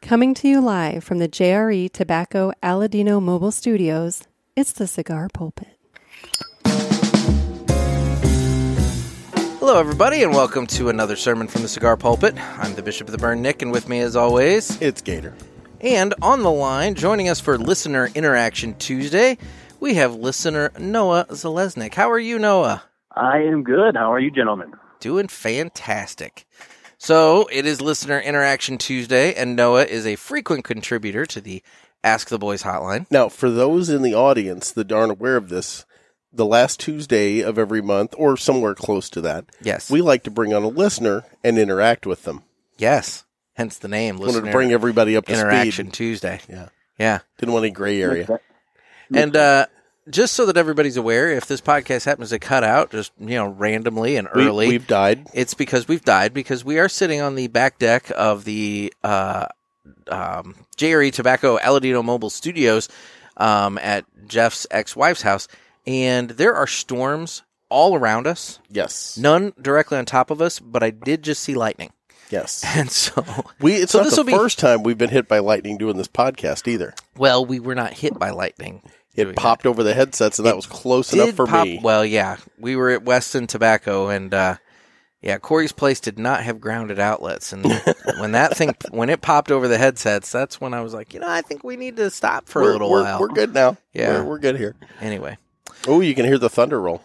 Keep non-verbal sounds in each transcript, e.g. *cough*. Coming to you live from the JRE Tobacco Aladino Mobile Studios, it's the Cigar Pulpit. Hello, everybody, and welcome to another sermon from the Cigar Pulpit. I'm the Bishop of the Burn, Nick, and with me, as always, It's Gator. and on the line, joining us for Listener Interaction Tuesday, we have listener Noah Zalesnik. How are you, Noah? I am good. How are you, gentlemen? Doing fantastic. So, it is Listener Interaction Tuesday, and Noah is a frequent contributor to the Ask the Boys hotline. Now, for those in the audience that aren't aware of this, the last Tuesday of every month, or somewhere close to that, Yes. we like to bring on a listener and interact with them. yes. Hence the name, Wanted Listener to bring everybody up to Interaction speed. Tuesday. Yeah. Yeah. *laughs* Didn't want any gray area. And uh, just so that everybody's aware, if this podcast happens to cut out just you know randomly and We, early, we've died. it's because we've died because we are sitting on the back deck of the uh, um, Jerry Tobacco Aladino Mobile Studios um, at Jeff's ex-wife's house, and there are storms all around us. Yes. None directly on top of us, but I did just see lightning, Yes. *laughs* and so We, it's So not the this'll be- first time we've been hit by lightning doing this podcast either. well, we were not hit by lightning. It Doing popped over the headsets, and that was close enough did for pop- me. Well, yeah, we were at Weston Tobacco, and uh, yeah, Corey's place did not have grounded *laughs* outlets. And when that thing, when it popped over the headsets, that's when I was like, you know, I think we need to stop for we're, a little we're- while. We're good now. Yeah. We're, we're good here. Anyway, Oh, you can hear the thunder roll.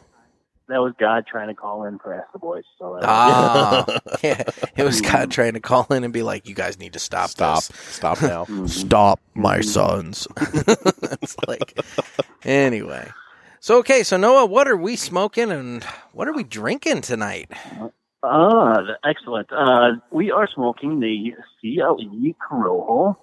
That was God trying to call in for Ask the Boys. So *laughs* that ah, yeah, it was God trying to call in and be like, you guys need to stop. Stop. this. Stop now. *laughs* *laughs* Stop, my sons. it's like, anyway. So okay, so Noah, what are we smoking and what are we drinking tonight? Ah, th- excellent. Uh, we are smoking the CLE Corojo,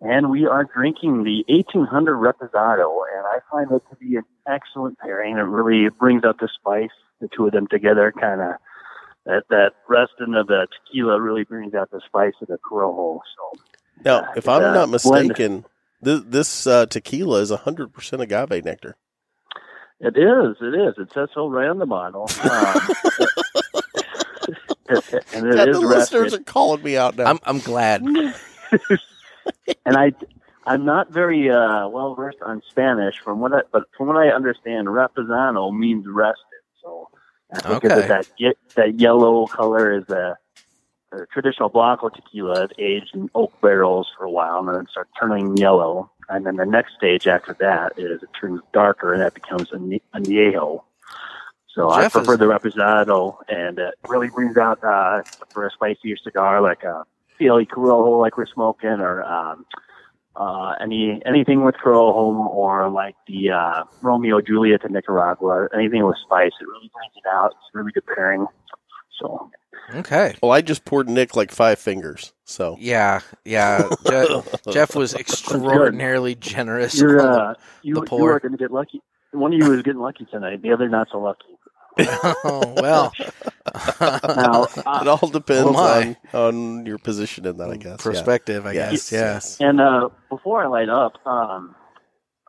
and we are drinking the 1800 Reposado, and I find that to be an excellent pairing. It really brings out the spice, the two of them together, kind of. That, that resting of the tequila really brings out the spice of the Corojo. So Now, if I'm Uh, not blend. mistaken, this, this uh, tequila is 100% agave nectar. it is, it is. It says so right on the bottle. *laughs* Um, *laughs* and it God, is the listeners rested. are calling me out now. I'm I'm *laughs* glad. and I, I'm not very uh, well versed on Spanish. From what, I, but from what I understand, reposado means rested. So I think Okay. that that, ye- that yellow color is a, a traditional blanco tequila It's aged in oak barrels for a while, and then it starts turning yellow. And then the next stage after that is it turns darker, and that becomes a, ne- a añejo. So I Jeff is- prefer the reposado, and it really brings out uh, for a spicier cigar like a Fiele Corojo, like we're smoking, or um, uh, any anything with Corojo, or like the uh, Romeo Juliet in Nicaragua, anything with spice. It really brings it out. It's a really good pairing. So Okay. well, Oh, I just poured Nick like five fingers. So Yeah, yeah. *laughs* *laughs* Je- Jeff was extraordinarily generous. you're on uh, you, you pour. *laughs* are going to get lucky. One of you is getting lucky tonight. The other not so *laughs* lucky. the- oh, *laughs* well, *laughs* Now, it uh, all depends Oh, my. Mm, on, on your position in that, I guess. yeah. perspective. I guess. Yeah. and uh, before I light up, um,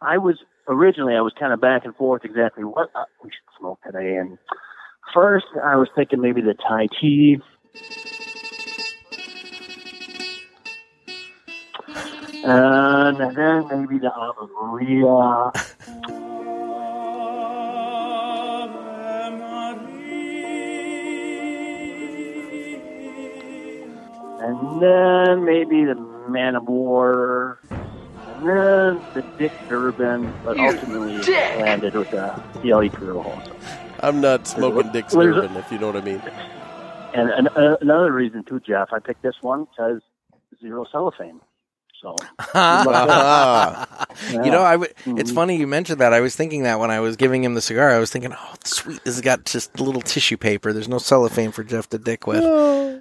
I was originally I was kind of back and forth exactly what uh, we should smoke today. And first, I was thinking maybe the Thai tea. And then maybe the Ave Maria. and then maybe the Man of War. And then the Dick Durbin. But ultimately, it landed with uh, the CLE Crew also. I'm not smoking Dick's Where's Bourbon, if you know what I mean. And an, uh, another reason, too, Jeff, I picked this one because zero cellophane. *laughs* So, you know, I would. It's Mhm. funny you mentioned that. I was thinking that when I was giving him the cigar, I was thinking, "Oh, sweet, this has got just a little tissue paper. There's no cellophane for Jeff to dick with.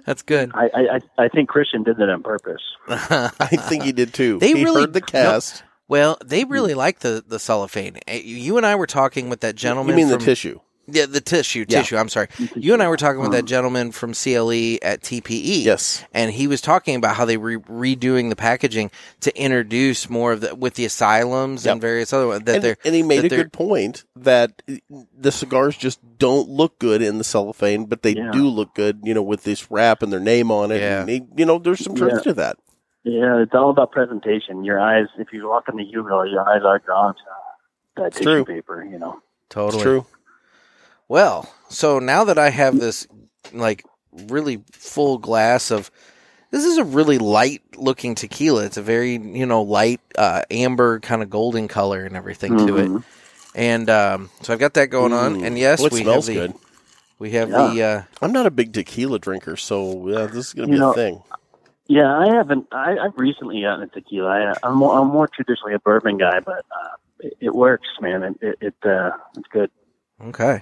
That's good." I, I, I- I think Christian did that on purpose. *laughs* I think he did too. They he really- heard the no, cast. Well, they really like the the cellophane. Eh, You and I were talking with that you gentleman. mean from- the tissue? Yeah, the tissue, Yeah. Uh-huh. tissue. I'm sorry. You and I were talking with that gentleman from CLE at TPE. Yes. And he was talking about how they were redoing the packaging to introduce more of the, with the asylums and Yep. various other ones. That And, they're, and he made that a they're- good point that uh, the cigars just don't look good in the cellophane, but they Yeah. do look good, you know, with this wrap and their name on it. Yeah. And he- you know, there's some truth Yeah. to that. Yeah, it's all about presentation. Your eyes, if you walk in the Hugo, your eyes are drawn to that It's tissue true. paper, you know. Totally. It's true. Well, so now that I have this like really full glass of this is a really light looking tequila. It's a very, you know, light uh, amber kind of golden color and everything to it. Mhm. And um, so I've got that going on. Mm. And yes, Mm-hmm. Well, it we have smells the good. we have Yeah. the uh, I'm not a big tequila drinker, so yeah, this is going to You be know- a thing. Yeah, I haven't. I, I've recently gotten a tequila. I, I'm, more, I'm more traditionally a bourbon guy, but uh, it, it works, man. It, it, it uh, it's good. Okay.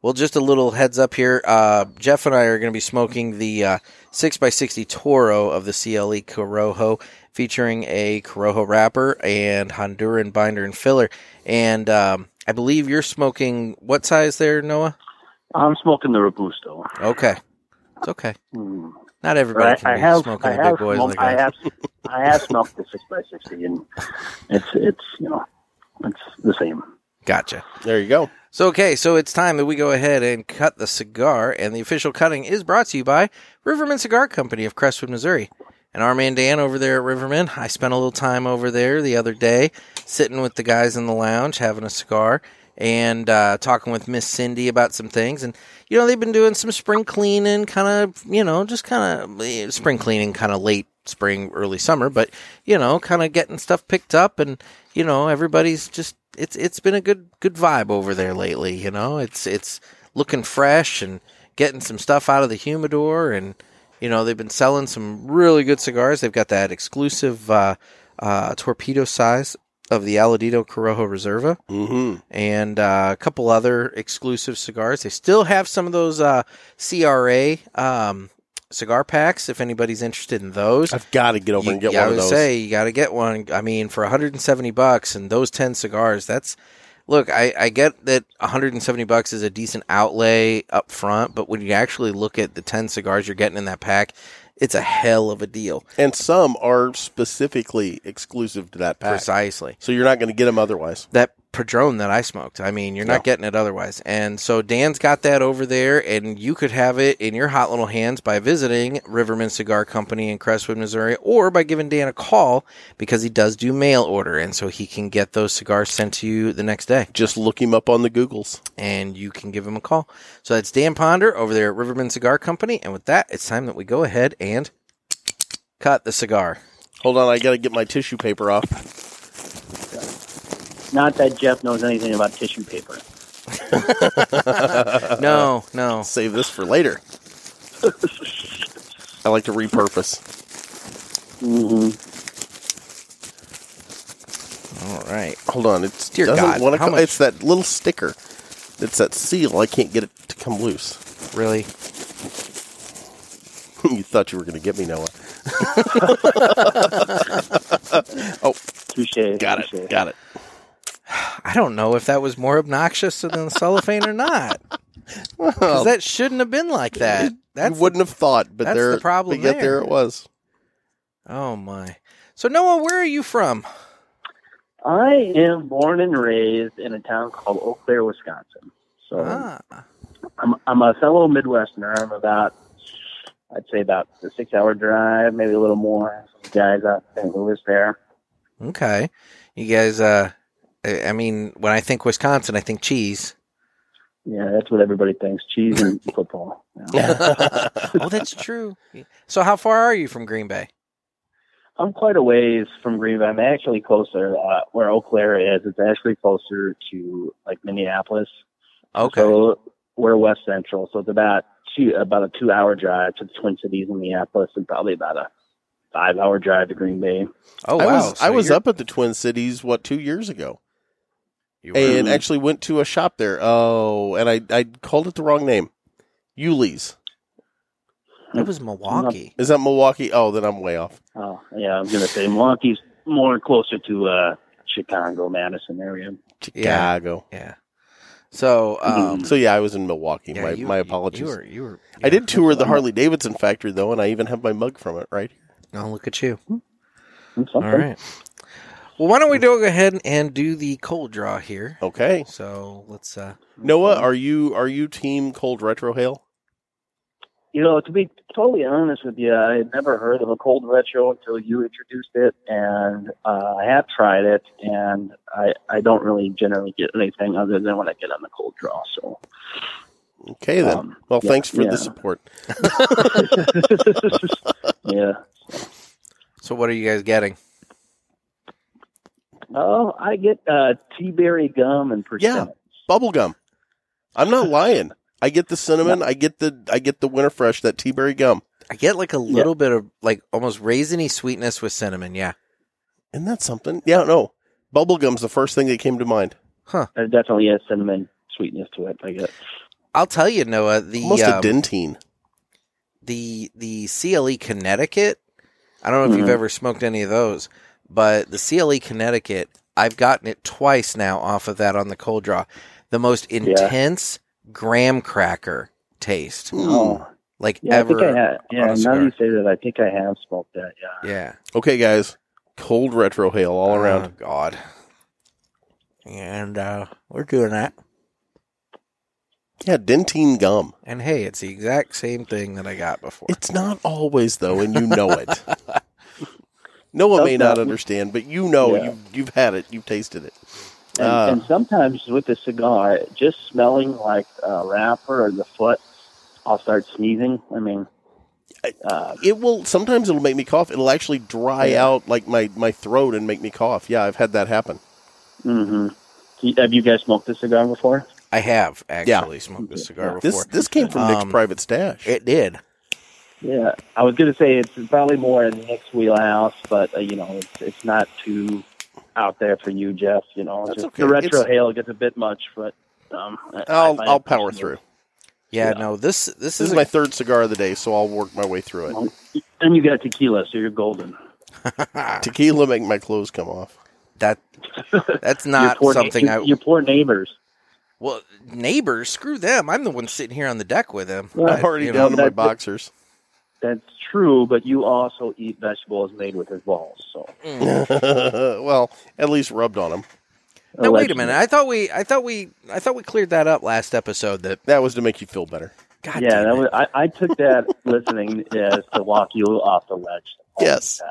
Well, just a little heads up here. Uh, Jeff and I are going to be smoking the uh, 6x60 Toro of the CLE Corojo, featuring a Corojo wrapper and Honduran binder and filler. And um, I believe you're smoking what size there, Noah? I'm smoking the robusto. Okay. It's okay. Mm. Not But everybody I, can I be have, smoking I the big have, boys smoked, like I us. have, I have smoked the six by sixty, and it's, it's, you know, it's the same. Gotcha. There you go. So, okay, so it's time that we go ahead and cut the cigar, and the official cutting is brought to you by Riverman Cigar Company of Crestwood, Missouri. And our man Dan over there at Riverman, I spent a little time over there the other day, sitting with the guys in the lounge, having a cigar, and uh, talking with Miss Cindy about some things. And, you know, they've been doing some spring cleaning, kind of, you know, just kind of eh, spring cleaning, kind of late spring, early summer, but, you know, kind of getting stuff picked up and, you know, everybody's just it's it's been a good good vibe over there lately. You know, it's it's looking fresh and getting some stuff out of the humidor, and you know they've been selling some really good cigars. They've got that exclusive uh, uh, torpedo size of the Aladito Corojo Reserva hmm and uh, a couple other exclusive cigars. They still have some of those uh, CRA um, cigar packs if anybody's interested in those. I've got to get over You- and get yeah, one of I would those. say you got to get one. I mean, for 170 bucks and those 10 cigars, that's look. I, I get that 170 bucks is a decent outlay up front, but when you actually look at the 10 cigars you're getting in that pack, it's a hell of a deal. and some are specifically exclusive to that pack, Precisely. so you're not going to get them otherwise. that Padron that I smoked. I mean, you're not No. getting it otherwise. And so Dan's got that over there, and you could have it in your hot little hands by visiting Riverman Cigar Company in Crestwood, Missouri, or by giving Dan a call because he does do mail order, and so he can get those cigars sent to you the next day, Just look him up on the Googles. and you can give him a call. So that's Dan Ponder over there at Riverman Cigar Company. And with that, it's time that we go ahead and cut the cigar. Hold on, I got to get my tissue paper off. Not that Jeff knows anything about tissue paper. *laughs* No, no. Save this for later. I like to repurpose. hmm Mm-hmm. All right. Hold on, it's Dear doesn't God, wanna how come- much- It's that little sticker. It's that seal. I can't get it to come loose. Really? *laughs* you thought you were going to get me, *laughs* Noah. *laughs* oh, Touche. got touche. it. Got it. I don't know if that was more obnoxious than the cellophane *laughs* or not. Because that shouldn't have been like that. That's you wouldn't have thought, but that's there, the problem But yet there. there. it was. oh my. So Noah, where are you from? I am born and raised in a town called Eau Claire, Wisconsin. So Ah, I'm, I'm a fellow Midwesterner. I'm about, I'd say about a six hour drive, maybe a little more. Some guys out in St. Louis there. okay. You guys. Uh, I I mean, when I think Wisconsin, I think cheese. Yeah, that's what everybody thinks cheese *laughs* and football. Yeah. oh, that's true. So how far are you from Green Bay? I'm quite a ways from Green Bay. I'm actually closer uh, where Eau Claire is. It's actually closer to like Minneapolis. Okay. So we're West Central, so it's about two about a two hour drive to the Twin Cities in Minneapolis, and probably about a five hour drive to Green Bay. oh wow. I was So I was you're- up at the Twin Cities what two years ago, you were- and actually went to a shop there. Oh, and I I called it the wrong name. Yulee's it was Milwaukee. is that Milwaukee? Oh, then I'm way off. Oh yeah, I'm gonna say Milwaukee's more closer to uh, Chicago, Madison area. Yeah. Chicago. Yeah. So um. So yeah, I was in Milwaukee. yeah, my you- my you- apologies. You were. You were I did tour the Harley Davidson factory though, and I even have my mug from it right here. Oh, look at you. Hmm. Something. All right. Well, why don't we do, go ahead and do the cold draw here? Okay, So let's. uh Noah, are you are you team cold retro hail? You know, to be totally honest with you, I had never heard of a cold retro until you introduced it, and uh, I have tried it, and I I don't really generally get anything other than when I get on the cold draw. So Okay, then. Um, well, yeah, thanks for yeah. the support. *laughs* yeah. So what are you guys getting? Oh, I get uh, tea berry gum and persimmon. Bubblegum. I'm *laughs* not lying. I get the cinnamon. I get the I get the winter fresh that tea berry gum. I get like a little bit of like almost raisiny sweetness with cinnamon. Yeah. Isn't that something? Yeah, no. Bubblegum's the first thing that came to mind. There's definitely a cinnamon sweetness to it. I guess. I'll tell you, Noah, the Almost um, a dentine. the the CLE Connecticut. I don't know if Mhm. you've ever smoked any of those, but the CLE Connecticut, I've gotten it twice now off of that on the cold draw. The most intense graham cracker taste Mm. Oh, like yeah. ever. I think I have. Yeah. Now cigar. you say that, I think I have smoked that. Yeah. Yeah, Okay, guys. Cold retro hail all around. Oh, God. And uh, we're doing that. Yeah, dentine gum. And hey, it's the exact same thing that I got before. It's not always though, and you know *laughs* it. Noah may not Sometimes- understand, but you know Yeah. you've you've had it, you've tasted it. *laughs* And, Ah. and sometimes with the cigar, just smelling like a wrapper or the foot, I'll start sneezing. I mean, uh, It will sometimes it'll make me cough. It'll actually dry Yeah. out like my my throat and make me cough. Yeah, I've had that happen. hmm have you guys smoked this cigar before? I have actually smoked a cigar before. This this came from Nick's Um, private stash. it did. Yeah, I was gonna say it's probably more in Nick's wheelhouse, but uh, you know, it's it's not too out there for you, Jeff. You know, That's just okay. the retro It's- hail gets a bit much, but um, I- I I'll find I'll it power personally- through. Yeah, Yeah. no, this this, This is a- my third cigar of the day, so I'll work my way through it. Well, And you got tequila, so you're golden. *laughs* Tequila make my clothes come off. that *laughs* that's Your not poor na- something I Your poor neighbors. well neighbors screw them. I'm the one sitting here on the deck with them. Well, I'm already you down to know, my that- boxers. That's true, but you also eat vegetables made with his balls. So *laughs* Mm. well, at least rubbed on them. Now wait a minute. I thought we I thought we I thought we cleared that up last episode. That That was to make you feel better. God yeah, damn that it. was, I, I *laughs* took that listening as to walk you off the ledge. Yes.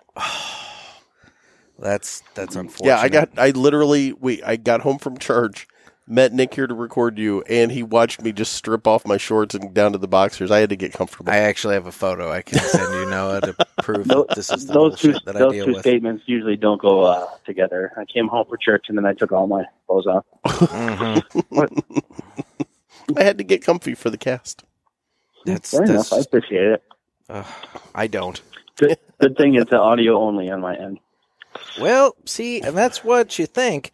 *sighs* that's that's unfortunate. Yeah, I got. I literally. We. I got home from church, met Nick here to record you, and he watched me just strip off my shorts and down to the boxers. I had to get comfortable. I actually have a photo I can send you Noah to prove Tho- that this is the those two bullshit that I those deal two with. statements usually don't go uh, together. I came home for church and then I took all my *laughs* clothes off. Mhm. I had to get comfy for the cast. That's Fair that's enough. I appreciate it. ugh, I don't. Good thing it's audio only on my end. Well, see, and that's what you think.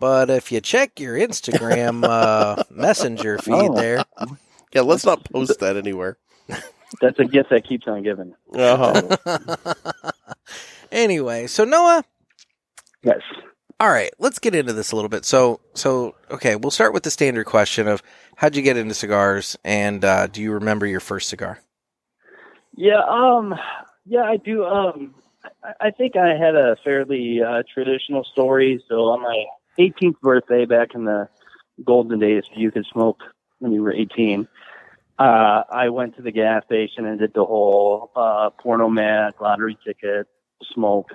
But if you check your Instagram *laughs* uh, messenger feed Oh. there, Yeah, let's not post that anywhere. *laughs* That's a gift that keeps on giving. *laughs* Uh-huh. *laughs* anyway, so Noah, Yes. all right, let's get into this a little bit. So, so okay, we'll start with the standard question of how'd you get into cigars, and uh, do you remember your first cigar? Yeah, um, yeah, I do. Um, I, I think I had a fairly uh, traditional story. So on my 18th birthday, back in the golden days, you could smoke when you were 18. Uh, I went to the gas station and did the whole uh, porno mat, lottery ticket, smoke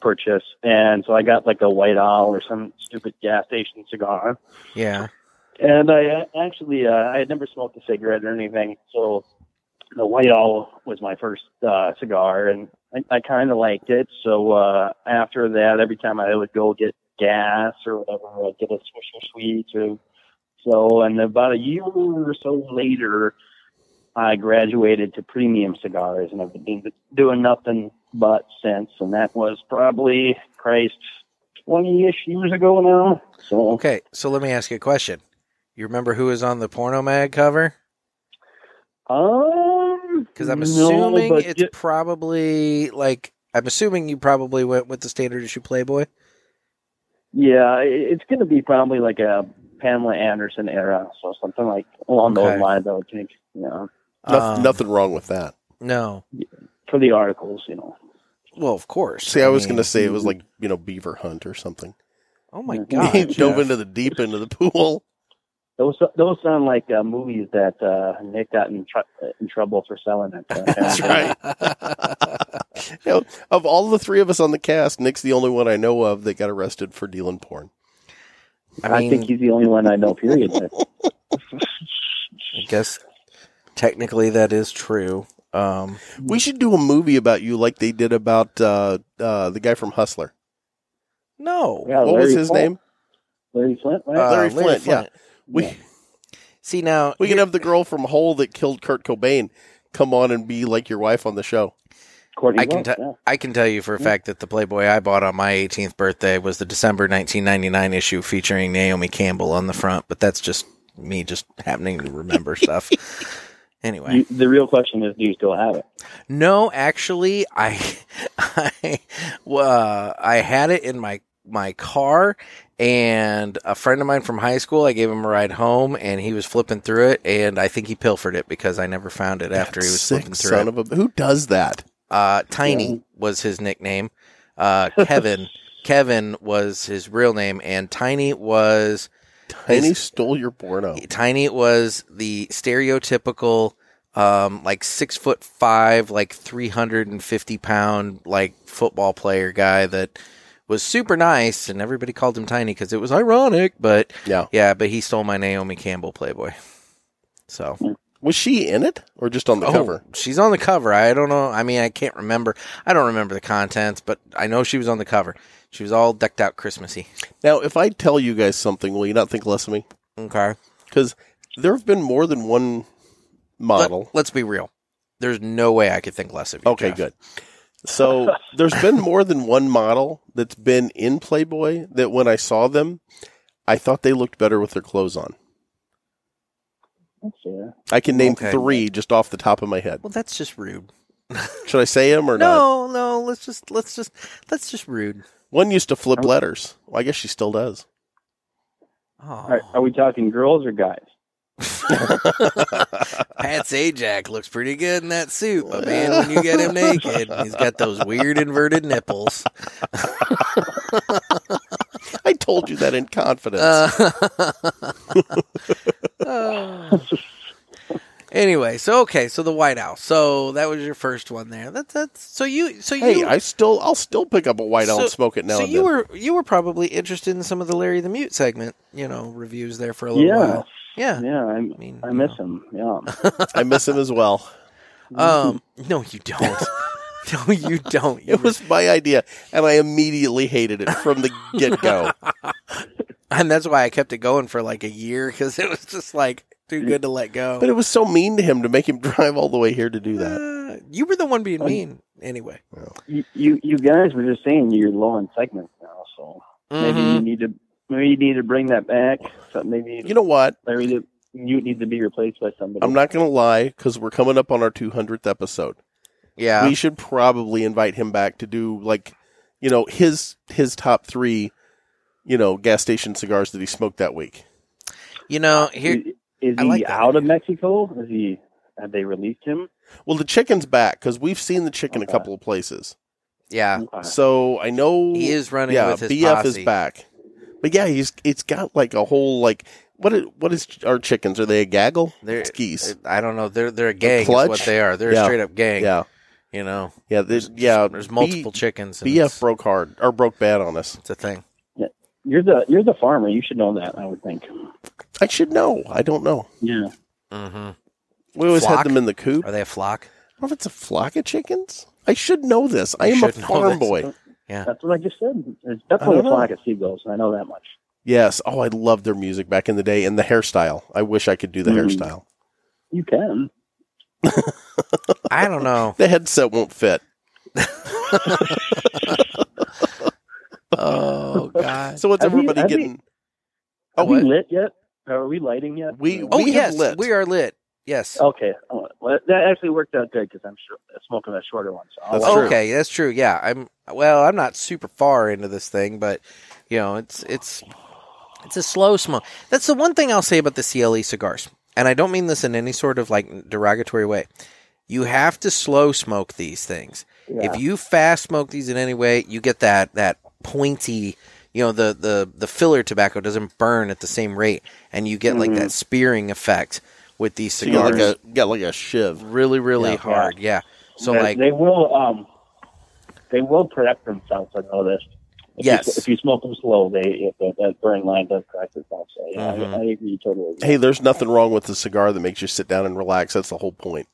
purchase, and so I got like a White Owl or some stupid gas station cigar. Yeah, And I uh, actually, uh, I had never smoked a cigarette or anything, so the White Owl was my first uh, cigar, and I, I kind of liked it. So uh, after that, every time I would go get gas or whatever, I'd get a Swisher Sweet. Or, so, and about a year or so later, I graduated to premium cigars, and I've been doing nothing but since. And that was probably Christ twenty-ish years ago now. So okay. So let me ask you a question. You remember who was on the porno mag cover? Um, Because I'm no, assuming but it's ju- probably like I'm assuming you probably went with the standard issue Playboy. yeah, i- it's going to be probably like a Pamela Anderson era, so something like along Okay. those lines. I would think, you know, Noth- Um, nothing wrong with that. No. for the articles, you know. Well, of course. See, I was mean- going to say it was like you know beaver hunt or something. Oh my Mhm. *laughs* god! he dove *laughs* Jeff. into the deep end of the pool. Those those sound like uh, movies that uh, Nick got in, tr- in trouble for selling it. *laughs* That's *laughs* right. You know, of all the three of us on the cast, Nick's the only one I know of that got arrested for dealing porn. I I, mean, I, think he's the only one I know. Period. guess technically that is true. Um, We should do a movie about you, like they did about uh, uh, the guy from Hustler. no. Yeah, what was Larry his Flint. name? Larry Flint, right? Uh, Larry Flint, We *laughs* See now, we can have the girl from Hole that killed Kurt Cobain come on and be like your wife on the show. Courtney I can Love, t- yeah. I can tell you for a fact that the Playboy I bought on my 18th birthday was the December 1999 issue featuring Naomi Campbell on the front, but that's just me just happening *laughs* to remember stuff. Anyway, You- the real question is, do you still have it? no, actually, I *laughs* I uh, I had it in my my car, and a friend of mine from high school. I gave him a ride home, and he was flipping through it, and I think he pilfered it because I never found it after he was flipping sick through it. son of a who does that? Uh, Tiny Yeah. was his nickname. Uh, Kevin. Kevin was his real name, and Tiny was And he stole your porno. Tiny was the stereotypical, um, like six foot five, like three hundred and fifty pound, like football player guy that was super nice, and everybody called him Tiny because it was ironic. But Yeah. yeah, but he stole my Naomi Campbell Playboy. So Oh, Was she in it or just on the cover? She's on the cover. I don't know. I mean, I can't remember. I don't remember the contents, but I know she was on the cover. She was all decked out Christmassy. Now, if I tell you guys something, will you not think less of me? Okay. Because there have been more than one model. Let, us be real. There's no way I could think less of you. okay, Jeff. good. *laughs* So there's been more than one model that's been in Playboy that when I saw them, I thought they looked better with their clothes on. That's fair. I can name Okay. three just off the top of my head. Well, that's just rude. *laughs* Should I say them or not? No, no. Let's just let's just *laughs* that's just rude. One used to flip Okay. letters. Well, I guess she still does. Oh. Are, are we talking girls or guys? Pat Sajak looks pretty good in that suit, but man, when you get him naked, he's got those weird inverted nipples. *laughs* I told you that in confidence. Uh, *laughs* anyway, so okay, so the White Owl. So that was your first one there. That's that's so you so hey, you I still I'll still pick up a white owl So- and smoke it now so and you then. were you were probably interested in some of the Larry the Mute segment, you know, reviews there for a little Yeah, while. *laughs* Yeah. yeah. I'm, I mean, I you miss know. him. *laughs* Yeah. I miss him as *laughs* well. Um no you *laughs* don't. no you don't. You It was my idea, and I immediately hated it from *laughs* the get go. and that's why I kept it going for like a year cuz it was just like too good to let go. but it was so mean to him to make him *laughs* drive all the way here to do that. *sighs* Uh, you were the one being Um, mean anyway. You, you you guys were just saying you're low on segments now, so maybe you Mhm. need to maybe you need to bring that back. So maybe Mm-hmm. You know what? Larry the Mute needs to be replaced by somebody. I'm not going to lie because we're coming up on our 200th episode. Yeah. We should probably invite him back to do like, you know, his his top three, you know, gas station cigars that he smoked that week. You know, here Is- is I he like that out of Mexico? Is he? Have they released him? Well, the chicken's back because we've seen the chicken a Okay. couple of places. yeah. Okay. So I know He is running yeah, with his BF posse. is back. But yeah, he's it's got like a whole like what is, what is our chickens? Are they a gaggle? They're- It's geese. I don't know. They're they're a gang. Is what clutch? they are. They're a Yeah. straight up gang. yeah, You know. yeah. There's yeah. There's multiple B- chickens. and BF it's, broke hard or broke bad on us. it's a thing. You're the you're the farmer. You should know that. I would think. I should know. I don't know. Yeah. hmm We always Flock? had them in the coop. Are they a flock? I don't know if it's a flock of chickens. I should know this. I You am a should know farm this. boy. That's what I just said. It's definitely I a don't know. flock of seagulls. I know that much. Yes. Oh, I loved their music back in the day and the hairstyle. I wish I could do the Mhm. hairstyle. You can. I don't know. *laughs* The headset won't *laughs* fit. *laughs* oh God. So what's Have we- everybody have we- getting? Are what? we lit yet? Are we lighting yet? We- Uh, oh have yes, lit. we are lit. Yes. okay. Oh, Well, that actually worked out good because I'm sure, smoking a shorter one. So I'll That's light true. okay, that's true. Yeah, I'm. Well, I'm not super far into this thing, but you know, it's it's it's a slow smoke. That's the one thing I'll say about the CLE cigars, and I don't mean this in any sort of like derogatory way. You have to slow smoke these things. it. Yeah. If you fast smoke these in any way, you get that that pointy, you know the the the filler tobacco doesn't burn at the same rate, and you get like Mm-hmm. that spearing effect with these So you got cigars. like a you got like a shiv. really, really Yeah. hard. Yeah. So they, like they will, um, they will correct themselves. I noticed. If Yes. You, if you smoke them slow, they if the, that burn line does correct itself. So yeah, Mhm. I, I agree totally. Hey, there's nothing wrong with a cigar that makes you sit down and relax. That's the whole point.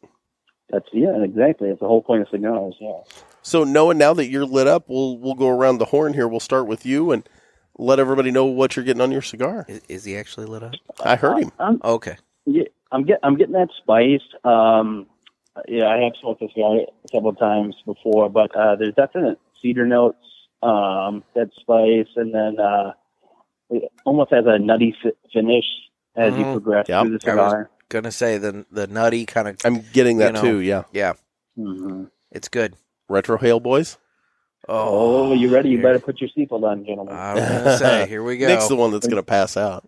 That's yeah, exactly. It's the whole point of cigars. Yeah. So Noah, now that you're lit up, we'll we'll go around the horn here. We'll start with you and let everybody know what you're getting on your cigar. is, is he actually lit up? I heard him. I'm, Okay. yeah, I'm get I'm getting that spice. Um, yeah, I have smoked this cigar several times before, but uh, there's definite cedar notes, um, that spice, and then uh, it almost has a nutty fi- finish as Mhm. you progress Mm-hmm. Yep. through the I was- cigar. Gonna say the the nutty kind of I'm getting that You know. too. Yeah, yeah. hmm It's good. retro hail boys. Oh, Oh, you ready? You here- better put your seatbelt on, gentlemen. I was gonna *laughs* *laughs* say here we go. Nick's the one that's gonna pass out.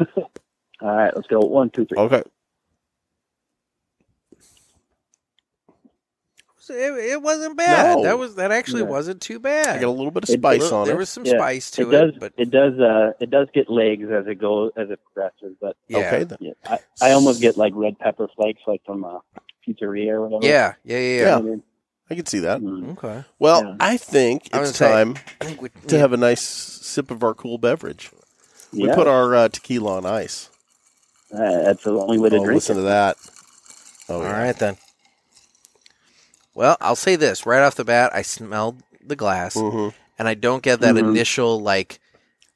All right, let's go. One, two, three. Okay. It, it wasn't bad. No. That was that actually Yeah. wasn't too I bad. got a little bit of It- spice Look, on there it. was some Yeah, spice to it does. but it does. Uh, it does get legs as it goes as it progresses, but yeah. Okay then. yeah, I, I almost get like red pepper flakes, like from uh, pizzeria or whatever. yeah, yeah, yeah, yeah. Mm-hmm. I mean, I can see that. mm. Okay. Well, Yeah. I think I it's was gonna say- time I think we to have a nice sip of our cool beverage. We Yeah, put our uh, tequila on ice. uh, that's the only way to Oh, drink. listen to that. Oh, All yeah. right then. Well, I'll say this right off the bat. I smelled the glass, Mhm. and I don't get that Mhm. initial like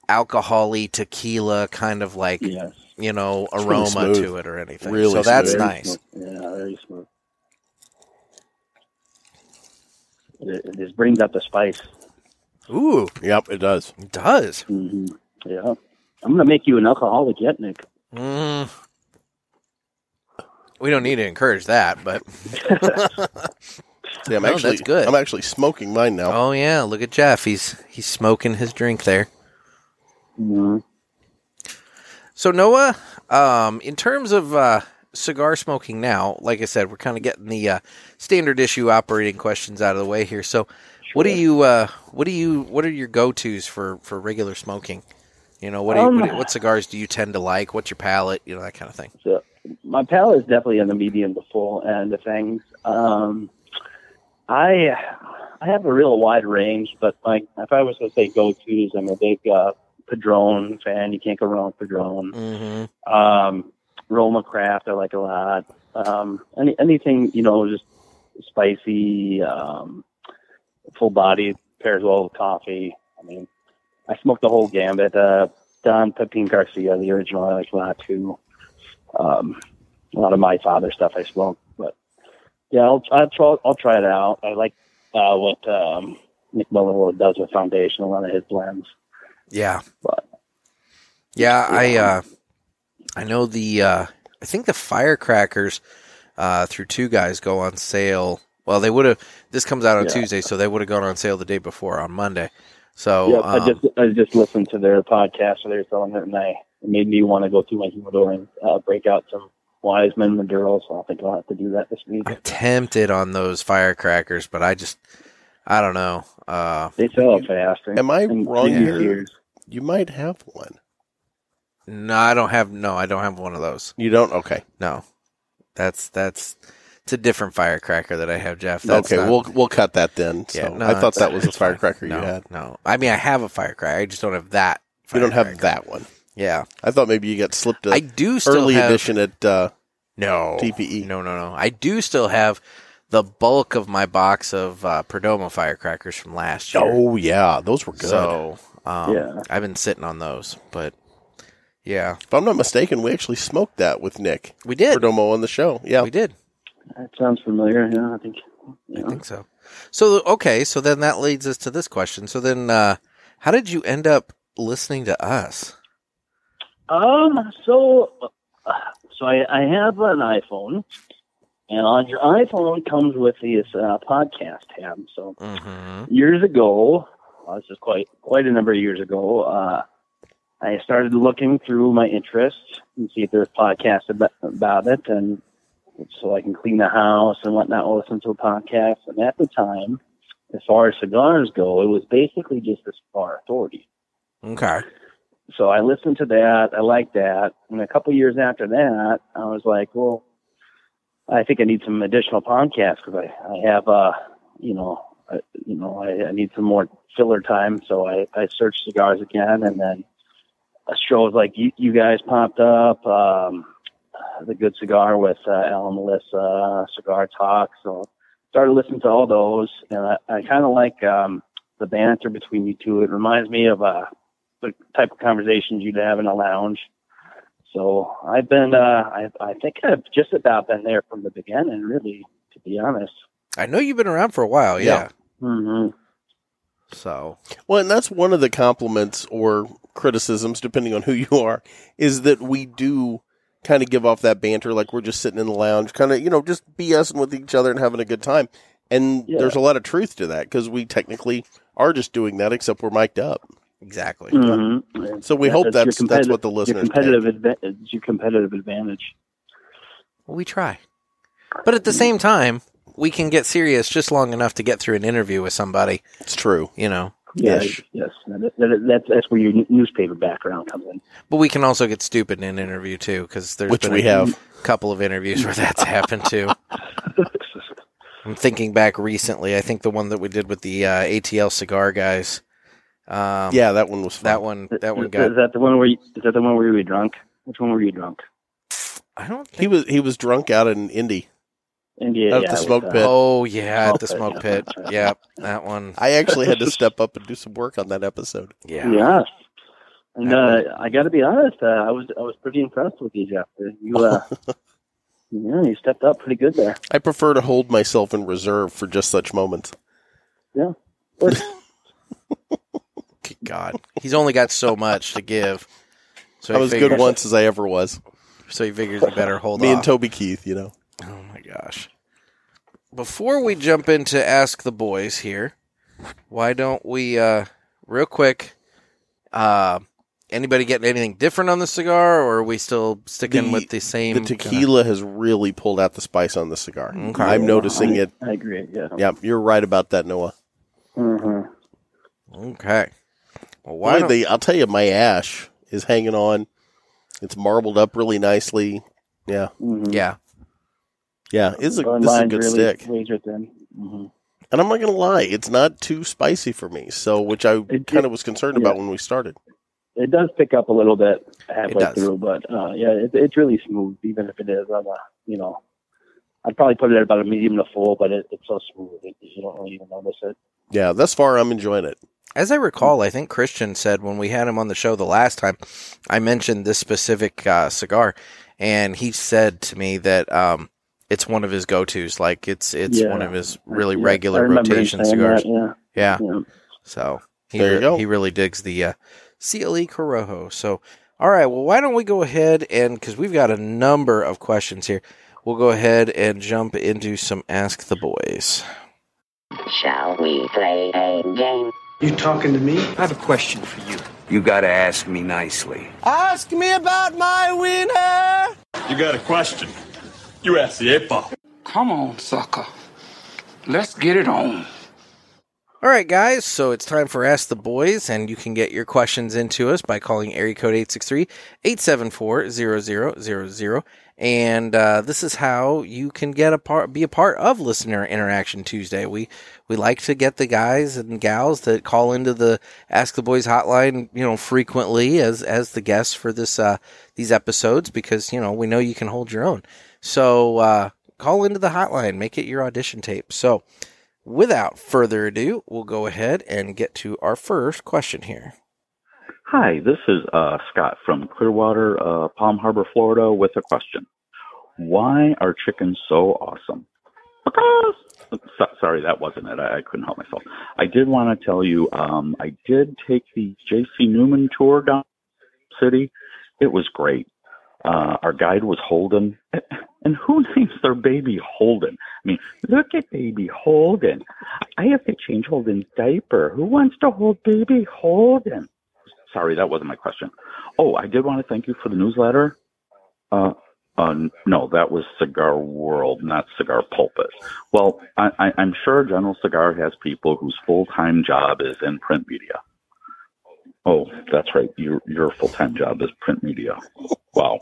alcoholy tequila kind of like it. Yes, you know really aroma smooth. to it or anything. Really so that's smooth. nice. Smooth. Yeah, very smooth. It, it just brings out the spice. Ooh, Yep, it does. it does. hmm Yeah, I'm gonna make you an alcoholic yet, Nick. Mm. We don't need to encourage that, *laughs* but See, I'm No, that's actually good. I'm actually smoking mine now. oh yeah, look at Jeff. He's he's smoking his drink there. Mm-hmm. hmm So Noah, um, in terms of uh, cigar smoking now, like I said, we're kind of getting the uh, standard issue operating questions out of the way here. So, what do Sure. you, uh, what do you, what are your go tos for for regular smoking? You know, what, do you, Um, what, do you- what cigars do you tend to like? What's your palate? You know, that kind of thing. my palate is definitely in the medium to full end of things. Um, I I have a real wide range, but like if I was to say go tos, I'm a big uh, Padron fan. You can't go wrong with Padron. Mm-hmm. Um, Roma Craft I like a lot. Um, any anything you know, just spicy, um, full body pairs well with coffee. I mean, I smoked the whole gambit. Uh, Don Pepin Garcia, the original, I like a lot too. Um, a lot of my father stuff I smoke, but yeah, I'll I'll try, I'll try it out. I like uh, what um, Nick Mullenwell does with Foundation, a lot of his blends. Yeah, But- yeah. I Yeah. uh, I know the. Uh, I think the firecrackers uh, through two guys go on sale. Well, they would have. This comes out on Yeah. Tuesday, so they would have gone on sale the day before on Monday. So yep, um, I just I just listened to their podcast where they were selling it, and I it made me want to go through my humidor and uh, break out some Wiseman Maduro. So I think I'll have to do that this week. I'm tempted on those firecrackers, but I just I don't know. Uh, They sell it fast. and- Am I and wrong easy here? years. You might have one. no, I don't have no. I don't have one of those. You don't? Okay. No, that's that's it's a different firecracker that I have, Jeff. That's okay, not- we'll we'll cut that then. So Yeah, no, I thought that's- that was a that's fine. firecracker no, you had. No, I mean I have a firecracker. I just don't have that. You don't have firecracker. that one. Yeah, I thought maybe you got slipped I a do still early have. edition at uh, E. No TPE. No, no, no. I do still have the bulk of my box of uh, Perdomo firecrackers from last year. Oh yeah, those were good. So um, Yeah. I've been sitting on those, but yeah, if I'm not mistaken, we actually smoked that with Nick we did. Perdomo on the show. Yeah. We did. That sounds familiar. Yeah, I think. I Yeah. think so. So okay, so then that leads us to this question. So then, uh, how did you end up listening to us? Um. So, uh, so I, I have an iPhone, and on your iPhone it comes with this uh, podcast tab. So Mm-hmm. years ago, well, this is quite quite a number of years ago. Uh, I started looking through my interests and see if there's podcasts about, about it, and so I can clean the house and whatnot. I'll listen to a podcast. And at the time, as far as cigars go, it was basically just the cigar authority. Okay. So I listened to that. I liked that. And a couple years after that, I was like, well, I think I need some additional podcasts because I, I have, uh, you know, I, you know, I, I need some more filler time. So I, I searched cigars again, and then shows like you, you guys popped up, um, the Good Cigar with uh, Alan Melissa, Cigar Talk. So started listening to all those, and I, I kind of like um, the banter between you two. It reminds me of uh, the type of conversations you'd have in a lounge. So I've been, uh, I, I think I've just about been there from the beginning, really, to be honest. I know you've been around for a while. Yeah. Yeah. hmm So Well, and that's one of the compliments or criticisms, depending on who *laughs* you are, is that we do kind of give off that banter, like we're just sitting in the lounge, kind of, you know, just BSing with each other and having a good time. And Yeah. there's a lot of truth to that because we technically are just doing that, except we're mic'd up. exactly. hmm So we hope that's that's what the your listeners competitive advantage. Your competitive advantage. Well, we try. But at the same time, we can get serious just long enough to get through an interview with somebody, take. It's true. you know. Yeah, Ish. yes, that, that, that's that's where your n- newspaper background comes in. But we can also get stupid in an interview too, because there's Which been we a have. couple of interviews where that's happened *laughs* too. I'm thinking back recently. I think the one that we did with the uh, ATL cigar guys. Um, Yeah, that one was fun. that one. That one is, got. is that the one where you, is that the one where you were drunk? Which one were you drunk? I don't He think. was he was drunk out in Indy. India, Out at yeah, the it smoke was, pit. Oh yeah, at the Smoke smoke pit. pit. Yep, that one. *laughs* I actually had *laughs* to step up and do some work on that episode. Yeah. Yeah. And uh, I got to be honest, uh, I was I was pretty impressed with you, Jeff. *laughs* You, uh, yeah, you stepped up pretty good there. I prefer to hold myself in reserve for just such moments. Good God, *laughs* he's only got so much to give. So I he was figures, good once as I ever was. So he figures he better hold Me off. and Toby Keith, you know. Oh my gosh. Before we jump into Ask the Boys here, why don't we, uh, real quick, uh, anybody getting anything different on the cigar, or are we still sticking The- with the same? The tequila has really pulled out the spice on the cigar. Okay. I'm noticing I- it. I agree. Yeah. Yeah, you're right about that, Noah. hmm Okay. Well, why Why don't- they? I'll tell you, my ash is hanging on. It's marbled up really nicely. Yeah, Mm-hmm. hmm Yeah. yeah. It's a, this is a good stick, Razor thin. Mm-hmm. hmm and I'm not gonna lie, it's not too spicy for me. So, which I did- kind of was concerned yeah. about when we started. It does pick up a little bit halfway does. through, but uh, yeah, it, it's really smooth, even if it is on a you know. I'd probably put it at about a medium to full, but it, it's so smooth it, you don't really even notice it. Yeah, thus far I'm enjoying it. As I recall, I think Christian said when we had him on the show the last time, I mentioned this specific uh, cigar, and he said to me that um, it's one of his go-tos. Like it's it's Yeah. one of his really Yeah, I regular remember him rotation saying cigars. that, Yeah. yeah, yeah. So he, There you re- go. he really digs the uh, CLE Corojo. So, all right. Well, why don't we go ahead and because we've got a number of questions here, we'll go ahead and jump into some Ask the Boys. Shall we play a game? You talking to me? I have a question for you. You gotta ask me nicely. Ask me about my winner. You got a question? You ask the eight ball. Come on, sucker. Let's get it on. All right, guys. So it's time for Ask the Boys, and you can get your questions into us by calling area code 863-874-0000. And uh, this is how you can get a part, be a part of Listener Interaction Tuesday. We we like to get the guys and gals that call into the Ask the Boys hotline, you know, frequently as as the guests for this uh, these episodes because you know we know you can hold your own. So uh, call into the hotline, make it your audition tape. So without further ado, we'll go ahead and get to our first question here. Hi, this is uh, Scott from Clearwater, uh, Palm Harbor, Florida, with a question. Why are chickens so awesome? Because. So, sorry, that wasn't it. I, I couldn't help myself. I did want to tell you, um, I did take the J.C. Newman tour down the city. It was great. Uh, our guide was Holden. *laughs* And who names their baby Holden? I mean, look at baby Holden. I have to change Holden's diaper. Who wants to hold baby Holden? sorry, that wasn't my question. Oh, I did want to thank you for the newsletter. Uh, uh, no, that was Cigar World, not Cigar Pulpit. Well, I, I, I'm sure General Cigar has people whose full time job is in print media. Oh, that's right. Your your full time job is print media. Wow.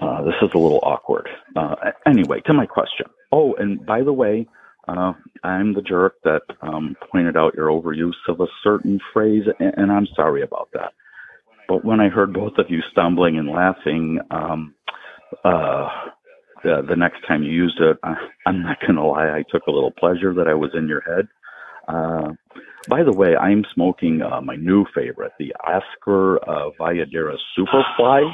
Uh, this is a little awkward. Uh, anyway, to my question. Oh, and by the way, uh, I'm the jerk that um, pointed out your overuse of a certain phrase, and, and I'm sorry about that. But when I heard both of you stumbling and laughing, um, uh, the, the next time you used it, I, I'm not going to lie, I took a little pleasure that I was in your head. Uh, by the way, I'm smoking uh, my new favorite, the Oscar uh, Valladera Superfly.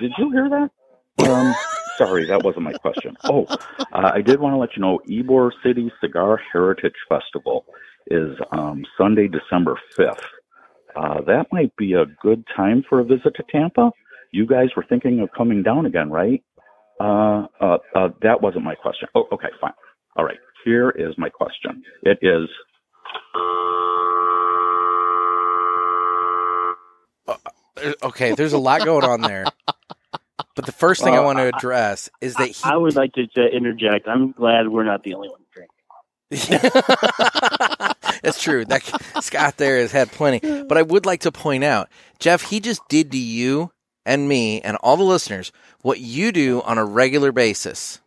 Did you hear that? Um, sorry, that wasn't my question. Oh, uh, I did want to let you know Ybor City Cigar Heritage Festival is um, Sunday, December 5th. Uh, that might be a good time for a visit to Tampa. You guys were thinking of coming down again, right? Uh, uh, uh, that wasn't my question. Oh, okay, fine. All right, here is my question. It is There- Okay, there's a lot going on there. But the first thing I Well, want to address is that he. I would like to uh, interject. I'm glad we're not the only ones drinking. *laughs* That's true. That Scott there has had plenty. But I would like to point out, Jeff, he just did to you and me and all the listeners what you do on a regular basis,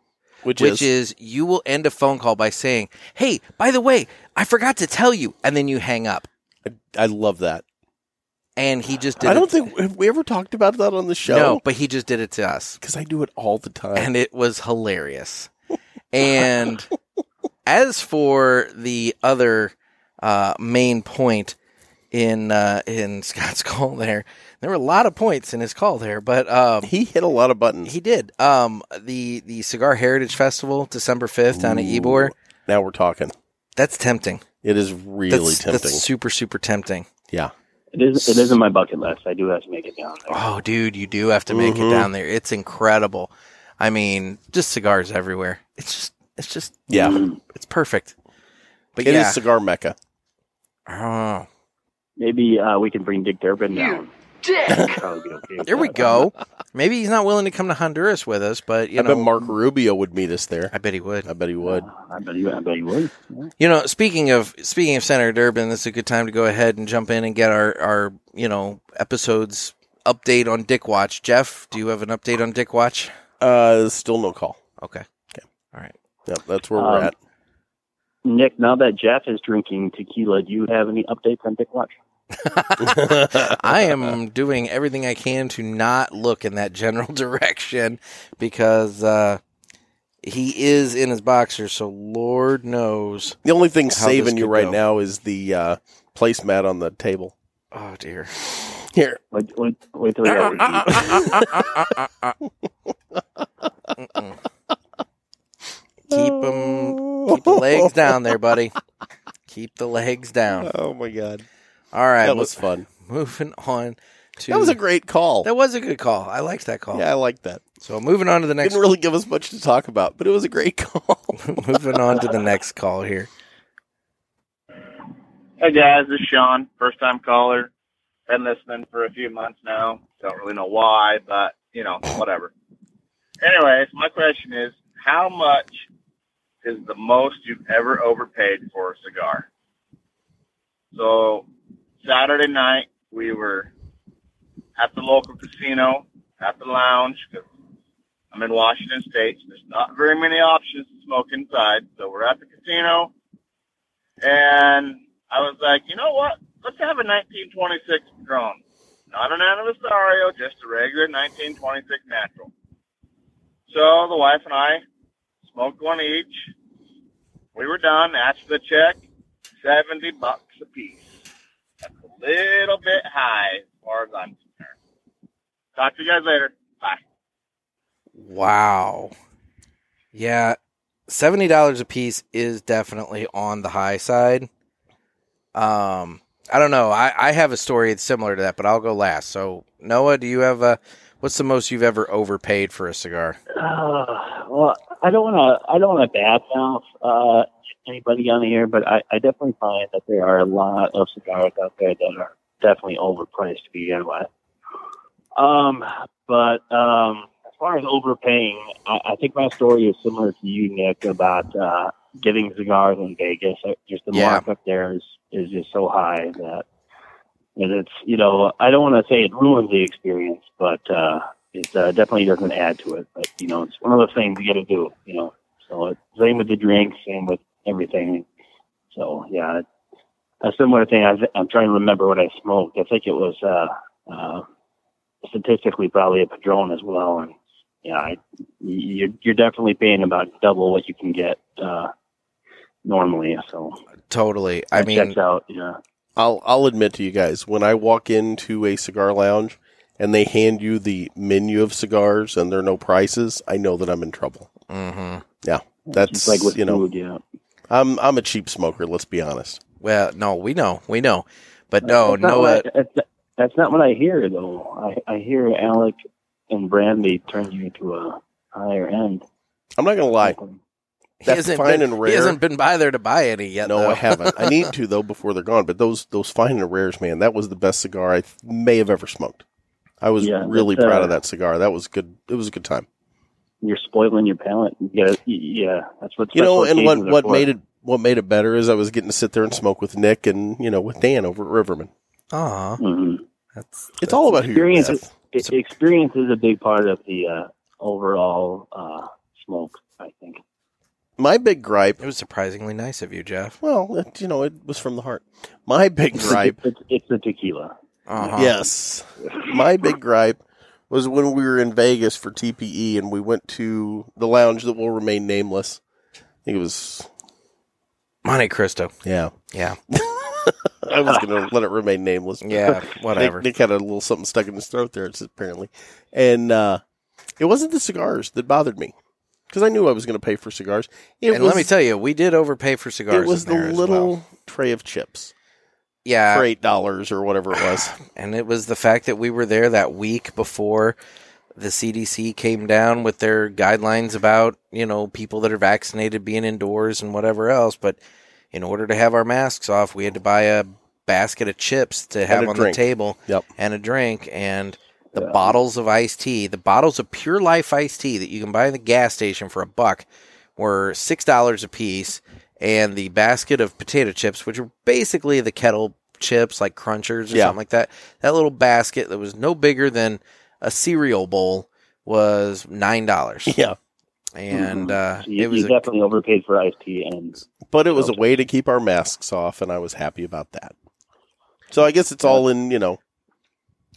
which, which is you will end a phone call by saying, "Hey, by the way, I forgot to tell you," and then you hang up. I love that. And he just did. I don't it, think have we ever talked about that on the no, show. but he just did it to us. because I do it all the time. and it was hilarious. And *laughs* as for the other uh, main point in uh, in *laughs* Scott's call, there there were a lot of points in his call there, but um, he hit a lot of buttons. he did. Um, the the Cigar Heritage Festival, December fifth, down at Ooh. Ybor. Now we're talking. That's tempting. It is really that's, tempting. That's super super tempting. yeah. It is. It is in my bucket list. I do have to make it down. There. Oh, dude, you do have to make Mhm. it down there. It's incredible. I mean, just cigars everywhere. It's just it's just Yeah. it's perfect. But It is yeah, cigar mecca. Oh, Maybe uh, we can bring Dick Durbin down. Dick! *laughs* That would be okay with there we *laughs* that. go. Maybe he's not willing to come to Honduras with us, but you I know, bet Mark Rubio would meet us there. I bet he would. I bet he would. Uh, I bet you. I bet you would. Yeah. You know, speaking of speaking of Senator Durbin, this is a good time to go ahead and jump in and get our our you know episodes update on Dick Watch. Jeff, do you have an update on Dick Watch? Uh, still no call. Okay. Yep, that's where Um, we're at. Nick, now that Jeff is drinking tequila, do you have any updates on Dick Watch? I am doing everything I can to not look in that general *laughs* direction because uh, he is in his boxer, so Lord knows. The only thing this saving you could right go. now is the uh, placemat on the table. Oh dear. Here, Wait, wait, wait till we *laughs* got Ricky. *laughs* Keep them, keep the legs down there, buddy. Keep the *laughs* legs down. Oh my god, All right, that was fun. mo- moving on *laughs* to That was a great call. that was a good call. I liked that call. Yeah, I like that. So moving on to the next, Didn't really give us much to talk about, but it was a great *laughs* call. moving on to the next call here. Hey guys, this is Sean, first time caller. Been listening for a few months now. Don't really know why, but you know, whatever. Anyways, my question is, how much is the most you've ever overpaid for a cigar? So Saturday night we were at the local casino, at the lounge. 'cause I'm in Washington State. so There's not very many options to smoke inside, so we're at the casino and I was like, you know what? Let's have a 1926 Padron. Not an Anniversario, just a regular 1926 natural. So the wife and I smoked one each. We were done. After the check, 70 bucks a piece. That's a little bit high as far as I'm concerned. Talk to you guys later. Bye. Wow. Yeah, seventy dollars a piece is definitely on the high side. Um, I don't know. I, I have a story that's similar to that, but I'll go last. So Noah, do you have a what's the most you've ever overpaid for a cigar? Uh, well, I don't want to. I don't want to badmouth uh, anybody on here, but I, I definitely find that there are a lot of cigars out there that are definitely overpriced to begin with. Um, but um, as far as overpaying, I, I think my story is similar to you, Nick, about uh, getting cigars in Vegas. Uh, Just the Yeah. markup there is is just so high that and it's you know I don't want to say it ruins the experience, but uh, it uh, definitely doesn't add to it. But you know, it's one of the things you got to do. You know, so it's same with the drinks, same with everything. So yeah, it- a similar thing. I, I'm trying to remember what I smoked. I think it was uh, uh, statistically probably a Padron as well, and yeah, I, you're you're definitely paying about double what you can get uh, normally. So Totally. I that mean, checks out. Yeah. I'll I'll admit to you guys when I walk into a cigar lounge and they hand you the menu of cigars and there are no prices, I know that I'm in trouble. hmm Yeah, that's It's like with you know food, yeah. I'm I'm a cheap smoker. Let's be honest. well, no, we know, we know, Uh, but no, That's not oh, no, uh, what I- that's, that's not what I hear though. I, I hear Alec and Brandy turn you to uh, a higher end. I'm not gonna lie. he That's hasn't fine been, and rare. He hasn't been by there to buy any yet. no, though. I haven't. I *laughs* need to though before they're gone. But those those fine and rares, man, that was the best cigar I th- may have ever smoked. I was Yeah, really that's, uh, proud of that cigar. That was good. It was a good time. You're spoiling your palate. You gotta- yeah, that's what. you know, special and what occasions are what for. made it what made it better is I was getting to sit there and smoke with Nick and you know with Dan over at Riverman. Aw, Mhm. that's It's all about who you're experience with. I- E-, experience is a big part of the uh, overall uh, smoke. I think. My big gripe, it was surprisingly nice of you, Jeff. well, it, you know, it was from the heart. My big gripe, It's, it's the tequila. Uh-huh. yes, my big gripe was when we were in Vegas for TPE and we went to the lounge that will remain nameless. I think it was Monte Cristo. yeah. Yeah, I was going to let it remain nameless. yeah, *laughs* Nick, whatever. Nick had a little something stuck in his throat there, it's apparently. And uh, it wasn't the cigars that bothered me because I knew I was going to pay for cigars. It and was, let me tell you, we did overpay for cigars. it was in the there as little well. tray of chips yeah, for eight dollars or whatever it was. *sighs* and it was the fact that we were there that week before the CDC came down with their guidelines about you know people that are vaccinated being indoors and whatever else. But in order to have our masks off, we had to buy a basket of chips to have a on drink. the table Yep. and a drink and the bottles of iced tea, the bottles of Pure Life iced tea that you can buy in the gas station for a buck were six dollars a piece, and the basket of potato chips, which are basically the kettle chips, like crunchers or Yeah. something like that. That little basket that was no bigger than a cereal bowl was nine dollars, yeah, and uh, So you, it was you a, definitely overpaid for iced tea, and but it was a way to keep our masks off, and I was happy about that. So I guess it's all in you know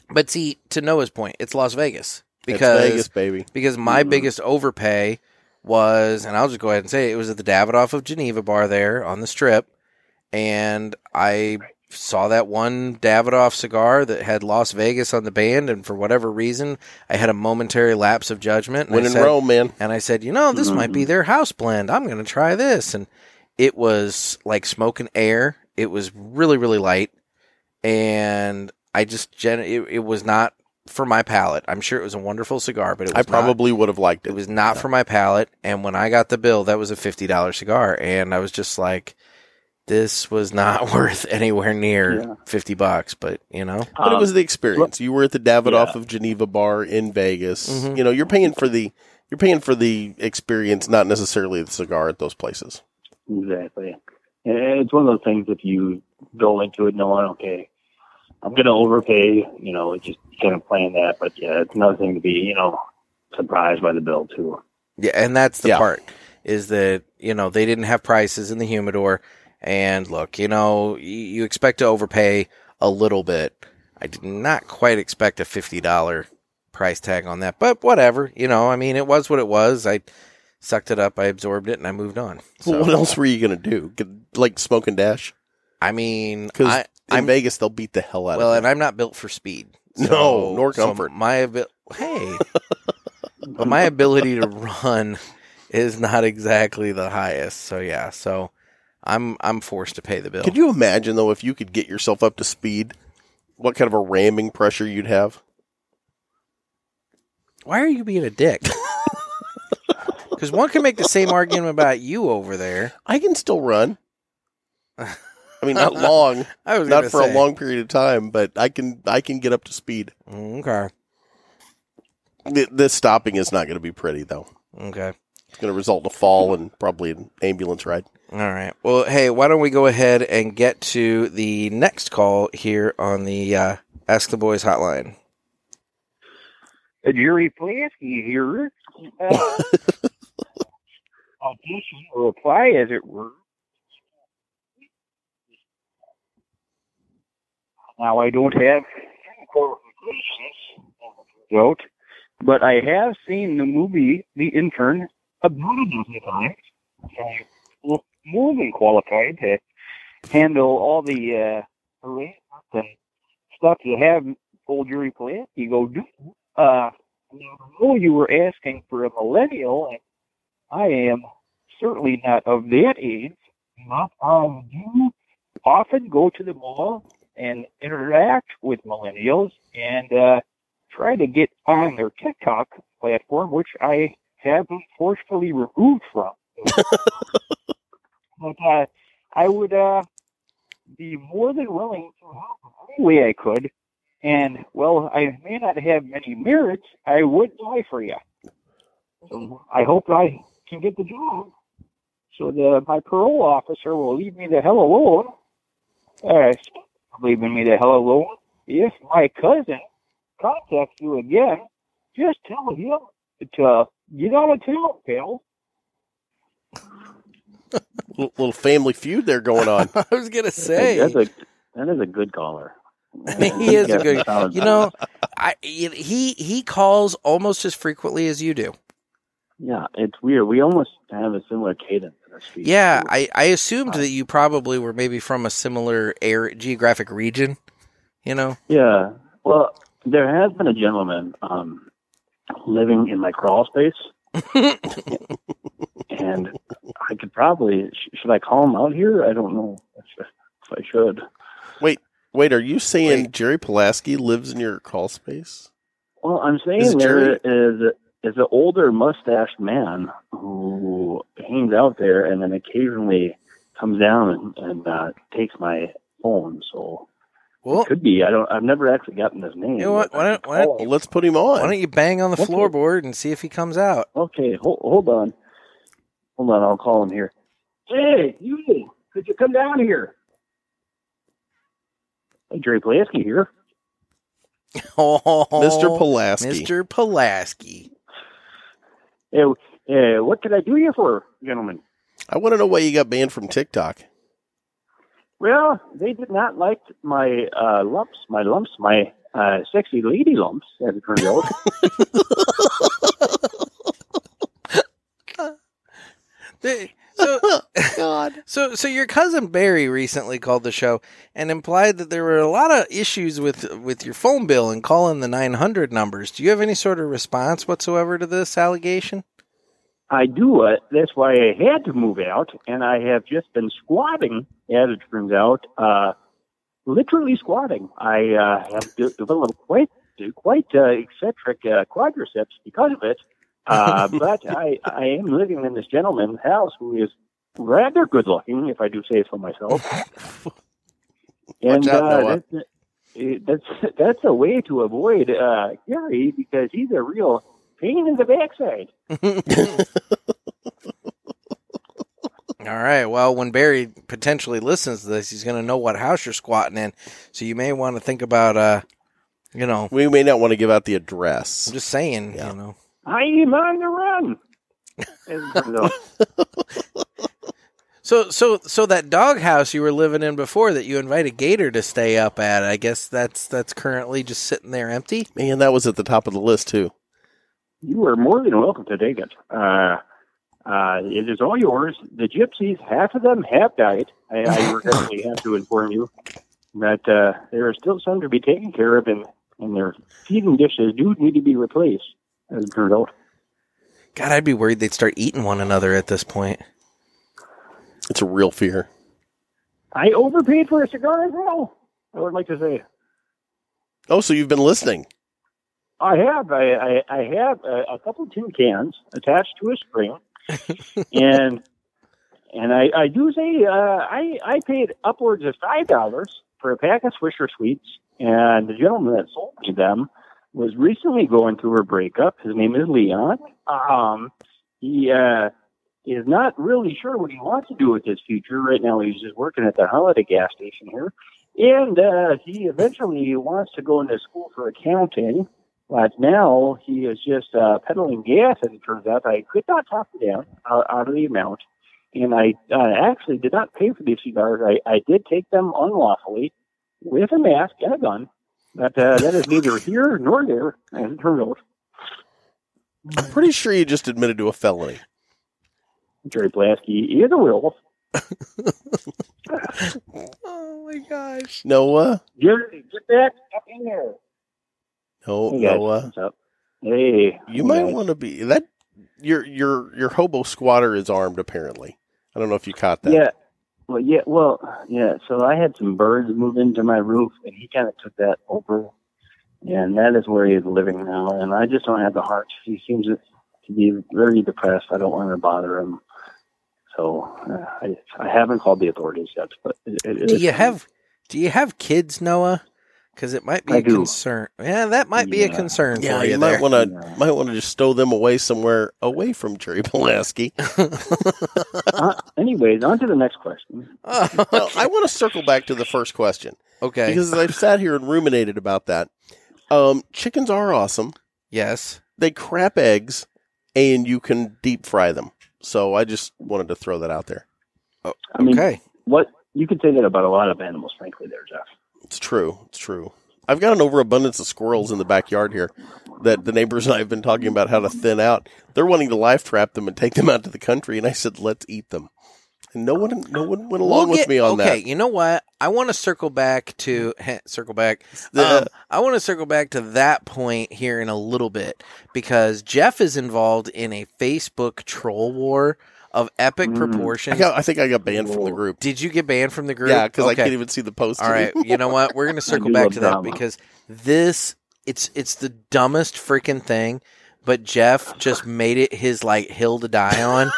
but see to Noah's point, it's Las Vegas it's because Vegas, baby. Mm-hmm. because my Mhm. biggest overpay was, and I'll just go ahead and say it, it was at the Davidoff of Geneva bar there on the strip, and I saw that one Davidoff cigar that had Las Vegas on the band, and for whatever reason, I had a momentary lapse of judgment. and I When in said- Rome, man. Mm-hmm. and I said, you know, this might be their house blend. I'm going to try this. And it was like smoking air. It was really, really light. And I just, gen- it, it was not for my palate. I'm sure it was a wonderful cigar, but it was I not- probably would have liked it. it was not for my palate. And when I got the bill, that was a $50 cigar. And I was just like, this was not *laughs* worth anywhere near Yeah. 50 bucks, but you know, But it um, was the experience. You were at the Davidoff yeah. of Geneva bar in Vegas. Mhm. You know, you're paying for the you're paying for the experience, not necessarily the cigar at those places. Exactly. And it's one of those things if you go into it knowing, okay, I'm going to overpay, you know, it's just kind of plan that. But yeah, it's another thing to be, you know, surprised by the bill too. Yeah, and that's the Yeah. part is that you know they didn't have prices in the humidor, and look, you know y- you expect to overpay a little bit. I did not quite expect a fifty dollar price tag on that, but whatever. You know, I mean, it was what it was. I sucked it up, I absorbed it, and I moved on. Well, So what else were you gonna do? Get- Like smoke and dash? I mean, Because I, in I'm Vegas they'll beat the hell out well, of and you. I'm not built for speed. *laughs* No, nor so comfort. my abi- hey, but my ability to *laughs* run is not exactly the highest. So yeah, so I'm I'm forced to pay the bill. Could you imagine though if you could get yourself up to speed, what kind of a ramming pressure you'd have? Why are you being *laughs* a dick? Because one can make the same argument about you over there. I can still *laughs* run. I mean, not long, I was not gonna for say. a long period of time, but I can I can get up to speed. Okay, Th- This stopping is not going to be pretty though. okay. It's going to result in a fall and probably an ambulance ride. All right. Well, hey, why don't we go ahead and get to the next call here on the uh, Ask the Boys hotline? Uh, Jerry Plasky here. *laughs* Uh, audition or apply, as it were. Now, I don't have any qualifications, don't, but I have seen the movie The Intern a million times. I'm more than qualified to handle all the uh, arrangements and stuff you have, old Jerry Plasky. You go do uh, know you were asking for a millennial, and I am certainly not of that age. But I do often go to the mall and interact with millennials and uh, try to get on their TikTok platform, which I have been forcefully removed from. but uh, I would uh, be more than willing to help in any way I could. And well, I may not have many merits. I would die for you. So I hope I can get the job. So the my parole officer will leave me the hell alone. Uh, speaking of leaving me the hell alone. If my cousin contacts you again, just tell him to get out of town, pal. L- little family feud there going on. *laughs* I was gonna say that's a that is a good caller. he is a good. You know, I he he calls almost as frequently as you do. Yeah, it's weird. We almost have a similar cadence in our speech. Yeah, I I assumed that you probably were maybe from a similar air geographic region. You know. Yeah. Well, there has been a gentleman um, living in my crawl *laughs* space. and I could probably sh- should I call him out here? I don't know if I should. Wait, wait. Are you saying Jerry Pulaski lives in your call space? Well, I'm Is saying it there is is an older mustached man who hangs out there and then occasionally comes down and, and uh, takes my phone. So well, could be. I don't. I've never actually gotten his name. You know what? but- Why don't, why don't, Well, let's put him on. why don't you bang on the Okay. floorboard and see if he comes out? Okay, hold, hold on, hold on. I'll call him here. Hey, you! Could you come down here? Hey, Jerry Pulaski here. Oh, Mr. Pulaski. Mr. Pulaski. Hey, hey, what can I do you for, gentlemen? I want to know why you got banned from TikTok. Well, they did not like my uh, lumps, my lumps, my uh, sexy lady lumps, as it turned out. *laughs* They- So, God. *laughs* So, so your cousin Barry recently called the show and implied that there were a lot of issues with with your phone bill and calling the nine hundred numbers. Do you have any sort of response whatsoever to this allegation? I do it. That's why I had to move out, and I have just been squatting, as it turns out, uh, literally squatting. I uh, have de- developed quite quite uh, eccentric uh, quadriceps because of it. *laughs* Uh, but I, I am living in this gentleman's house who is rather good looking, if I do say so myself. and out, uh, Noah. that's, eh, that's that's a way to avoid uh, Gary because he's a real pain in the backside. All right. Well, when Barry potentially listens to this, he's going to know what house you're squatting in, so you may want to think about, uh, you know, We may not want to give out the I'm address. just saying, Yeah. you know. I am on the run. And uh, So, so, so that dog house you were living in before that you invited Gator to stay up at, I guess that's that's currently just sitting there empty. Man, that was at the top of the list too. you are more than welcome to take it. Uh, uh, it is all yours. The gypsies, half of them have died. I, I regretfully have to inform you that uh, there are still some to be taken care of, and, and their feeding dishes do need to be replaced. As it turns out, God, I'd be worried they'd start eating one another at this point. It's a real fear. I overpaid for a cigar as well. I would like to say Oh, so you've been listening? I have. I, I, I have a, a couple tin cans attached to a string, and and I, I do say uh, I I paid upwards of five dollars for a pack of Swisher sweets, and the gentleman that sold me them was recently going through a breakup. His name is Leon. Um, He uh, is not really sure what he wants to do with his future right now. He's just working at the holiday gas station here, and uh, he eventually wants to go into school for accounting. But now he is just uh, pedaling gas, and it turns out I could not top him down out, out of the amount. And I uh, actually did not pay for these cigars. I, I did take them unlawfully with a mask and a gun. But uh, that is neither here nor there, as it turns out. I'm pretty sure you just admitted to a felony. Jerry Blasky is a werewolf. *laughs* Oh my gosh. Noah, Jerry, get back up in there. no, Hey, guys. Noah. What's up? Hey, You hey, might guys. want to be that. Your your your hobo squatter is armed. Apparently, I don't know if you caught that. Yeah. Well, yeah. Well, yeah. So I had some birds move into my roof, and he kind of took that over, and that is where he is living now. And I just don't have the heart. He seems to be very depressed. I don't want to bother him, so uh, I, I haven't called the authorities yet. But it, it, Do you it's- have do you have kids, Noah? Because it might be I a do. concern. Yeah, that might be a Yeah. concern Yeah, for you you, might there. want to might want to just stow them away somewhere away from Jerry *laughs* Pulaski. Uh, anyways, on to the *laughs* next question. Well, I want to circle back to the first question okay. because as I've sat here and ruminated about that. Um, chickens are awesome. yes. They crap eggs, and you can deep fry them. So I just wanted to throw that out there. I mean, okay. what you could say that about a lot of animals, frankly. There, Jeff. It's true. It's true. I've got an overabundance of squirrels in the backyard here that the neighbors and I have been talking about how to thin out. They're wanting to live trap them and take them out to the country, and I said, "Let's eat them." And no one, no one went along with We'll get- me on Okay, you know what? I want to circle back to *laughs* heh, circle *laughs* back. that. Um, I want to circle back to that point here in a little bit because Jeff is involved in a Facebook troll war of epic Mm. I, proportions. got, I think I got banned from the group. Did you get banned from the group? Yeah, because I Okay. can't even see the post. All right, you know *laughs* what? We're going to circle do back love to that drama. because this it's it's the dumbest freaking thing, but Jeff just made it his like hill to *laughs* die on,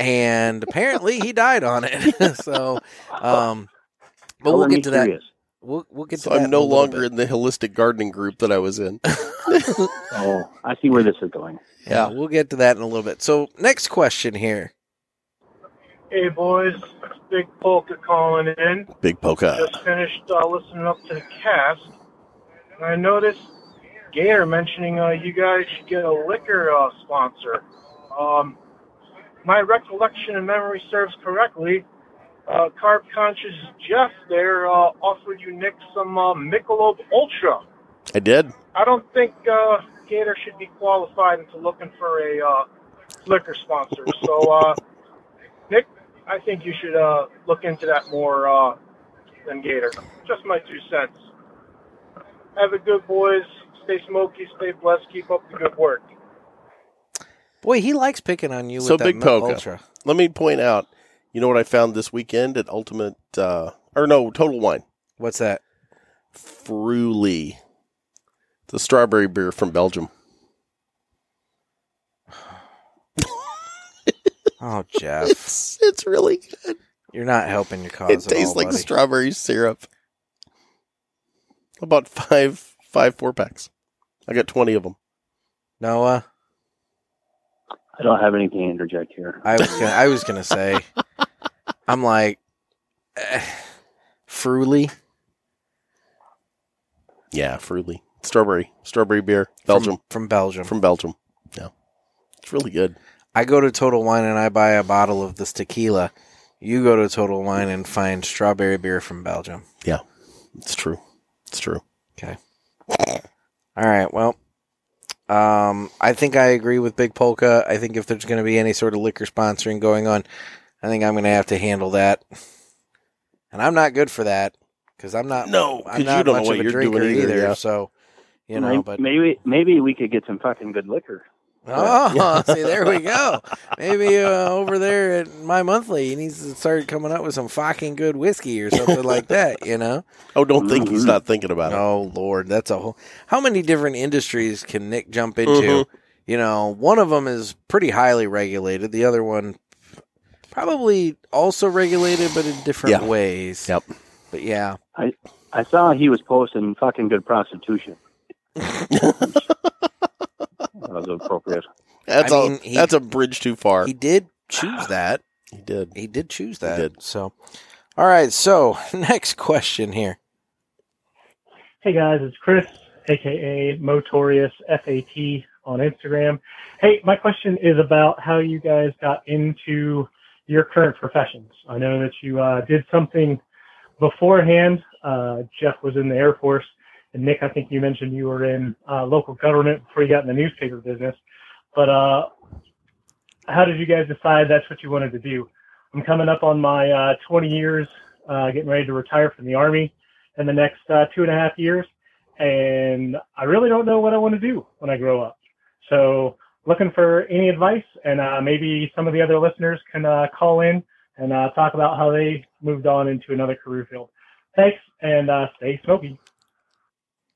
and apparently he died on it. *laughs* so, um, but Color we'll me get to that. curious. We'll we'll get So to that. I'm no in a little longer bit. in the holistic gardening group that I was *laughs* in. Oh, I see where this is going. Yeah, we'll get to that in a little bit. So next question here. Hey boys, Big Polka calling in. Big polka. Just finished uh, listening up to the cast, and I noticed Gator mentioning uh, you guys should get a liquor uh, sponsor. Um, my recollection and memory serves correctly. Uh, Carb Conscious Jeff there uh, offered you Nick some uh, Michelob Ultra. I did. I don't think uh, Gator should be qualified into looking for a uh, liquor sponsor. So, uh, Nick, I think you should uh, look into that more uh, than Gator. Just my two cents. Have a good, boys. Stay smoky, stay blessed. Keep up the good work. Boy, he likes picking on you with So that Big Mick Polka. Ultra. Let me point out. You know what I found this weekend at Ultimate, uh, or no, Total Wine. What's that? Fruli. It's a strawberry beer from Belgium. *sighs* Oh, Jeff, *laughs* It's it's really good. you're not helping your cause. It at tastes all, like buddy. strawberry syrup. About five five four packs. I got twenty of them. Noah. I don't have anything to interject here. I was gonna, I was gonna say, I'm like, eh, Fruley Yeah, Fruli strawberry strawberry beer Belgium from, from Belgium. from, Belgium. Yeah, it's really good. I go to Total Wine and I buy a bottle of this tequila. You go to Total Wine and find strawberry beer from Belgium. It's true. It's true. All right, well, um, I think I agree with Big Polka. I think if there's going to be any sort of liquor sponsoring going on, I think I'm going to have to handle that, and I'm not good for that because I'm not No, I'm 'cause you not don't know much what of a you're doing drinker either, either. yeah. So, you know, May- but maybe maybe we could get some fucking good liquor. Oh, *laughs* see, there we go. Maybe uh, over there at my monthly, he needs to start coming up with some fucking good whiskey or *laughs* something like that. You know? Oh, don't think he's Mhm. not thinking about it. Oh Lord, that's a whole. How many different industries can Nick jump into? Mhm. You know, one of them is pretty highly regulated. The other one, probably also regulated, but in different Yeah. ways. Yep. But yeah, I saw he was *laughs* posting fucking good prostitution. that was appropriate. That's I mean, a he- that's a bridge too far. He did choose that. He did. He did choose that. So, all right. So, *laughs* next question here. Hey guys, it's Chris, aka Motorious FAT on Instagram. Hey, my question is about how you guys got into your current professions. I know that you uh, did something beforehand. Uh, Jeff was in the Air Force, and Nick, I think you mentioned you were in uh, local government before you got in the newspaper business. But uh, how did you guys decide that's what you wanted to do? I'm coming up on my uh, 20 years, uh, getting ready to retire from the Army in the next uh, two and a half years, and I really don't know what I want to do when I grow up. So, looking for any advice, and uh, maybe some of the other listeners can uh, call in and uh, talk about how they moved on into another career field. Thanks, and uh, stay smoky.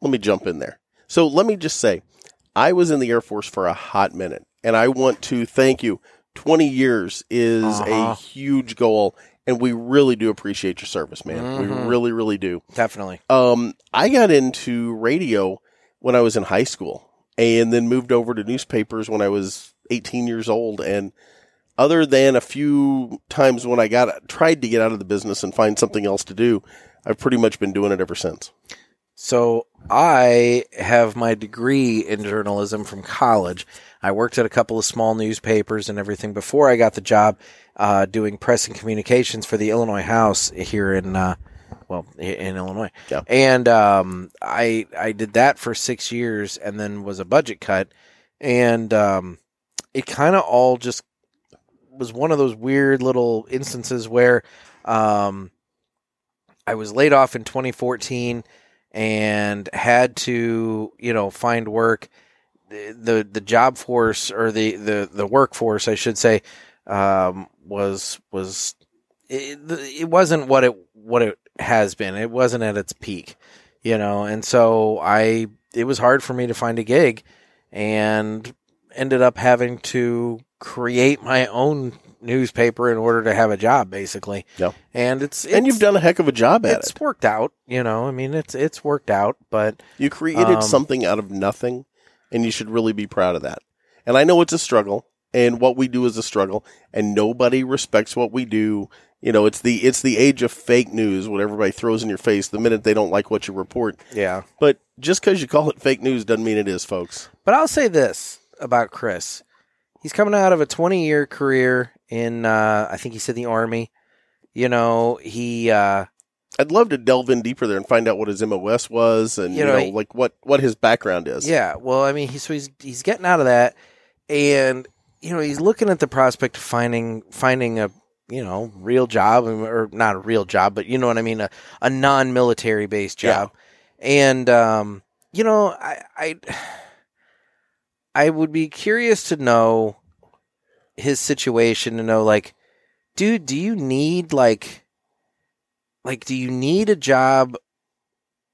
let me jump in there. So let me just say, I was in the Air Force for a hot minute, and I want to thank you. 20 years is Uh-huh. a huge goal, and we really do appreciate your service, man. Mhm. We really, really do. Definitely. Um, I got into radio when I was in high school and then moved over to newspapers when I was 18 years old. And other than a few times when I got tried to get out of the business and find something else to do, I've pretty much been doing it ever since. So I have my degree in journalism from college. I worked at a couple of small newspapers and everything before I got the job uh, doing press and communications for the Illinois House here in uh, well i- in Illinois. And um, I I did that for six years and then was a budget cut and um, it kind of all just was one of those weird little instances where um, I was laid off in 2014 and had to, you know, find work. The the, the job force or the, the, the workforce, I should say, um, was was it, it wasn't what it what it has been. It wasn't at its peak, you know. And so I it was hard for me to find a gig, and ended up having to create my own newspaper in order to have a job, basically. Yeah. And it's, and you've done a heck of a job at it's it. worked out. You know, I mean, it's it's worked out, but um, You created something out of nothing, and you should really be proud of that. And I know it's a struggle, and what we do is a struggle, and nobody respects what we do. You know, it's the it's the age of fake news, what everybody throws in your face the minute they don't like what you report. Yeah. But just because you call it fake news doesn't mean it is, folks. But I'll say this about Chris: he's coming out of a 20 year career in, uh, I think he said the army. You know, he uh, I'd love to delve in deeper there and find out what his MOS was, and You you know, know, he- like what what his background is. Yeah, well, I mean, he, so he's he's getting out of that, and you know, he's looking at the prospect of finding finding a you know real job um, or not a real job, but you know what I mean, a a non military based job, and um, you know, I I I would be curious to know his situation to know like, dude, do you need like like do you need a job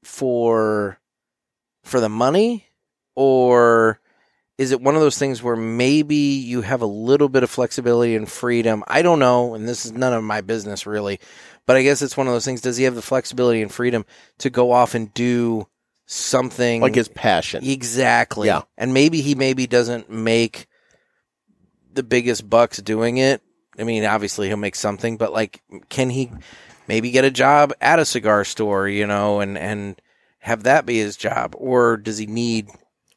for for the money or is it one of those things where maybe you have a little bit of flexibility and freedom? I don't know, and this is none of my business really, but I guess it's one of those things. Does he have the flexibility and freedom to go off and do something Like his passion. Exactly. Yeah. And maybe he maybe doesn't make the biggest bucks doing it. I mean, obviously he'll make something, but like, can he maybe get a job at a cigar store, you know, and, and have that be his job? Or does he need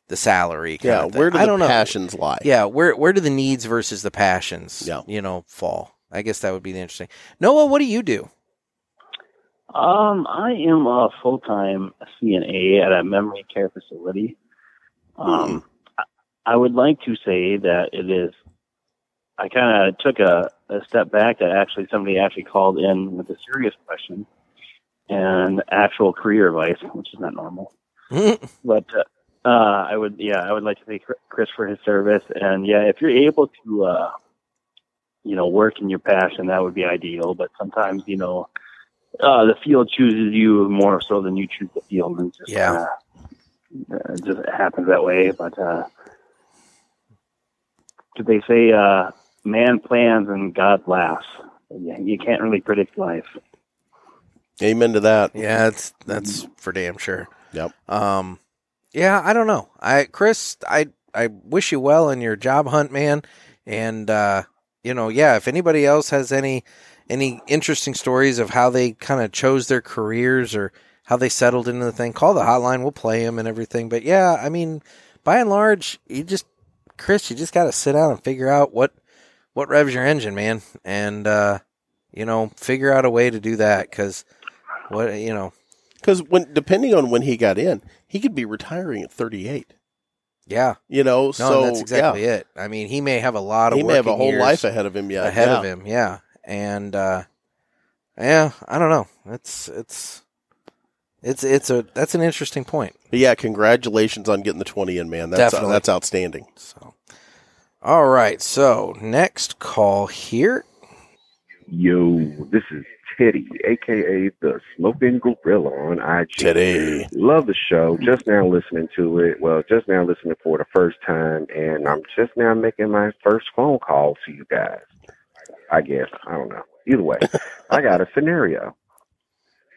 the salary? kind Yeah, of thing? where do I the don't know. passions lie? Yeah. Where, where do the needs versus the passions, yeah. you know, fall? I guess that would be interesting. Noah, what do you do? Um, I am a full time CNA at a memory care facility. Um, I, I would like to say that it is. I kind of took a, a step back that actually somebody actually called in with a serious question and actual career advice, which is not normal. But uh, uh, I would, yeah, I would like to thank Chr- Chris for his service. And yeah, if you're able to, uh, you know, work in your passion, that would be ideal. But sometimes, you know, uh, the field chooses you more so than you choose the field, and just yeah, uh, it just happens that way. But uh, did they say uh, man plans and God laughs? Yeah, you can't really predict life. Amen to that. Yeah, that's that's for damn sure. Yep. Um, yeah, I don't know. I Chris, I I wish you well in your job hunt, man. And uh, you know, yeah, if anybody else has any any interesting stories of how they kind of chose their careers or how they settled into the thing, call the hotline. We'll play them and everything. But yeah, I mean, by and large, you just Chris, you just got to sit down and figure out what what revs your engine, man, and uh, you know, figure out a way to do that because what you know, Because when depending on when he got in, he could be retiring at 38. yeah, You know, no, so that's exactly it. I mean, he may have a lot of He may have a working whole years life ahead of him yet. ahead yeah. of him, yeah, and uh, yeah, I don't know. It's it's it's it's a that's an interesting point. But yeah, congratulations on getting the 20 in, man. That's uh, Definitely. that's outstanding. All right, so next call here. Yo, this is Teddy, aka the Smoking Gorilla on IG. Teddy. Love the show. Just now listening to it. Well, just now listening for the first time, and I'm just now making my first phone call to you guys. I guess. I don't know. Either way, I got a scenario.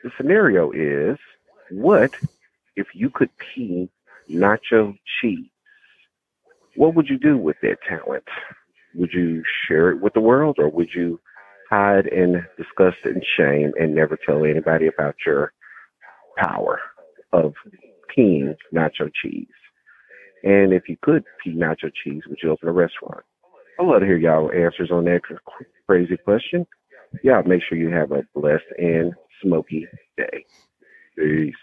The scenario is what if you could pee nacho cheese? What would you do with that talent? Would you share it with the world or would you hide in disgust and shame and never tell anybody about your power of peeing nacho cheese. And if you could pee nacho cheese, would you open a restaurant? I'd love to hear y'all answers on that cr- crazy question. Y'all make sure you have a blessed and smoky day. Peace.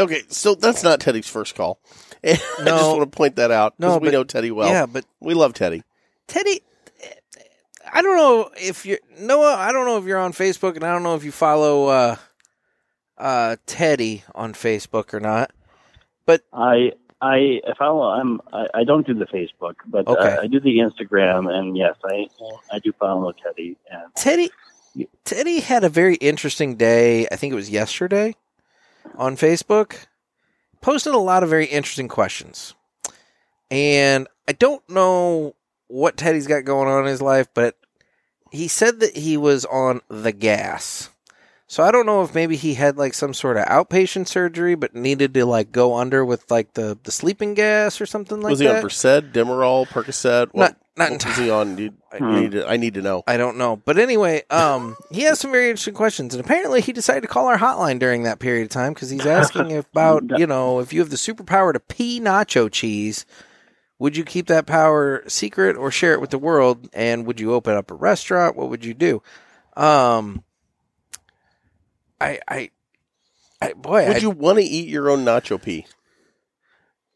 Okay, so that's not Teddy's first call. *laughs* I just want to point that out because No, we but- know Teddy well. yeah, but- we love Teddy. Teddy, I don't know if you're Noah. I don't know if you're on Facebook, and I don't know if you follow uh, uh, Teddy on Facebook or not. But I I follow. I'm I, I don't do the Facebook, but Okay. uh, I do the Instagram, and yes, I I do follow Teddy. And Teddy, Teddy had a very interesting day. I think it was yesterday on Facebook. Posted a lot of very interesting questions, and I don't know what Teddy's got going on in his life, but he said that he was on the gas. So I don't know if maybe he had like some sort of outpatient surgery, but needed to like go under with like the, the sleeping gas or something like was he that. on Versed, Demerol, Percocet? What, not what was he on? *laughs* You- I, Hmm. need to, I need to know. I don't know. But anyway, um, he has some very interesting questions, and apparently he decided to call our hotline during that period of time because he's *laughs* asking about you know if you have the superpower to pee nacho cheese, would you keep that power secret or share it with the world? And would you open up a restaurant? What would you do? Um, I, I, I boy, Would I, you want to eat your own nacho pee?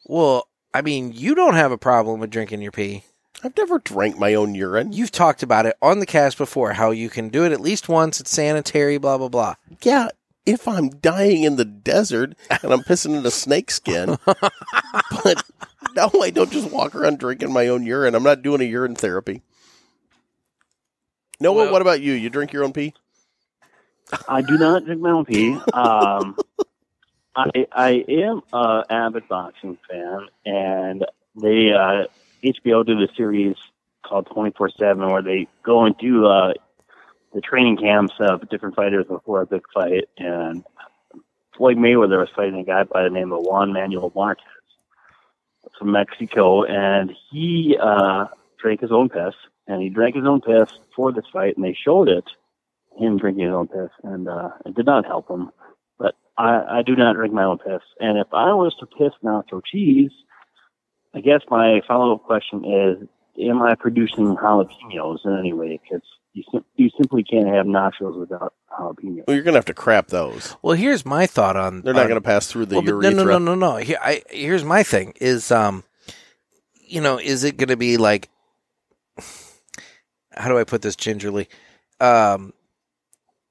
Well, I mean, you don't have a problem with drinking your pee. I've never drank my own urine. You've talked about it on the cast before how you can do it at least once. It's sanitary, blah blah blah. Yeah, if I'm dying in the desert and I'm pissing in a snake *laughs* skin, but no, I don't just walk around drinking my own urine. I'm not doing a urine therapy. Noah, what about you? You drink your own pee? I do not drink my *laughs* own pee. Um, I I am a avid boxing fan, and they uh, HBO did a series called Twenty Four Seven where they go and do uh, the training camps of different fighters before a big fight, and Floyd Mayweather was fighting a guy by the name of Juan Manuel Marquez from Mexico, and he uh, drank his own piss, and he drank his own piss for this fight, and they showed it him drinking his own piss, and uh, it did not help him. But I, I do not drink my own piss, and if I was to piss nacho cheese, I guess my follow-up question is: Am I producing jalapenos in any way? Because you, sim- you simply can't have nachos without jalapenos. Well, you're gonna have to crap those. Well, here's my thought on. They're not on- gonna pass through the Well, but no, No, no, urethra. no, no. Here, I, here's my thing: is um, you know, is it going to be like? *sighs* How do I put this gingerly? Um,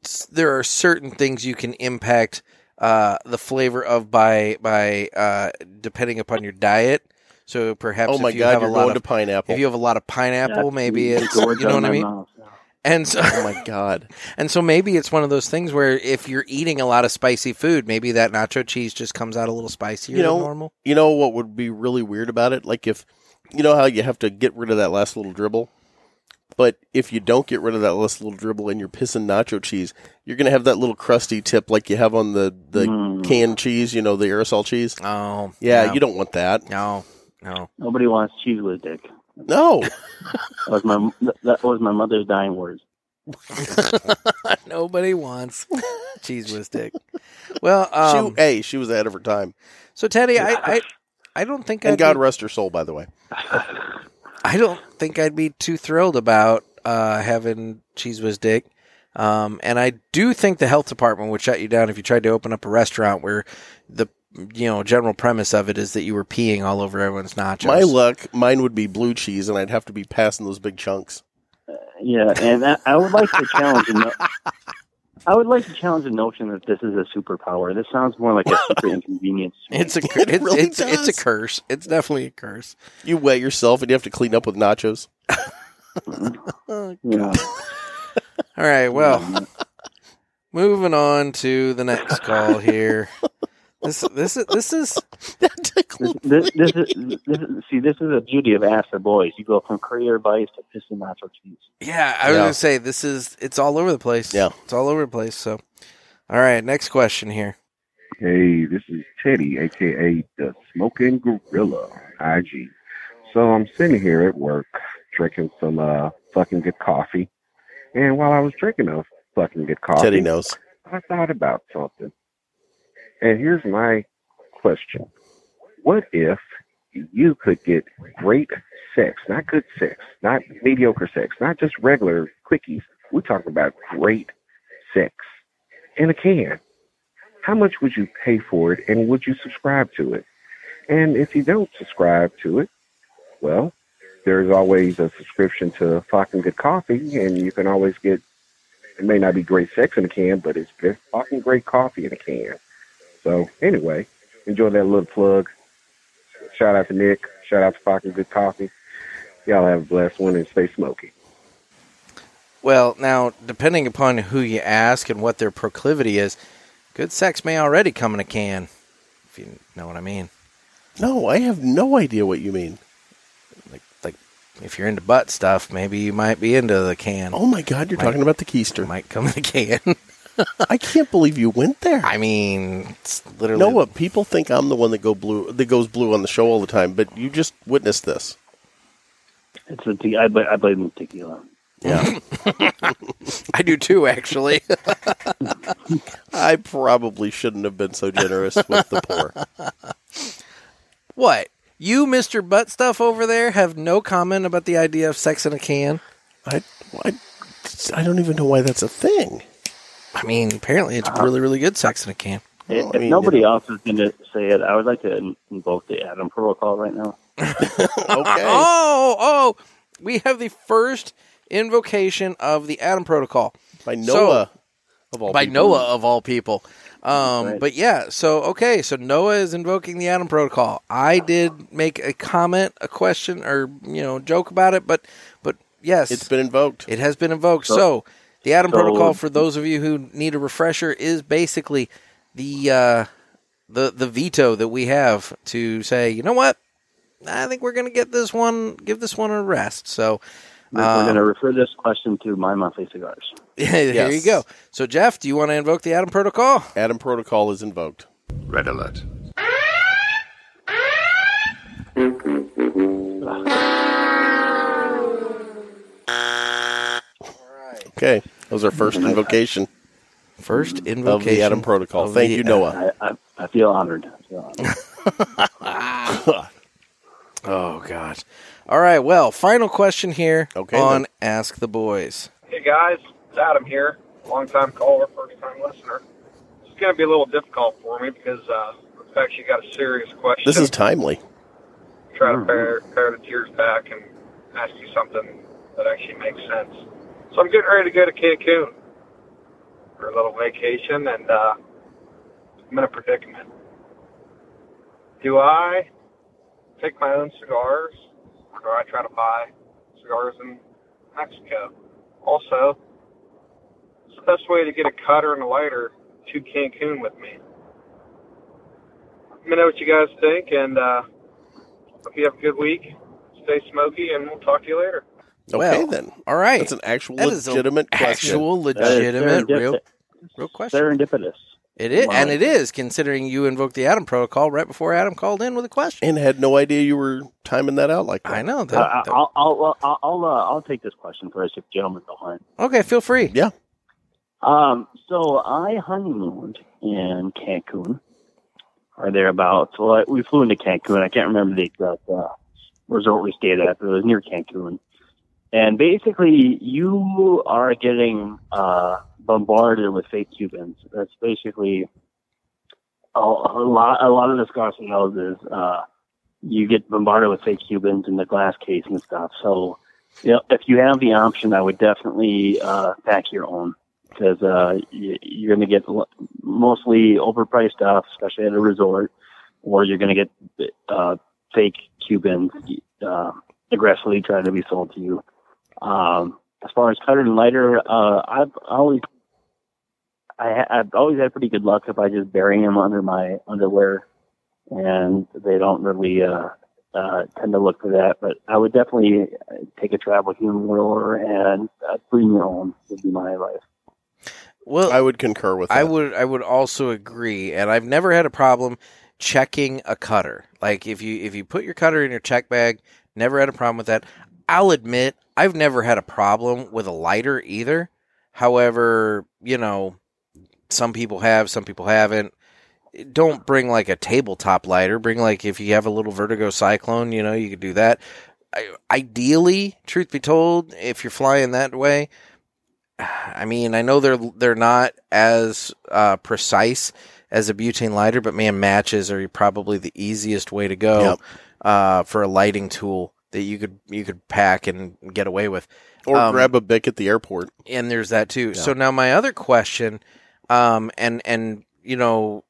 s- there are certain things you can impact uh, the flavor of by by uh, depending upon your diet. So perhaps Oh my if you God, have you're a lot going of to pineapple. If you have a lot of pineapple, Yeah, maybe it's it's going you know down what I my mean. mouth, And so, oh my god! And so maybe it's one of those things where if you're eating a lot of spicy food, maybe that nacho cheese just comes out a little spicier you know, than *laughs* normal. *laughs* You know what would be really weird about it? Like if you know how you have to get rid of that last little dribble, but if you don't get rid of that last little dribble and you're pissing nacho cheese, you're gonna have that little crusty tip like you have on the the Mm. canned cheese. You know the aerosol cheese. Oh, yeah, yeah. you don't want that. No, No. Nobody wants cheese with dick. No. *laughs* That was my that was my mother's dying words. Nobody wants cheese with dick. Well, um, she, hey, she was ahead of her time. So Teddy, I, I, I don't think And I'd God be- rest her soul, by the way. I don't think I'd be too thrilled about uh, having cheese whiz dick. Um, and I do think the health department would shut you down if you tried to open up a restaurant where the you know general premise of it is that you were peeing all over everyone's nachos. My *laughs* luck, mine would be blue cheese, and I'd have to be passing those big chunks. Yeah, and I, I would like to challenge. The no- *laughs* I would like to challenge the notion that this is a superpower. This sounds more like a super *laughs* inconvenience. it's a cur- It it's, really it's, it's a does. curse. It's definitely a curse. You wet yourself, and you have to clean up with *laughs* nachos. All Yeah. right, Mm-hmm. well, moving on to the next *laughs* call here. This this is this is This, this, this is, this is, see, this is the beauty of Ask the Boys. You go from career advice to pissing nacho cheese. Yeah, I was Yeah. gonna say this is it's all over the place. Yeah. it's all over the place. So, all right, next question here. Hey, this is Teddy, aka the Smoking Gorilla, IG. So I'm sitting here at work drinking some uh fucking good coffee, and while I was drinking a fucking good coffee, Teddy knows. I thought about something. And here's my question. What if you could get great sex, not good sex, not mediocre sex, not just regular quickies. We're talking about great sex in a can. How much would you pay for it and would you subscribe to it? And if you don't subscribe to it, well, there's always a subscription to fucking good coffee and you can always get it may not be great sex in a can, but it's good fucking great coffee in a can. So anyway, enjoy that little plug. Shout out to Nick. Shout out to fucking good coffee. Y'all have a blessed one and stay smoky. Well, now depending upon who you ask and what their proclivity is, good sex may already come in a can, if you know what I mean. No, I have no idea what you mean. Like like if you're into butt stuff, maybe you might be into the can. Oh my God, you're Might- talking about the keister. might come in a can. *laughs* I can't believe you went there. I mean, it's literally know what? People think I'm the one that go blue that goes blue on the show all the time, but you just witnessed this. It's the te- I, bl- I blame the tequila. *laughs* Yeah, I do too. Actually, *laughs* I probably shouldn't have been so generous with the *laughs* poor. what you, Mister Butt Stuff over there, have no comment about the idea of sex in a can. I, I, I don't even know why that's a thing. I mean, apparently it's really, really good sex in a can. If, Well, I if mean, nobody you know. else is going to say it, I would like to in- invoke the Adam protocol right now. Okay, *laughs* Oh, oh, we have the first invocation of the Adam Protocol by Noah of all by people. Noah of all people. Um, Right. But yeah, so okay, so Noah is invoking the Adam Protocol. I did make a comment, a question, or you know, joke about it, but but yes, It's been invoked. It has been invoked. So, So- the Adam so- protocol, for those of you who need a refresher, is basically the uh, the the veto that we have to say, you know what, I think we're going to get this one, give this one a rest. So We're, Um, going to refer this question to my monthly *laughs* cigars. here you Yes. go. So Jeff, do you want to invoke the Adam protocol? Adam Protocol is invoked. Red alert. Okay, that was our first invocation First invocation of the Adam Protocol. of Thank the- you, Noah. I, I, I feel honored. I feel honored. *laughs* Oh God. All right. Well, final question here Okay, on then. Ask the Boys. Hey guys, it's Adam here, long time caller, first time listener. It's going to be a little difficult for me because uh, I've actually got a serious question. This is timely. try to pare, pare the tears back and ask you something that actually makes sense. So I'm getting ready to go to Cancun for a little vacation, and uh, I'm in a predicament. Do I take my *clears throat* own cigars, or do I try to buy cigars in Mexico? Also, it's the best way to get a cutter and a lighter to Cancun with me. Let me know what you guys think, and uh, Hope you have a good week. Stay smoky, and we'll talk to you later. Okay, Well, then All right. that's an actual That is a legitimate question. actual That is legitimate serendip- real real question. *laughs* serendipitous. It is, and it is considering you invoked the Adam protocol right before Adam called in with a question. and had no idea you were timing that out like that. I know. That, Uh, that- I'll I'll I'll I'll, uh, I'll take this question first, if gentlemen don't mind. okay, feel free. Yeah. Um, so I honeymooned in Cancun, or thereabouts. Well, I- we flew into Cancun. I can't remember the exact uh, resort we stayed at, but it was near Cancun. And basically, you are getting uh, bombarded with fake Cubans. That's basically a, a lot. A lot of this gossip knows is uh, you get bombarded with fake Cubans in the glass case and stuff. So, you know, if you have the option, I would definitely uh, pack your own because uh, y- you're going to get lo- mostly overpriced stuff, especially at a resort, or you're going to get uh, fake Cubans uh, aggressively trying to be sold to you. Um, as far as cutter and lighter, uh, I've always I, ha- I've always had pretty good luck if I just bury them under my underwear, and they don't really uh, uh, tend to look for that. But I would definitely uh, take a travel humidor and uh, bring your own would be my advice. Well, I would concur with that. I would I would also agree, and I've never had a problem checking a cutter. Like if you if you put your cutter in your check bag, never had a problem with that. I'll admit I've never had a problem with a lighter either. However, you know, some people have, some people haven't. Don't bring like a tabletop lighter. Bring like if you have a little Vertigo Cyclone, you know, you could do that. I, ideally, truth be told, if you're flying that way, *sighs* I mean, I know they're they're not as uh, precise as a butane lighter, but man, matches are probably the easiest way to go Yep. uh, for a lighting tool that you could you could pack and get away with, Or Um, grab a bic at the airport. and there's that too. So now my other question, um, and and you know,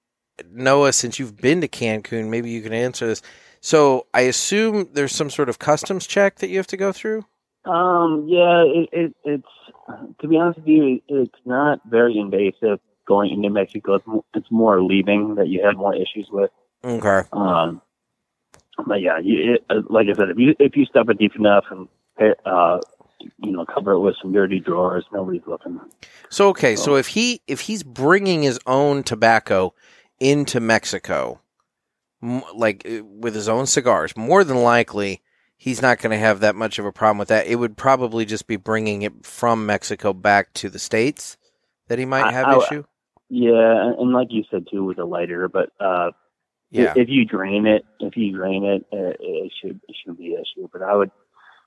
Noah, since you've been to Cancun, maybe you can answer this. So I assume there's some sort of customs check that you have to go through. Um, yeah, it, it, it's to be honest with you, it's not very invasive going into Mexico. It's, mo- it's more leaving that you have more issues with. Okay. Um, but yeah, you, it, uh, like I said, if you if you step it deep enough and uh, you know cover it with some dirty drawers, nobody's looking. So okay, Oh. so if he if he's bringing his own tobacco into Mexico, m- like uh, with his own cigars, more than likely he's not going to have that much of a problem with that. It would probably just be bringing it from Mexico back to the states that he might I- have I- issue. Yeah, and like you said too, with a lighter, but uh, Yeah. if you drain it, if you drain it, it, it should it should be an issue. But I would,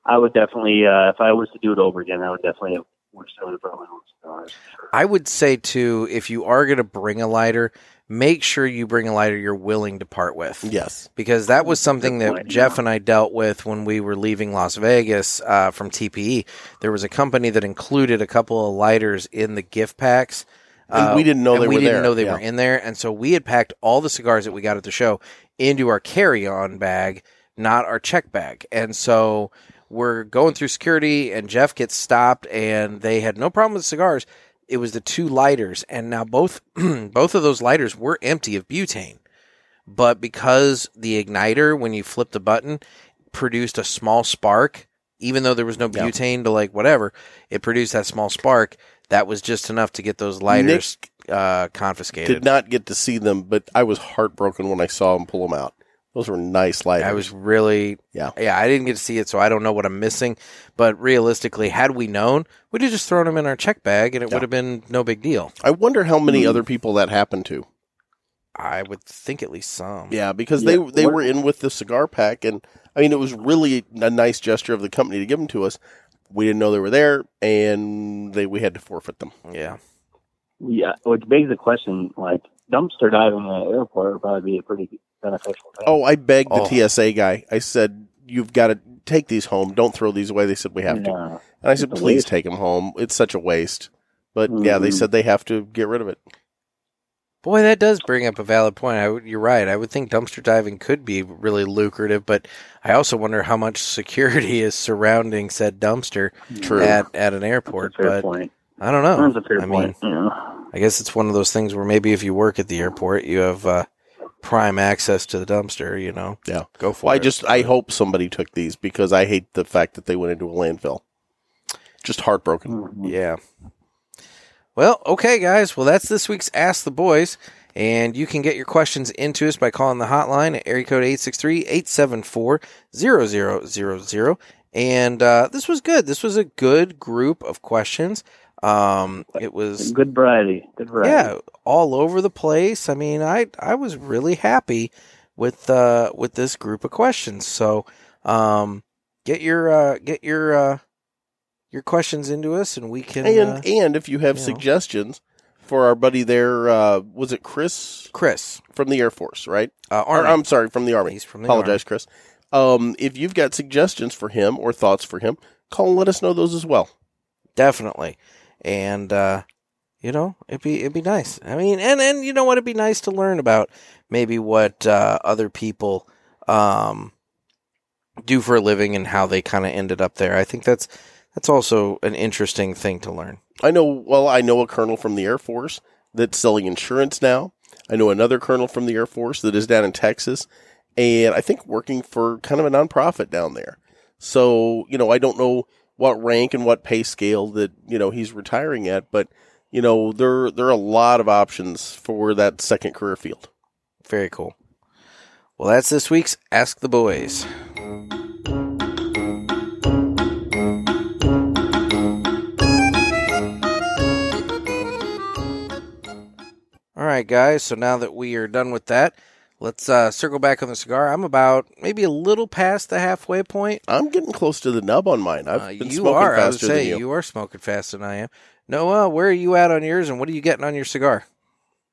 I would definitely, uh, if I was to do it over again, I would definitely work something for my own cigars. I would say too, if you are going to bring a lighter, make sure you bring a lighter you're willing to part with. Yes. because that was something that point, Jeff and I dealt with when we were leaving Las Vegas uh, from TPE. There was a company that included a couple of lighters in the gift packs. uh, And we didn't know and they we were didn't there, know they yeah. were in there, and so we had packed all the cigars that we got at the show into our carry-on bag, not our check bag. And so we're going through security, and Jeff gets stopped, and they had no problem with cigars. It was the two lighters, and now both *clears throat* both of those lighters were empty of butane but because the igniter when you flipped the button produced a small spark even though there was no Yeah. butane to like whatever it produced that small spark that was just enough to get those lighters uh, confiscated Did not get to see them, but I was heartbroken when I saw them pull them out. Those were nice lighters. i was really Yeah. yeah i didn't get to see it so i don't know what i'm missing but realistically had we known we'd have just thrown them in our check bag and it would have been no big deal I wonder how many Mm. other people that happened to. Hmm. i would think at least some Yeah, because Yeah. they they What- were in with the cigar pack, and I mean, it was really a nice gesture of the company to give them to us. We didn't know they were there, and they we had to forfeit them. Yeah, Yeah, which begs the question: like dumpster diving at an airport would probably be a pretty beneficial thing. Oh, I begged Oh. the TSA guy. I said, "You've got to take these home. Don't throw these away." They said, "We have to." No. And I said, It's a "Please waste. take them home. It's such a waste." But yeah, Hmm. they Mhm. said they have to get rid of it. Boy, that does bring up a valid point. I would, you're right. I would think dumpster diving could be really lucrative, but I also wonder how much security *laughs* is surrounding said dumpster True. at at an airport. fair but point. I don't know. That's a fair I point, mean, yeah. I guess it's one of those things where maybe if you work at the airport, you have uh, prime access to the dumpster. You know, Yeah, go for well, I it. just I hope somebody took these because I hate Mm-hmm. the fact that they went into a landfill. Just heartbroken. Yeah. Well, okay, guys. Well, that's this week's Ask the Boys. And you can get your questions into us by calling the hotline at area code 863-874-0000. And uh, this was good. This was a good group of questions. Um, it was Good variety. Good variety. yeah, all over the place. I mean, I I was really happy with uh with this group of questions. So, um get your uh get your uh your questions into us and we can And uh, and if you have you know. suggestions for our buddy there, uh, was it Chris? Chris from the Air Force, right? Uh, Or, Army. I'm sorry, from the Army. He's from the Apologize, Chris. Um, if you've got suggestions for him or thoughts for him, call and let us know those as well. Definitely. uh, And uh you know, it'd be it'd be nice. I mean, and and you know what it'd be nice to learn about maybe what uh other people um do for a living and how they kind of ended up there. I think that's that's also an interesting thing to learn. I know. Well, I know a colonel from the Air Force that's selling insurance now. I know another colonel from the Air Force that is down in Texas, and I think working for kind of a nonprofit down there. So you know, I don't know what rank and what pay scale that you know he's retiring at, but you know there there are a lot of options for that second career field. Very cool. Well, that's this week's Ask the Boys. All right, guys. So now that we are done with that, let's uh, circle back on the cigar. I'm about maybe a little past the halfway point. I'm getting close to the nub on mine. I've Uh, been you smoking are. I would faster than say you. you are smoking faster than I am. Noah, where are you at on yours, and what are you getting on your cigar?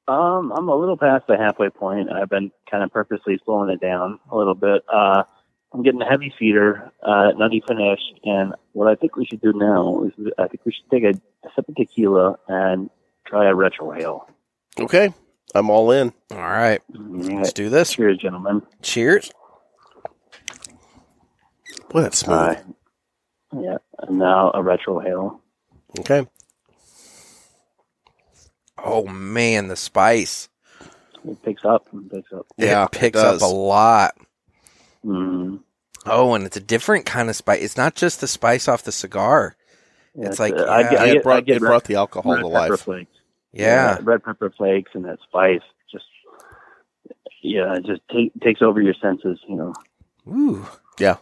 Um, I'm a little past the halfway point. I've been kind of purposely slowing it down a little bit. Uh, I'm getting a heavy feeder, uh, nutty finish, and what I think we should do now is I think we should take a, sip of tequila and try a retro ale. Okay, I'm all in. All right, let's do this. Cheers, gentlemen. Cheers. Boy, that's smooth. Yeah, and now a retro ale. Okay. Oh man, the spice. It picks up. It picks up. it picks up a lot. Mm-hmm. Oh, and it's a different kind of spice. It's not just the spice off the cigar. Yeah, it's like uh, I yeah, get- I get- I get red- red to pepper life. flakes. Yeah. red pepper flakes and that spice just yeah, it just take, takes over your senses. You know, Ooh. Yeah.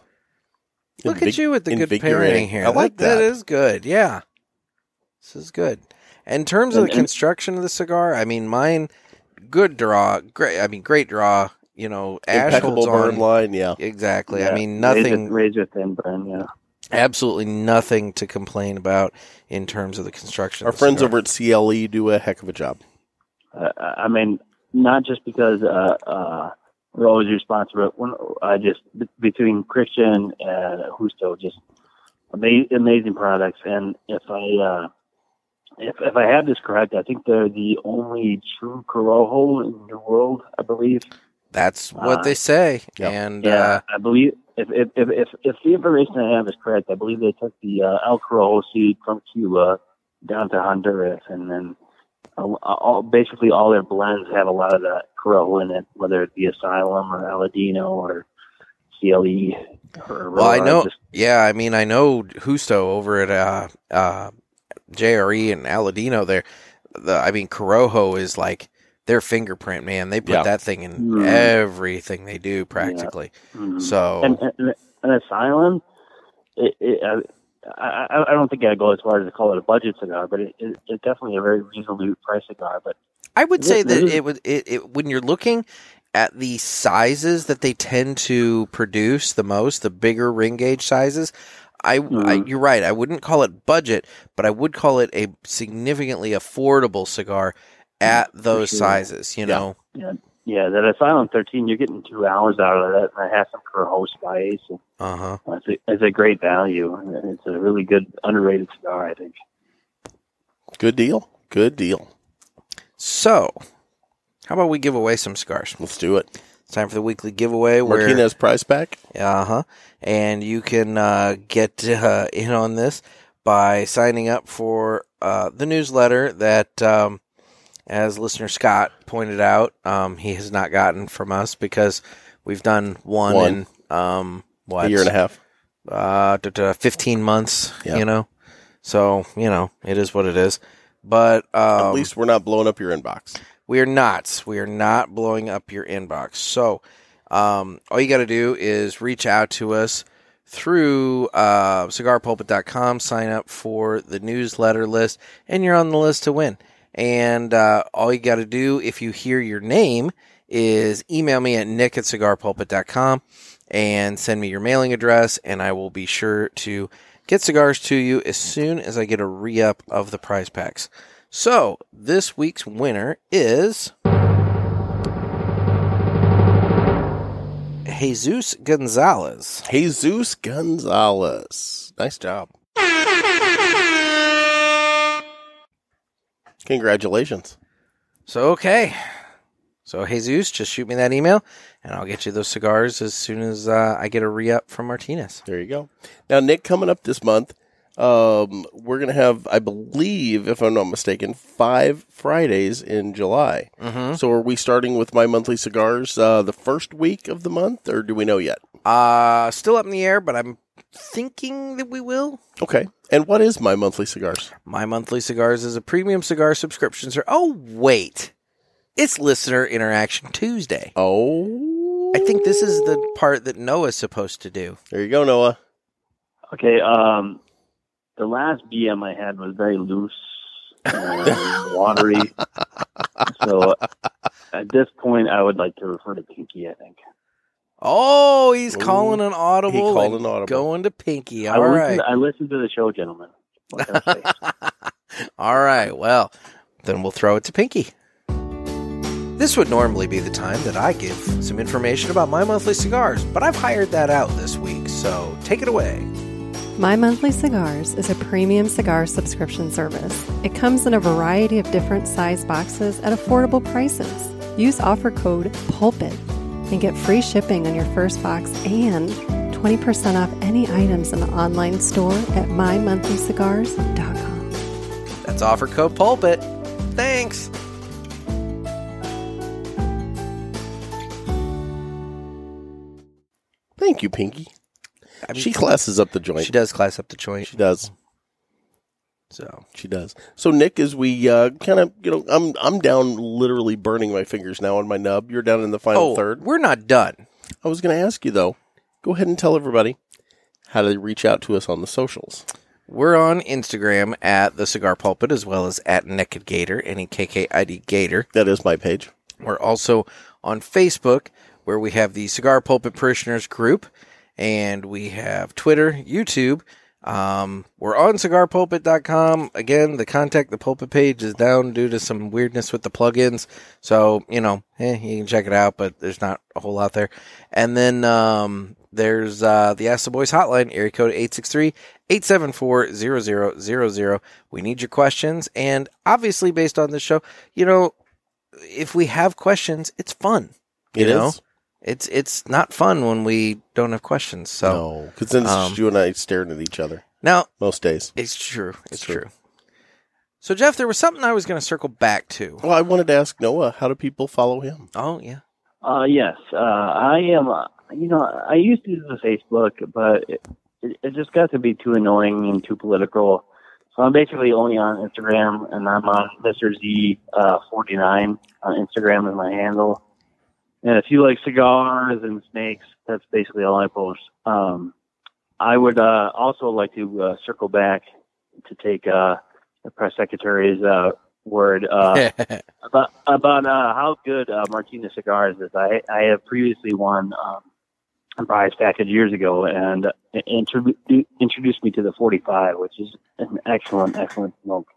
Look at you with the good pairing here. I like that. That is good. Yeah. This is good. In terms of And- the and- construction of the cigar, I mean, mine, good draw. Great. I mean, great draw. You know, ash Impeccable holds burn on. line. Yeah. Exactly. I Yeah, mean, nothing. razor, razor thin burn. Yeah, Absolutely nothing to complain about in terms of the construction. Our of the friends cigar. over at CLE do a heck of a job. uh, I mean, not just because uh, uh, we're always responsible. When I just b- between Christian and Husto, just amazing, amazing products. And if I uh, if if I have this correct, I think they're the only true Corojo in the world. I believe. That's what Uh, they say. And Yeah, uh, I believe if if, if if if the information I have is correct, I believe they took the uh, El Corojo seed from Cuba down to Honduras, and then uh, all, basically all their blends have a lot of that Corojo in it, whether it be Asylum or Aladino or CLE. Or Well, I Aurora, know. just- Yeah, I mean, I know Husto over at uh, uh, JRE and Aladino. There, the I mean, Corojo is like their fingerprint, man. They put Yeah. that thing in Mm. everything they do, practically. Mm. So, and, and, and Asylum, it, it, I, I I don't think I'd go as far as to call it a budget cigar, but it, it, it's definitely a very reasonable price cigar. But I would say This- that this is- it would it, it when you're looking at the sizes that they tend to produce the most, the bigger ring gauge sizes. I, I Mm-hmm. you're right. I wouldn't call it budget, but I would call it a significantly affordable cigar at those Mm, sure. sizes. You know, Yeah, yeah. That Asylum 13, you're getting two hours out of that, and I have some per host spice. And uh huh. it's, a, it's a great value. and It's a really good underrated cigar, I think. Good deal. Good deal. So, how about we give away some cigars? Let's do it. It's time for the weekly giveaway. where- Martinez prize pack. Uh huh. And you can uh, get uh, in on this by signing up for uh, the newsletter that, um, as listener Scott pointed out, um, he has not gotten from us because we've done one, One. in um, what A year and a half. uh, duh, duh, fifteen months. Yeah. You know, so you know it is what it is. But um, At least we're not blowing up your inbox. We are not. We are not blowing up your inbox. So, um, all you got to do is reach out to us through uh, cigarpulpit.com, sign up for the newsletter list, and you're on the list to win. And uh, all you got to do, if you hear your name, is email me at nick at cigarpulpit.com and send me your mailing address, and I will be sure to get cigars to you as soon as I get a re up of the prize packs. So, this week's winner is Jesus Gonzalez. Jesus Gonzalez. Nice job. Congratulations. So, okay. So, Jesus, just shoot me that email and I'll get you those cigars as soon as uh, I get a re up from Martinez. There you go. Now, Nick, coming up this month, um, we're going to have, I believe, if I'm not mistaken, five Fridays in July. Mhm. So, are we starting with my monthly cigars uh, the first week of the month, or do we know yet? Uh, still up in the air, but I'm thinking that we will. Okay. And what is my monthly cigars? My monthly cigars is a premium cigar subscription. Sir. Oh, wait. It's Listener Interaction Tuesday. Oh. I think this is the part that Noah's supposed to do. There you go, Noah. Okay, um, the last BM I had was very loose *laughs* and watery. so uh, at this point, I would like to refer to Pinky, I think. Oh, he's calling Ooh, an audible. he called and an audible. Going to Pinky. I All right. listened, I listened to the show, gentlemen. What can I say? *laughs* All right. Well, then we'll throw it to Pinky. This would normally be the time that I give some information about my monthly cigars, but I've hired that out this week, so take it away. My Monthly Cigars is a premium cigar subscription service. It comes in a variety of different size boxes at affordable prices. Use offer code PULPIT and get free shipping on your first box and 20% off any items in the online store at mymonthlycigars.com. That's offer code pulpit. Thanks. Thank you, Pinky. I mean- she classes up the joint. She does class up the joint. She does. So she does. So Nick, as we uh, kind of, you know, I'm I'm down, literally burning my fingers now on my nub. You're down in the final Oh, third. We're not done. I was going to ask you though. Go ahead and tell everybody how to reach out to us on the socials. We're on Instagram at the Cigar Pulpit as well as at Naked Gator, N E K K I D Gator. That is my page. We're also on Facebook where we have the Cigar Pulpit Parishioners group and we have Twitter, YouTube. Um, we're on cigarpulpit.com. Again, the contact the pulpit page is down due to some weirdness with the plugins. So, you know, eh, you can check it out, but there's not a whole lot there. And then um, there's uh, the Ask the Boys hotline, area code 863 874 0000. We need your questions. And obviously, based on this show, you know, if we have questions, it's fun. You It know? is. It's it's not fun when we don't have questions. So Because then it's um, just you and I staring at each other now most days. it's true. It's true. So Jeff, there was something I was going to circle back to. Well, I wanted to ask Noah, how do people follow him? Oh yeah, Uh, yes, uh, I am. Uh, you know, I used to do the Facebook, but it, it, it just got to be too annoying and too political. So I'm basically only on Instagram, and I'm on Mr. Z uh, 49 on Instagram is my handle. And if you like cigars and snakes, that's basically all I post. Um, I would uh, also like to uh, circle back to take uh, the press secretary's uh, word. Uh, about about uh, how good uh, Martinez cigars is. I I have previously won um, a prize package years ago, and uh, introdu- introduced me to the 45, which is an excellent excellent smoke.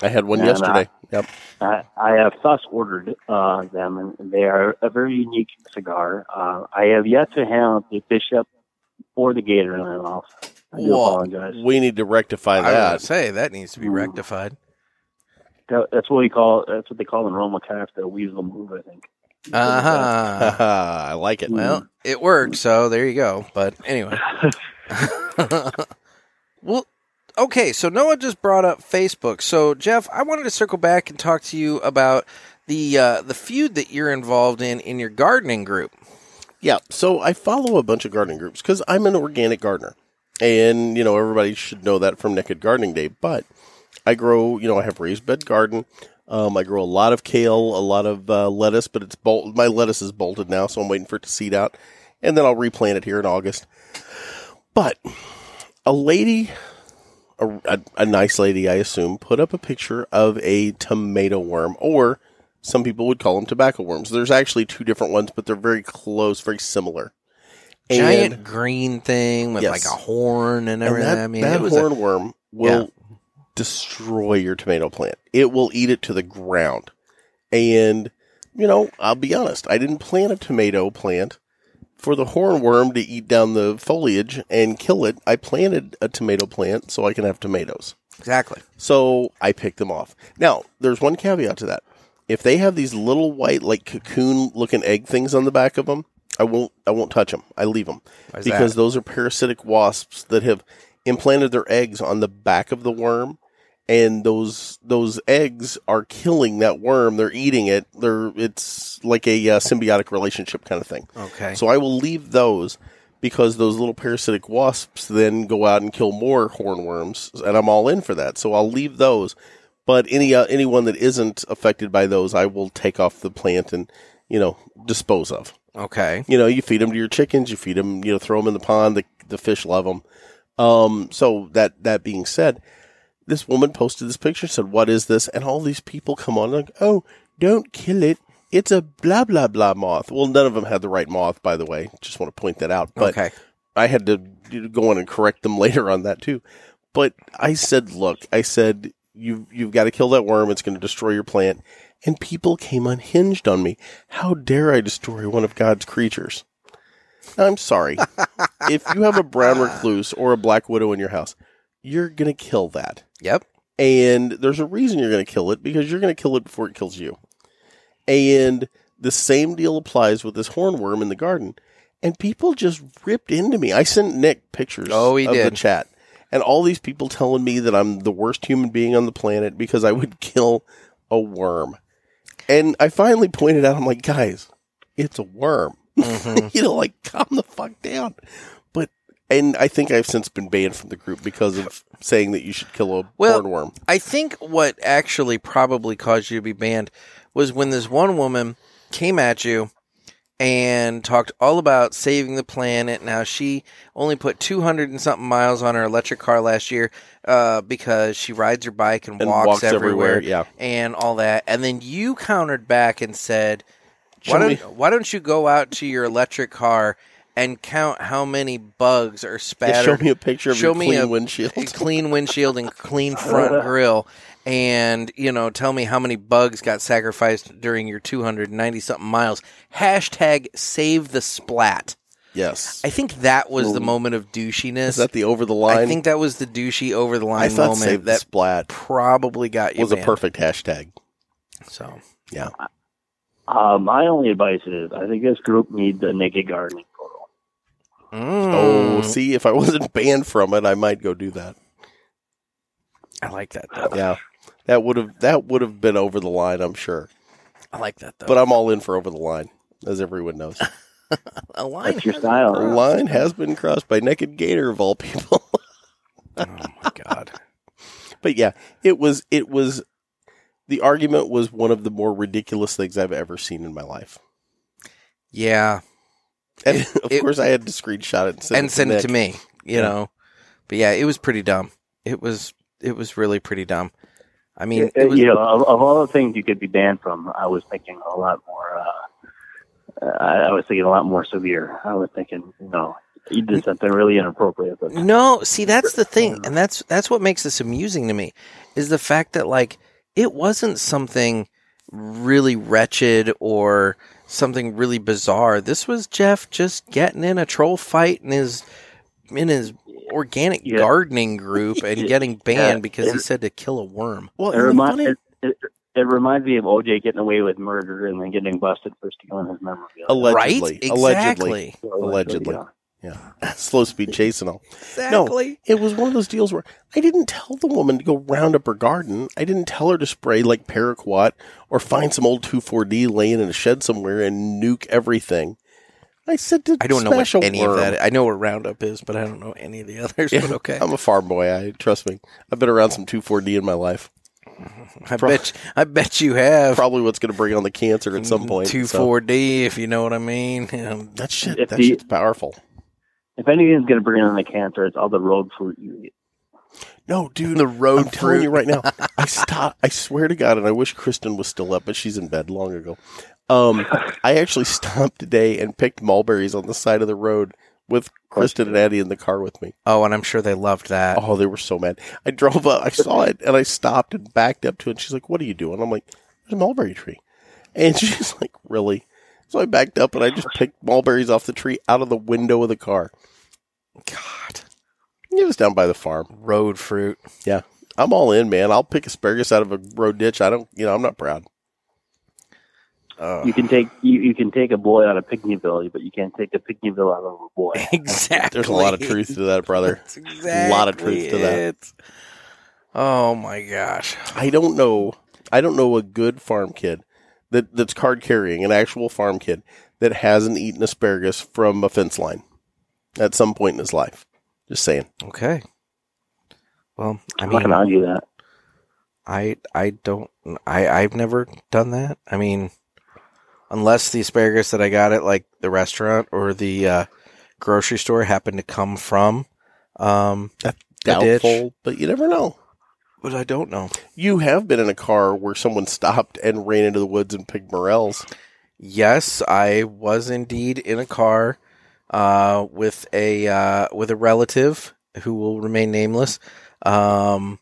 I had one And, uh, yesterday. yep. I, I have thus ordered uh, them, and they are a very unique cigar. Uh, I have yet to have the Bishop or the Gator in my mouth. I do Whoa. apologize. Mm-hmm. We need to rectify I was going to that. say that needs to be rectified. That- That's what we call. That's what they call in Roma Cafe, the weasel move. I think. Uh huh. *laughs* I like it. Well, it worked, so there you go. But anyway, well, okay. So Noah just brought up Facebook. So Jeff, I wanted to circle back and talk to you about the uh, the feud that you're involved in in your gardening group. Yeah. So I follow a bunch of gardening groups because I'm an organic gardener. And, you know, everybody should know that from Naked Gardening Day. But I grow, you know, I have raised bed garden. Um, I grow a lot of kale, a lot of uh, lettuce, but it's bolt. My lettuce is bolted now, so I'm waiting for it to seed out, and then I'll replant it here in August. But a lady, a, a, a nice lady, I assume, put up a picture of a tomato worm, or some people would call them tobacco worms. There's actually two different ones, but they're very close, very similar. Giant green thing with like Yes. a horn and everything. that, I mean, that it was a- hornworm will destroy your tomato plant. It will eat it to the ground. And you know, I'll be honest, I didn't plant a tomato plant for the hornworm to eat down the foliage and kill it. I planted a tomato plant so I can have tomatoes. Exactly. So I picked them off. Now, there's one caveat to that. If they have these little white, like cocoon-looking egg things on the back of them, I won't. I won't touch them. I leave them Why is that? because those are parasitic wasps that have implanted their eggs on the back of the worm, and those those eggs are killing that worm. They're eating it. They're it's like a uh, symbiotic relationship kind of thing. Okay. So I will leave those because those little parasitic wasps then go out and kill more hornworms, and I'm all in for that. So I'll leave those, but any uh, anyone that isn't affected by those, I will take off the plant and you know dispose of. okay. You know, you feed them to your chickens, you feed them, you know, throw them in the pond. The, the fish love them. Um, so that that being said, this woman posted this picture, said, "What is this?" And all these people come on like, "Oh, don't kill it. It's a blah blah blah moth." Well, none of them had the right moth, by the way. Just want to point that out. But Okay. I had to do- go on and correct them *laughs* later on that too. But I said, "Look, I said you you've got to kill that worm. It's going to destroy your plant." And people came unhinged on me. How dare I destroy one of God's creatures? I'm sorry. if you have a *laughs* brown recluse or a black widow in your house, you're going to kill that. Yep. And there's a reason you're going to kill it because you're going to kill it before it kills you. And the same deal applies with this hornworm in the garden. And people just ripped into me. I sent Nick pictures Oh, he of the did. chat. And all these people telling me that I'm the worst human being on the planet because I would kill a worm. And I finally pointed out, I'm like, guys, it's a worm. *laughs* Mm-hmm. you know, like, calm the fuck down. But, and I think I've since been banned from the group because of saying that you should kill a Well, hornworm. I think what actually probably caused you to be banned was when this one woman came at you and talked all about saving the planet. Now she only put 200 and something miles on her electric car last year uh, because she rides her bike and, And walks, walks everywhere, everywhere, yeah. and all that. And then you countered back and said, why Shall don't, why don't you go out to your electric car and count how many bugs are Yeah, spattered? show me a picture of show your me clean a- a windshield. clean windshield and *laughs* clean front grill and you know tell me how many bugs got sacrificed during your 290 something miles hashtag save the splat Yes. i think that was the Ooh. moment of douchiness Is that the over the line? i think that was the douchey over the I line thought moment save the that splat probably got you was a banned. perfect hashtag. so Yeah. Uh, my only advice is I think this group needs a naked gardening. Mm. Oh, see, if I wasn't *laughs* banned from it, I might go do that. i like that though Yeah. That would have that would have been over the line, I'm sure. i like that though But I'm all in for over the line, as everyone *laughs* knows. a line That's your has style. been The crossed. line has been crossed by naked gator of all people. *laughs* Oh, my god but yeah, it was it was the argument was one of the more ridiculous things I've ever seen in my life. *laughs* yeah And It- of it- course I had to screenshot it and send and it to send it Nick. to me. You Yeah. know, but yeah, it was pretty dumb. It was it was really pretty dumb. I mean, Yeah, it was, eh, you know, of, of all the things you could be banned from, I was thinking a lot more. Uh, I, I was thinking a lot more severe. I was thinking, you know, you did something really inappropriate. But no. See, that's the thing, and that's that's what makes this amusing to me is the fact that like it wasn't something really wretched or something really bizarre. This was Jeff just getting in a troll fight in his in his organic Yeah. gardening group and getting banned Yeah. because he said to kill a worm. Well, it, and the remind, funny- it, it, it reminds me of OJ getting away with murder and then getting busted for stealing his memorabilia. allegedly, Right? allegedly, Exactly. allegedly, Yeah. yeah, slow speed chase and all. Exactly. No, it was one of those deals where I didn't tell the woman to go round up her garden. I didn't tell her to spray like paraquat or find some old 2,4-D laying in a shed somewhere and nuke everything. I said to I don't know smash what a any of worm. that. I know where Roundup is, but I don't know any of the *laughs* others. Yeah, But okay, I'm a farm boy. I trust me. I've been around some 2,4-D in my life. *laughs* I bet. I bet you have. Mm, Probably what's going to bring on the cancer at some point. Two so. four D, if you know what I mean. Um, That shit. If that the- shit's powerful. If anything's going to bring on the cancer, it's all the road food you eat. No, dude. The road I'm telling you right fruit. *laughs* now. I stop. I swear to God, and I wish Kristen was still up, but she's in bed long ago. Um, I actually *laughs* stopped today and picked mulberries on the side of the road with Kristen and Addie in the car with me. Oh, and I'm sure they loved that. Oh, they were so mad. I drove up, I saw it, and I stopped and backed up to it. She's like, "What are you doing?" I'm like, "There's a mulberry tree," and *laughs* she's like, "Really?" So I backed up and I just picked mulberries off the tree out of the window of the car. God, It was down by the farm. road fruit. Yeah, I'm all in, man. I'll pick asparagus out of a road ditch. I don't, you know, I'm not proud. You can take you, you can take a boy out of Pygmy Village, but you can't take a Pygmy Village out of a boy. *laughs* Exactly. There's a lot of truth to that, brother. *laughs* That's exactly a lot of truth to that. it. Oh my gosh. I don't know. I don't know a good farm kid that that's card carrying, an actual farm kid that hasn't eaten asparagus from a fence line at some point in his life. Just saying. Okay. Well, I I'm not mean, going to argue that. I I don't I I've never done that. I mean, unless the asparagus that I got at like the restaurant or the uh, grocery store happened to come from um a ditch. Doubtful, but you never know. but I don't know. You have been in a car where someone stopped and ran into the woods and picked morels. Yes, I was indeed in a car uh, with a uh, with a relative who will remain nameless, um,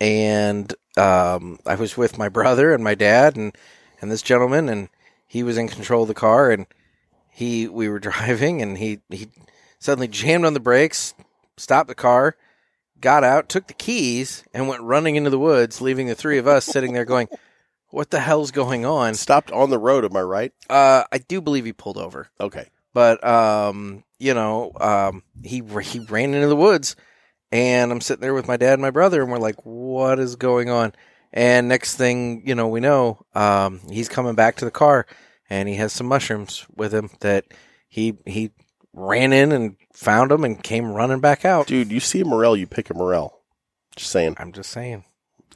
and um, I was with my brother and my dad and and this gentleman, and he was in control of the car, and he we were *laughs* driving, and he he suddenly jammed on the brakes, stopped the car, got out, took the keys, and went running into the woods, leaving the three of us sitting there going. What the hell's going on? Stopped on the road, am I right? Uh, I do believe he pulled over, Okay. but um, you know, um, he he ran into the woods, and I'm sitting there with my dad and my brother, and we're like, "What is going on?" And next thing you know, we know um, he's coming back to the car, and he has some mushrooms with him that he he ran in and found them and came running back out. Dude, you see a morel, you pick a morel. Just saying. I'm just saying,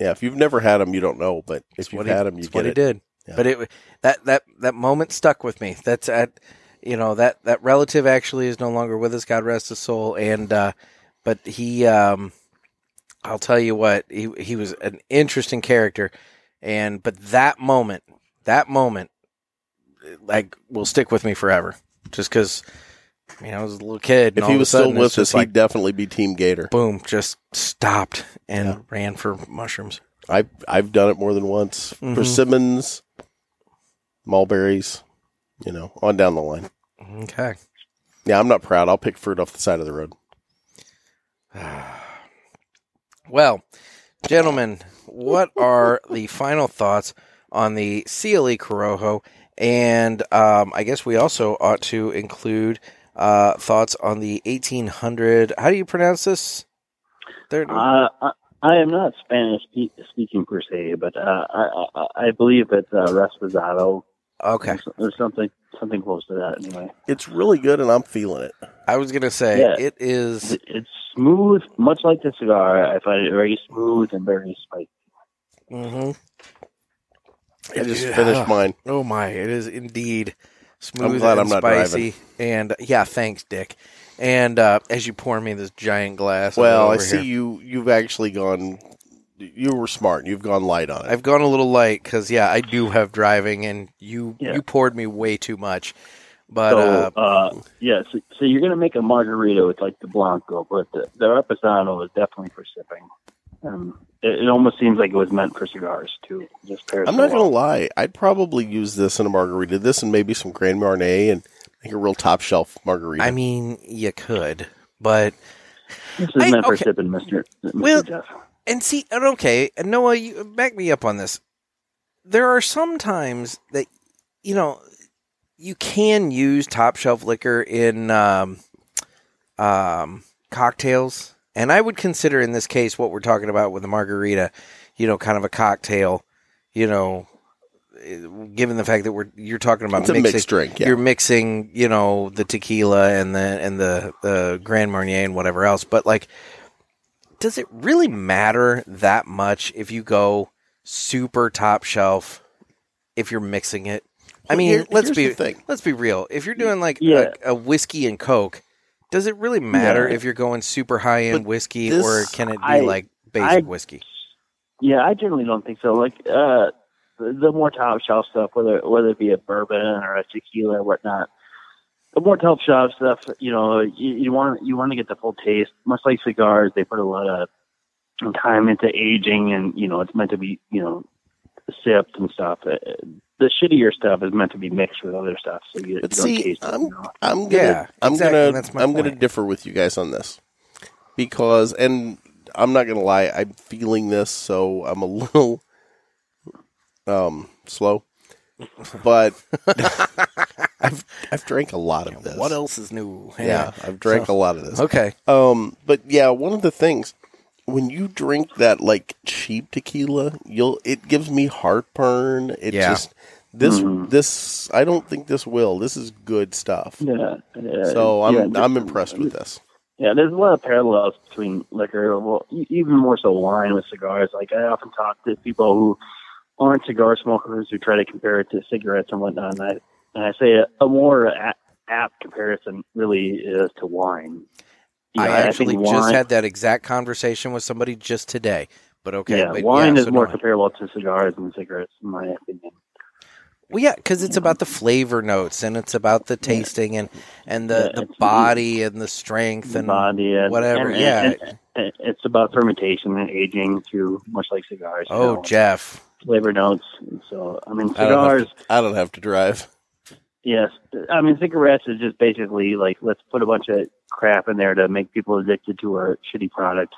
Yeah, if you've never had them, you don't know, but it's if you've he, had them, you it's get what it. he did. Yeah. But it that that that moment stuck with me. That's at you know that that relative actually is no longer with us. God rest his soul. And uh, but he, um, I'll tell you what, he he was an interesting character. And but that moment, that moment, like will stick with me forever. Just because, I mean, I was a little kid. and If all he of a was still sudden it's with just us, like he'd definitely be Team Gator. boom, just stopped and Yeah. ran for mushrooms. I've I've done it more than once. Mhm. Persimmons, mulberries, you know, on down the line. Okay. Yeah, I'm not proud. I'll pick fruit off the side of the road. Well, gentlemen, what are the final thoughts on the CLE Corojo? And um, I guess we also ought to include uh, thoughts on the 1800. How do you pronounce this? Third- Uh, I, I am not Spanish spe- speaking per se, but uh, I, I, I believe it's uh, Resposado okay. There's something something close to that anyway. It's really good, and I'm feeling it. I was going to say Yeah. it is. It's smooth, much like the cigar. I find it very smooth and very spicy. Mhm. I just Yeah. finished mine. Oh my, it is indeed smooth glad and I'm not spicy. And yeah, thanks, Dick. And uh, as you pour me this giant glass, of it Well, I over see here. you. You've actually gone. You were smart. You've gone light on it. I've gone a little light because yeah, I do have driving, and you Yeah. you poured me way too much. But So, uh, uh, yeah, so, so you're gonna make a margarita with like the blanco, but the, the reposado is definitely for sipping. Um, it, it almost seems like it was meant for cigars too. Just pairs. I'm so not gonna well. lie. I'd probably use this in a margarita. This and maybe some Grand Marnier and make a real top shelf margarita. I mean, you could, but This is I- meant for okay. sipping, Mister. Well- Jeff. and see, and okay, and Noah, you back me up on this. There are some times that you know you can use top shelf liquor in um, um, cocktails, and I would consider in this case what we're talking about with the margarita, you know, kind of a cocktail, you know, given the fact that we're you're talking about It's a mixing, mixed drink, yeah. you're mixing you know the tequila and the and the the Grand Marnier and whatever else, but like, does it really matter that much if you go super top shelf if you're mixing it? I Well, mean, here- let's here's be the thing. let's be real. If you're doing like Yeah. a, a whiskey and Coke, does it really matter Yeah. if you're going super high end But whiskey this- or can it be I- like basic I- whiskey? Yeah, I generally don't think so. Like uh, the the more top shelf stuff, whether whether it be a bourbon or a tequila or whatnot, the more top shelf stuff, you know, you, you want you want to get the full taste. Much like cigars, they put a lot of time into aging, and you know, it's meant to be you know sipped and stuff. Uh, The shittier stuff is meant to be mixed with other stuff, so you, But you don't see, taste it. you know. I'm gonna, Yeah, I'm exactly, gonna, that's my I'm gonna point. differ with you guys on this because, and I'm not gonna lie, I'm feeling this, so I'm a *laughs* little, um, slow. But *laughs* I've I've drank a lot of this. What else is new? Yeah, I've drank So- a lot of this. Okay. Um, but yeah, one of the things when you drink that like cheap tequila, you'll it gives me heartburn. It Yeah. just this Mhm. this I don't think this will. This is good stuff. Yeah, yeah, so I'm yeah, I'm impressed with this. Yeah, there's a lot of parallels between liquor, well, e- even more so wine with cigars. Like I often talk to people who aren't cigar smokers who try to compare it to cigarettes and whatnot, and I and I say a, a more a- apt comparison really is to wine. You I know, think actually just wine- had that exact conversation with somebody just today. But okay, yeah, but wine yeah, is so more no. comparable to cigars than cigarettes, in my opinion. Well, yeah, because it's about the flavor notes and it's about the tasting and and the, the body and the strength and Body and whatever. and- yeah. and- and it's about fermentation and aging too, much like cigars. you oh, know, Jeff. flavor notes. So I mean, I don't, cigars. have to, I don't have to drive. Yes, I mean cigarettes is just basically like let's put a bunch of crap in there to make people addicted to our shitty product.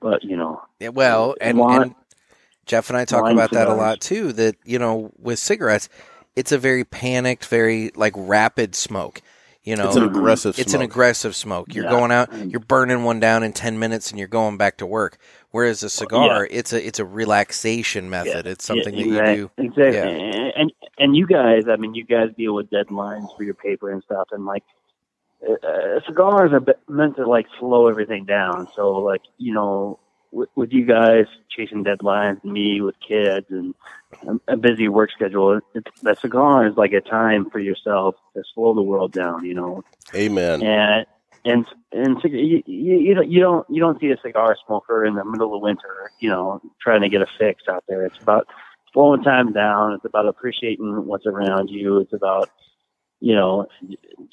But you know, Yeah, well, and, Wine- and Jeff and I talk wine about that a cigars. lot too. That you know, with cigarettes, it's a very panicked, very like rapid smoke. You know, It's an aggressive It's an smoke. aggressive smoke. You're Yeah. going out, Mm. you're burning one down in ten minutes, and you're going back to work. Whereas a cigar, it's a it's a relaxation method. It's something Yeah, that exact- you do. exactly. Yeah. And and you guys, I mean, you guys deal with deadlines for your paper and stuff, and like uh, uh, cigars are be- meant to like slow everything down. So like you know, with, with you guys chasing deadlines, me with kids and a, a busy work schedule, it, the cigar is like a time for yourself to slow the world down. You know, Amen. and and and cig- you, you you don't you don't you don't see a cigar smoker in the middle of winter, you know, trying to get a fix out there. It's about slowing time down. It's about appreciating what's around you. It's about you know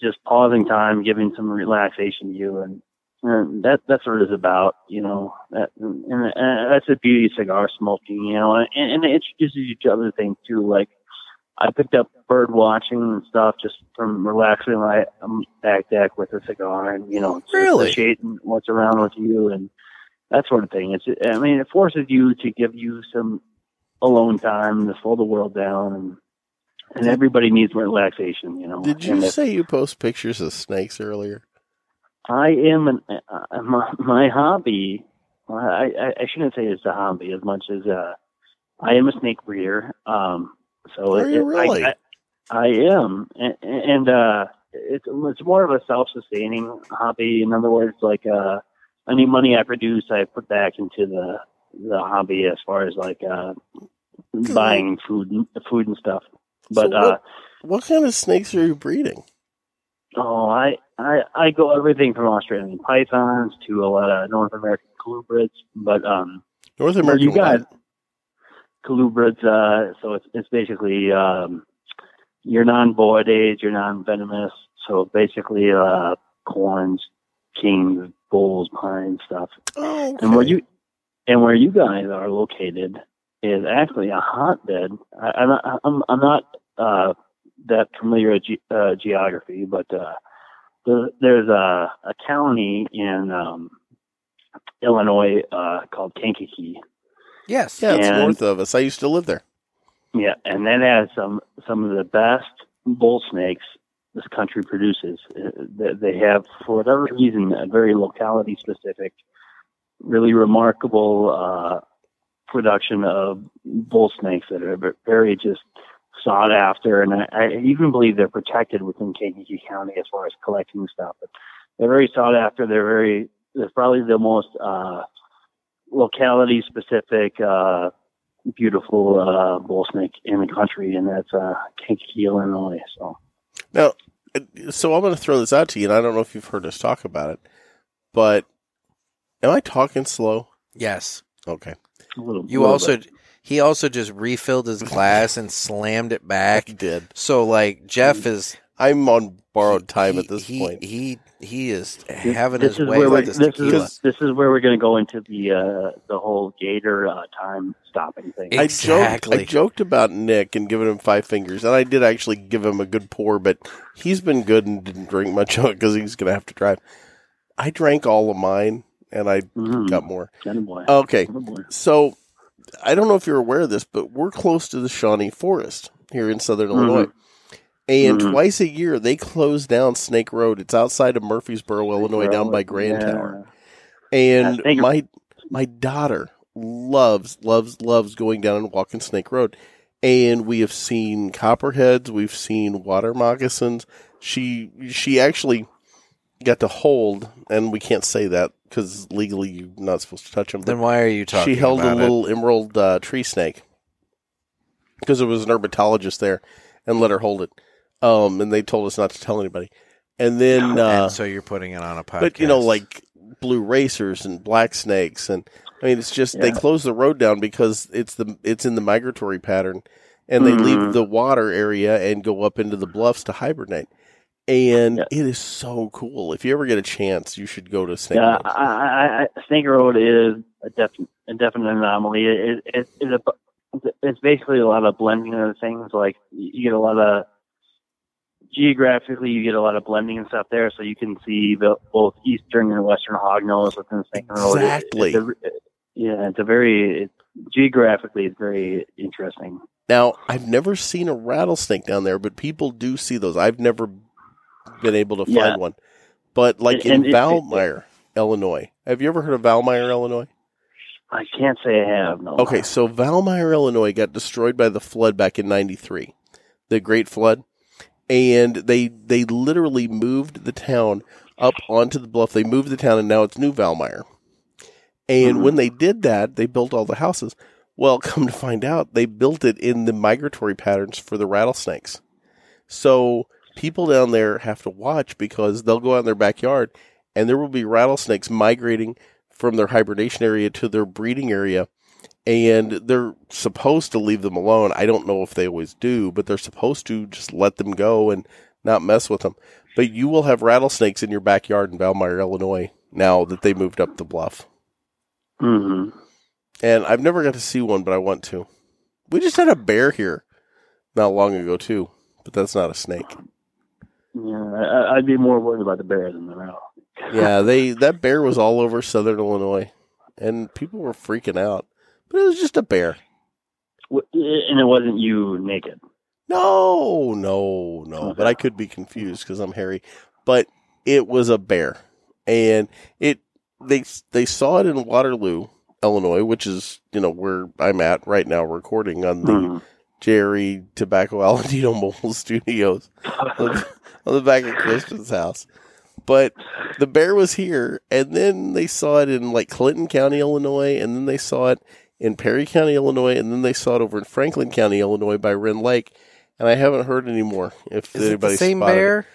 just pausing time, giving some relaxation to you, and, and that that's what it's about. You know, that, and, and that's the beauty of cigar smoking. You know, and, and it introduces you to other things too, like. I picked up bird watching and stuff just from relaxing my um, back deck with a cigar and you know just Really? appreciating what's around with you and that sort of thing. It's I mean it forces you to give you some alone time to slow the world down and and everybody needs relaxation. You know. Did you And if- say you post pictures of snakes earlier? I am an uh, my, my hobby. I, I I shouldn't say it's a hobby as much as uh, I am a snake breeder. Um, so Are you it- I- really? I, I am, and, and uh, it's it's more of a self-sustaining hobby. In other words, like uh, any money I produce, I put back into the the hobby as far as like uh, buying food and food and stuff. But So uh, what, what kind of snakes are you breeding? Oh, I, I I go everything from Australian pythons to a lot of North American colubrids, but um, North well, American you guys, colubrids. Uh, so it's it's basically um, your non-boiled age, your non-venomous. So basically, uh, corns, kings, bulls, pine stuff. Oh, And where you and where you guys are located is actually a hotbed. I, I'm not, I'm, I'm not uh, that familiar with ge- uh, geography, but uh, there, there's a, a county in um, Illinois uh, called Kankakee. Yes. Yeah, it's And- north of us. I used to live there. Yeah, and that has some some of the best bull snakes this country produces. Uh, They they have, for whatever reason, a very locality specific, really remarkable uh, production of bull snakes that are very just sought after, and I, I even believe they're protected within Kankakee County as far as collecting stuff. But they're very sought after. They're very they're probably the most uh, locality specific, uh, beautiful uh, bull snake in the country, and that's uh, Kankakee, Illinois. So Now, so I'm going to throw this out to you, and I don't know if you've heard us talk about it, but am I talking slow? Yes. Okay. a little, You little also bit. he also just refilled *laughs* his glass and slammed it back. did. So like Mm. Jeff is I'm on borrowed time he, at this he, point. He he is This- having this his is way where with we're- this this tequila. is this is where we're going to go into the uh, the whole gator uh, time stopping thing. I joked, I joked about Nick and giving him five fingers, and I did actually give him a good pour, but he's been good and didn't drink much of it because he's going to have to drive. I drank all of mine, and I Mm-hmm. got more. Attaboy. Okay, Attaboy. so I don't know if you're aware of this, but we're close to the Shawnee Forest here in Southern Mhm. Illinois. And Mhm. twice a year, they close down Snake Road. It's outside of Murfreesboro, Illinois, down by Road, Grand yeah. Tower. And Yeah, Snake- my my daughter loves loves loves going down and walking Snake Road. And we have seen copperheads. We've seen water moccasins. She she actually got to hold, and we can't say that because legally you're not supposed to touch them. Then why are you talking She held a about it? little emerald uh, tree snake because it was an herpetologist there, and let her hold it. Um, and they told us not to tell anybody. And then, uh, and so you're putting it on a podcast. but you know, like blue racers and black snakes, and I mean, it's just they Yeah. close the road down because it's the it's in the migratory pattern, and they leave Mm-hmm. Mhm. the water area and go up into the bluffs to hibernate. And it is so cool. If you ever get a chance, you should go to Snake yeah, Road. I, I, I, Snake Road is a definite, a definite anomaly. It, it, it's, a, it's basically a lot of blending of things. Like you get a lot of geographically, you get a lot of blending and stuff there, so you can see the, both eastern and western hognose within Snake Road. It- Exactly. it's a- yeah, it's a very it, geographically, it's very interesting. Now, I've never seen a rattlesnake down there, but people do see those. I've never been able to find Yeah. one. But like And- and in it- Valmire, Illinois. Have you ever heard of Valmire, Illinois? I can't say I have no. Okay, so Valmire, Illinois got destroyed by the flood back in 93, the Great Flood. And they they literally moved the town up onto the bluff. They moved the town and now it's New Valmire. Mm-hmm. And when they did that, they built all the houses. Well, *laughs* come to find out, they built it in the migratory patterns for the rattlesnakes. So people down there have to watch because they'll go out in their backyard and there will be rattlesnakes migrating from their hibernation area to their breeding area. And they're supposed to leave them alone. I don't know if they always do, but they're supposed to just let them go and not mess with them. But you will have rattlesnakes in your backyard in Valmire, Illinois, now that they moved up the bluff. hmm Mm-hmm. And I've never got to see one, but I want to. We just had a bear here not long ago too, but that's not a snake. Yeah, I, I'd be more worried about the bear than the rattle. Yeah, they that bear was all over southern Illinois, and people were freaking out. But it was just a bear. W- And it wasn't you naked. No, no, no. But I could be confused because I'm hairy. But it was a bear, and it they they saw it in Waterloo, Illinois, which is you know where I'm at right now, recording on the Jerry Tobacco Aladino *laughs* Mobile Studios on, the- on the back of Christian's house. But the bear was here, and then they saw it in like Clinton County, Illinois, and then they saw it in Perry County, Illinois, and then they saw it over in Franklin County, Illinois by Wren Lake. And I haven't heard anymore if is it anybody the same spotted it. bear?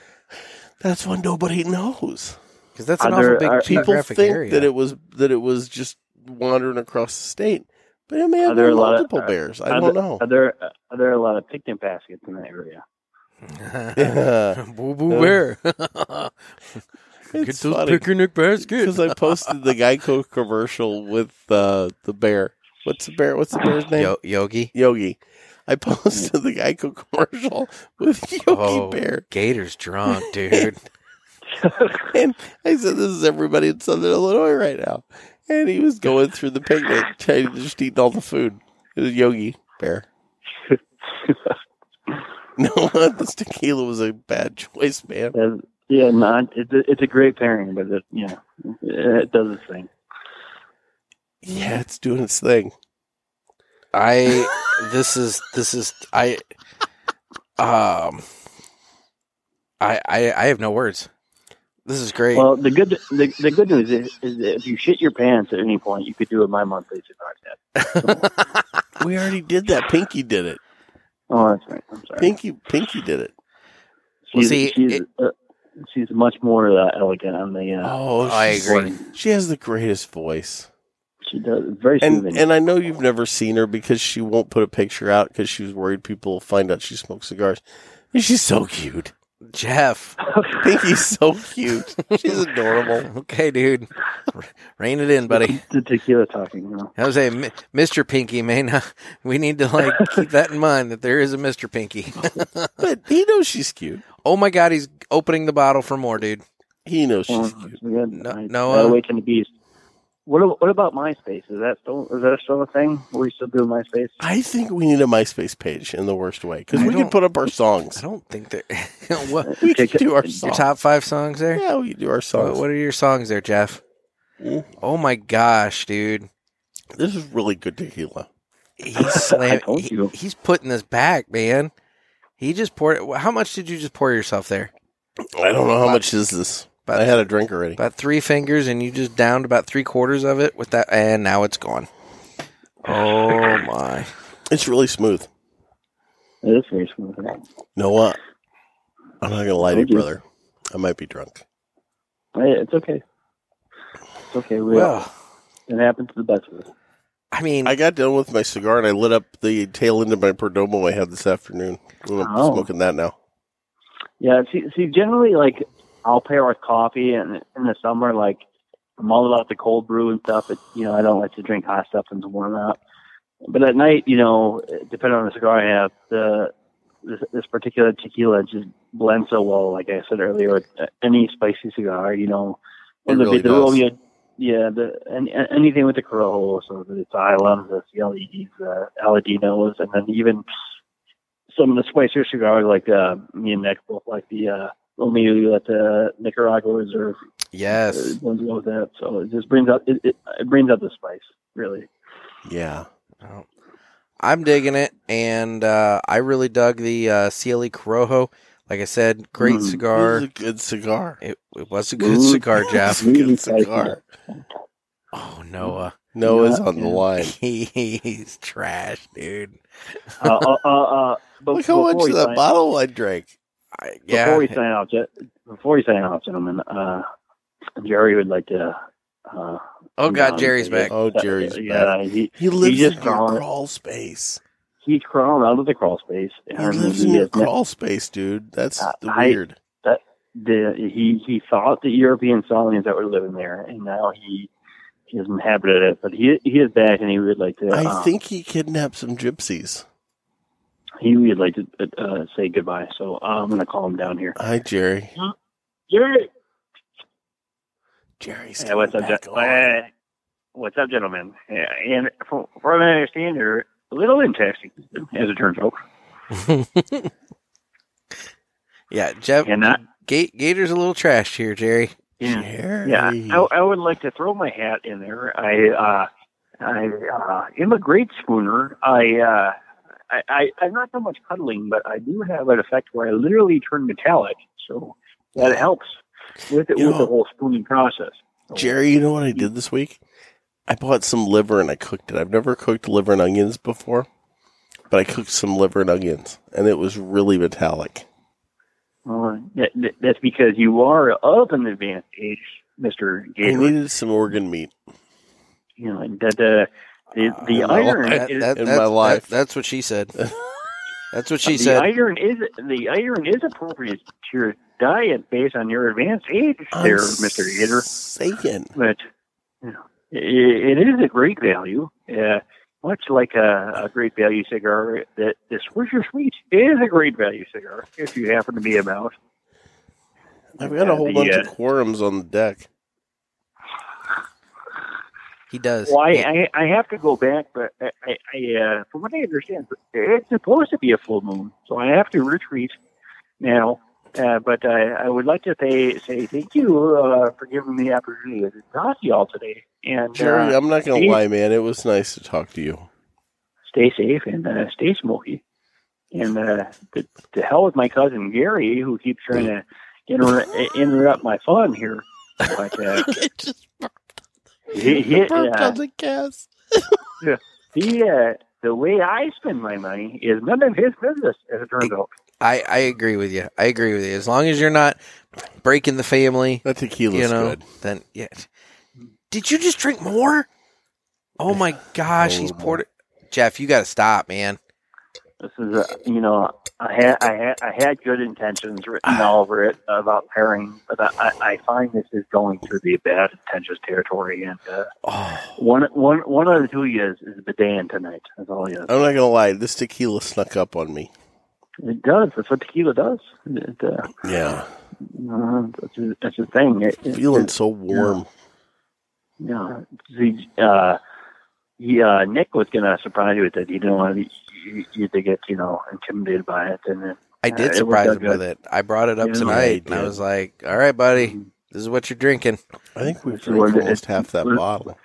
That's one nobody knows. Because that's an Are awful there- big uh, are- people geographic think area. that it was that it was just wandering across the state, but it may Are have there been a lot of- multiple are- bears. I are don't there- know. Are there uh, are there a lot of picnic baskets in that area? *laughs* Boo boo bear. *laughs* Get those picnic baskets. Because I posted the *laughs* Geico commercial with uh, the bear. What's the bear? What's the bear's name? Yo- Yogi. Yogi. I *laughs* posted the Geico commercial with Yogi Oh, Bear. Gator's drunk, dude. and I said, "This is everybody in Southern Illinois right now." And he was going through the picnic, trying to just eating all the food. It was Yogi Bear. *laughs* no, *laughs* this tequila was a bad choice, man. That's- yeah, not it's a, it's a great pairing, but it, yeah, it does its thing. Yeah, it's doing its thing. I this is this is I um I I I have no words. This is great. Well, the good the, the good news is, is that if you shit your pants at any point, you could do it. My monthly *laughs* podcast. we already did that. Pinky did it. Oh, that's right. I'm sorry. Pinky Pinky did it. Well, She's, see, she's, uh, she's much more uh, elegant on the. Uh, Oh, I she's- agree. She has the greatest voice. She does very And soothing. and I know you've never seen her because she won't put a picture out because she was worried people will find out she smokes cigars. And she's so cute. Jeff. Pinky's so cute. She's adorable. Okay, dude. Rein it in, buddy. the tequila talking. You know. Jose, M- Mr. Pinky may not. We need to like keep that in mind that there is a Mr. Pinky. *laughs* But he knows she's cute. oh my God, he's opening the bottle for more, dude. He knows she's Oh, cute. it's good. No- I- Noah? I awaken the beast. What a- what about MySpace? Is that still is that still a thing? Are we still doing MySpace? I think we need a MySpace page in the worst way because I we can don't- put up our I songs. don't think that. *laughs* what We can Take- do our your songs. top five songs there? Yeah, we can do our What, songs. what are your songs there, Jeff? Mm. Oh my gosh, dude. This is really good tequila. *laughs* He's slamming. told he- you. he's putting this back, man. He just poured. How much did you just pour yourself there? I don't know how much is this. About- I had a drink already. About three fingers, and you just downed about three quarters of it with that, and now *laughs* it's gone. Oh my! It's really smooth. It is very smooth. No, what? I'm not gonna lie to you, Thank you. brother. I might be drunk. Hey, it's okay. It's okay. We Well, it happens to the best of us. I mean, I got done with my cigar and I lit up the tail end of my Perdomo I had this afternoon. And I'm Oh. smoking that now. Yeah. See, see, generally, like I'll pair with coffee, and in the summer, like I'm all about the cold brew and stuff. But you know, I don't like to drink hot stuff and warm up. But at night, you know, depending on the cigar I have, the this, this particular tequila just blends so well. Like I said earlier, with uh, any spicy cigar, you know, It whether really be the does. Romeo- yeah, the and, and anything with the Corojo, so the Asylum, the CLEs, the Aladinos, and then even some of the spicier cigars, like uh, me and Nick both like the uh, Romeo at the Nicaragua Reserve. yes, uh, ones with that, so it just brings up it, it, it brings up the spice, really. Yeah. Oh. I'm digging it, and uh, I really dug the uh, CLE Corojo. Like I said, great Mm. cigar. This is a good cigar. It, it was a good Ooh. *laughs* *laughs* cigar, Jeff. It's a Really good spicy. cigar. Oh Noah, Noah's Yeah. on the line. *laughs* he's trash, dude. Uh, uh, uh, uh, but Look how much before of we that sign- bottle I drank. I, before yeah, we sign off, Je- before we sign off, gentlemen, uh, Jerry would like to. Uh, *laughs* Oh, God, um, Jerry's back. Oh, Jerry's yeah, he He lives just in your found- crawl space. he crawled out of the crawl space. He and lives he in your is ne- crawl space, dude. That's Uh, the I- weird. the, he he thought the European colonies that were living there, and now he he has inhabited it. But he he is back, and he would like to. I um, think he kidnapped some gypsies. he would like to uh, say goodbye. So uh, I'm going to call him down here. Hi, Jerry. Jerry, Jerry's Hey, what's up, coming back gen- on. hey, what's up, gentlemen? Yeah, and from, from what I understand, you're a little interesting, as it *laughs* turns out. yeah. Jeff And I, Ga- Gator's a little trash here, Jerry. yeah, Jerry. yeah, I, I would like to throw my hat in there. I, uh, I uh, am a great spooner. I, uh, I, I, I'm not so much cuddling, but I do have an effect where I literally turn metallic, so that helps with it, You with know- the whole spooning process. Jerry, you know what I did this week? I bought some liver and I cooked it. I've never cooked liver and onions before, but I cooked some liver and onions, and it was really metallic. Uh, that, that, that's because you are of an advanced age, Mister I Gator. needed some organ meat. you know that the the, the Uh, iron that- is, that- in my that's- life. that's what *laughs* she said. That's what she Uh, the said. iron is the iron is appropriate to your diet based on your advanced age, there, Mister Gator. Saying. But you know, it, it is a great value, uh, much like a, a great value cigar. That this was your sweet is a great value cigar if you happen to be about. I've got a whole The, bunch uh, of quorums on the deck. he does. Why He- I, I have to go back, but I, I, I uh, from what I understand, it's supposed to be a full moon, so I have to retreat now. Uh, but I, I would like to say, say thank you uh, for giving me the opportunity to talk to y'all today. And Jerry, uh, I'm not going to he- lie, man. It was nice to talk to you. stay safe and uh, stay smoky. And uh, to, to hell with my cousin Gary, who keeps trying to inter- *laughs* interrupt my fun here. But uh, he, he, burped uh, on the cast. he, uh, the way I spend my money is none of his business, as it turns out. I, I agree with you. I agree with you. As long as you're not breaking the family, that tequila's you know, good. Then yeah. Did you just drink more? Oh my gosh, he's poured it. Jeff, you got to stop, man. This is, a, you know, I had, I had I had good intentions written all over it about pairing, but I, I find this is going to the bad intentions territory, and uh, one one one of the two of you is, is Bedan tonight. That's all he is. I'm not gonna lie, this tequila snuck up on me. It does. That's what tequila does. It, uh, Yeah, uh, that's, a, that's a thing. It, it- feeling it- so warm. Yeah. See, uh, yeah, Nick was going to surprise you with it. You didn't want to, you, you to get, you know, intimidated by it. And it, I did uh, it worked surprise out him with good. Mm-hmm. it. I brought it up Yeah. Yeah, you tonight, and I did. was like, "All right, buddy, this is what you're drinking." I think we've This is drank what it- almost half that bottle.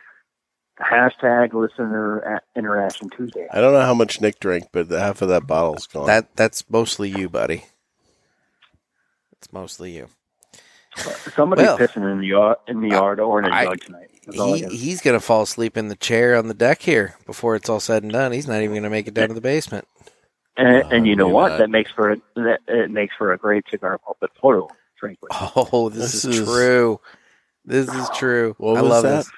Hashtag listener a- interaction Tuesday. I don't know how much Nick drank, but the half of that bottle's gone. That that's mostly you, buddy. It's mostly you. Somebody's Well. pissing in the yard, in the yard or in a I- yard tonight. That's all He it is. he's gonna fall asleep in the chair on the deck here before it's all said and done. He's not even gonna make it down to the basement. And, uh, and you know maybe what? not. That makes for a, that it makes for a great cigar pulpit photo, frankly. Oh, this, This is, is- true. This is true. What I was love that? this.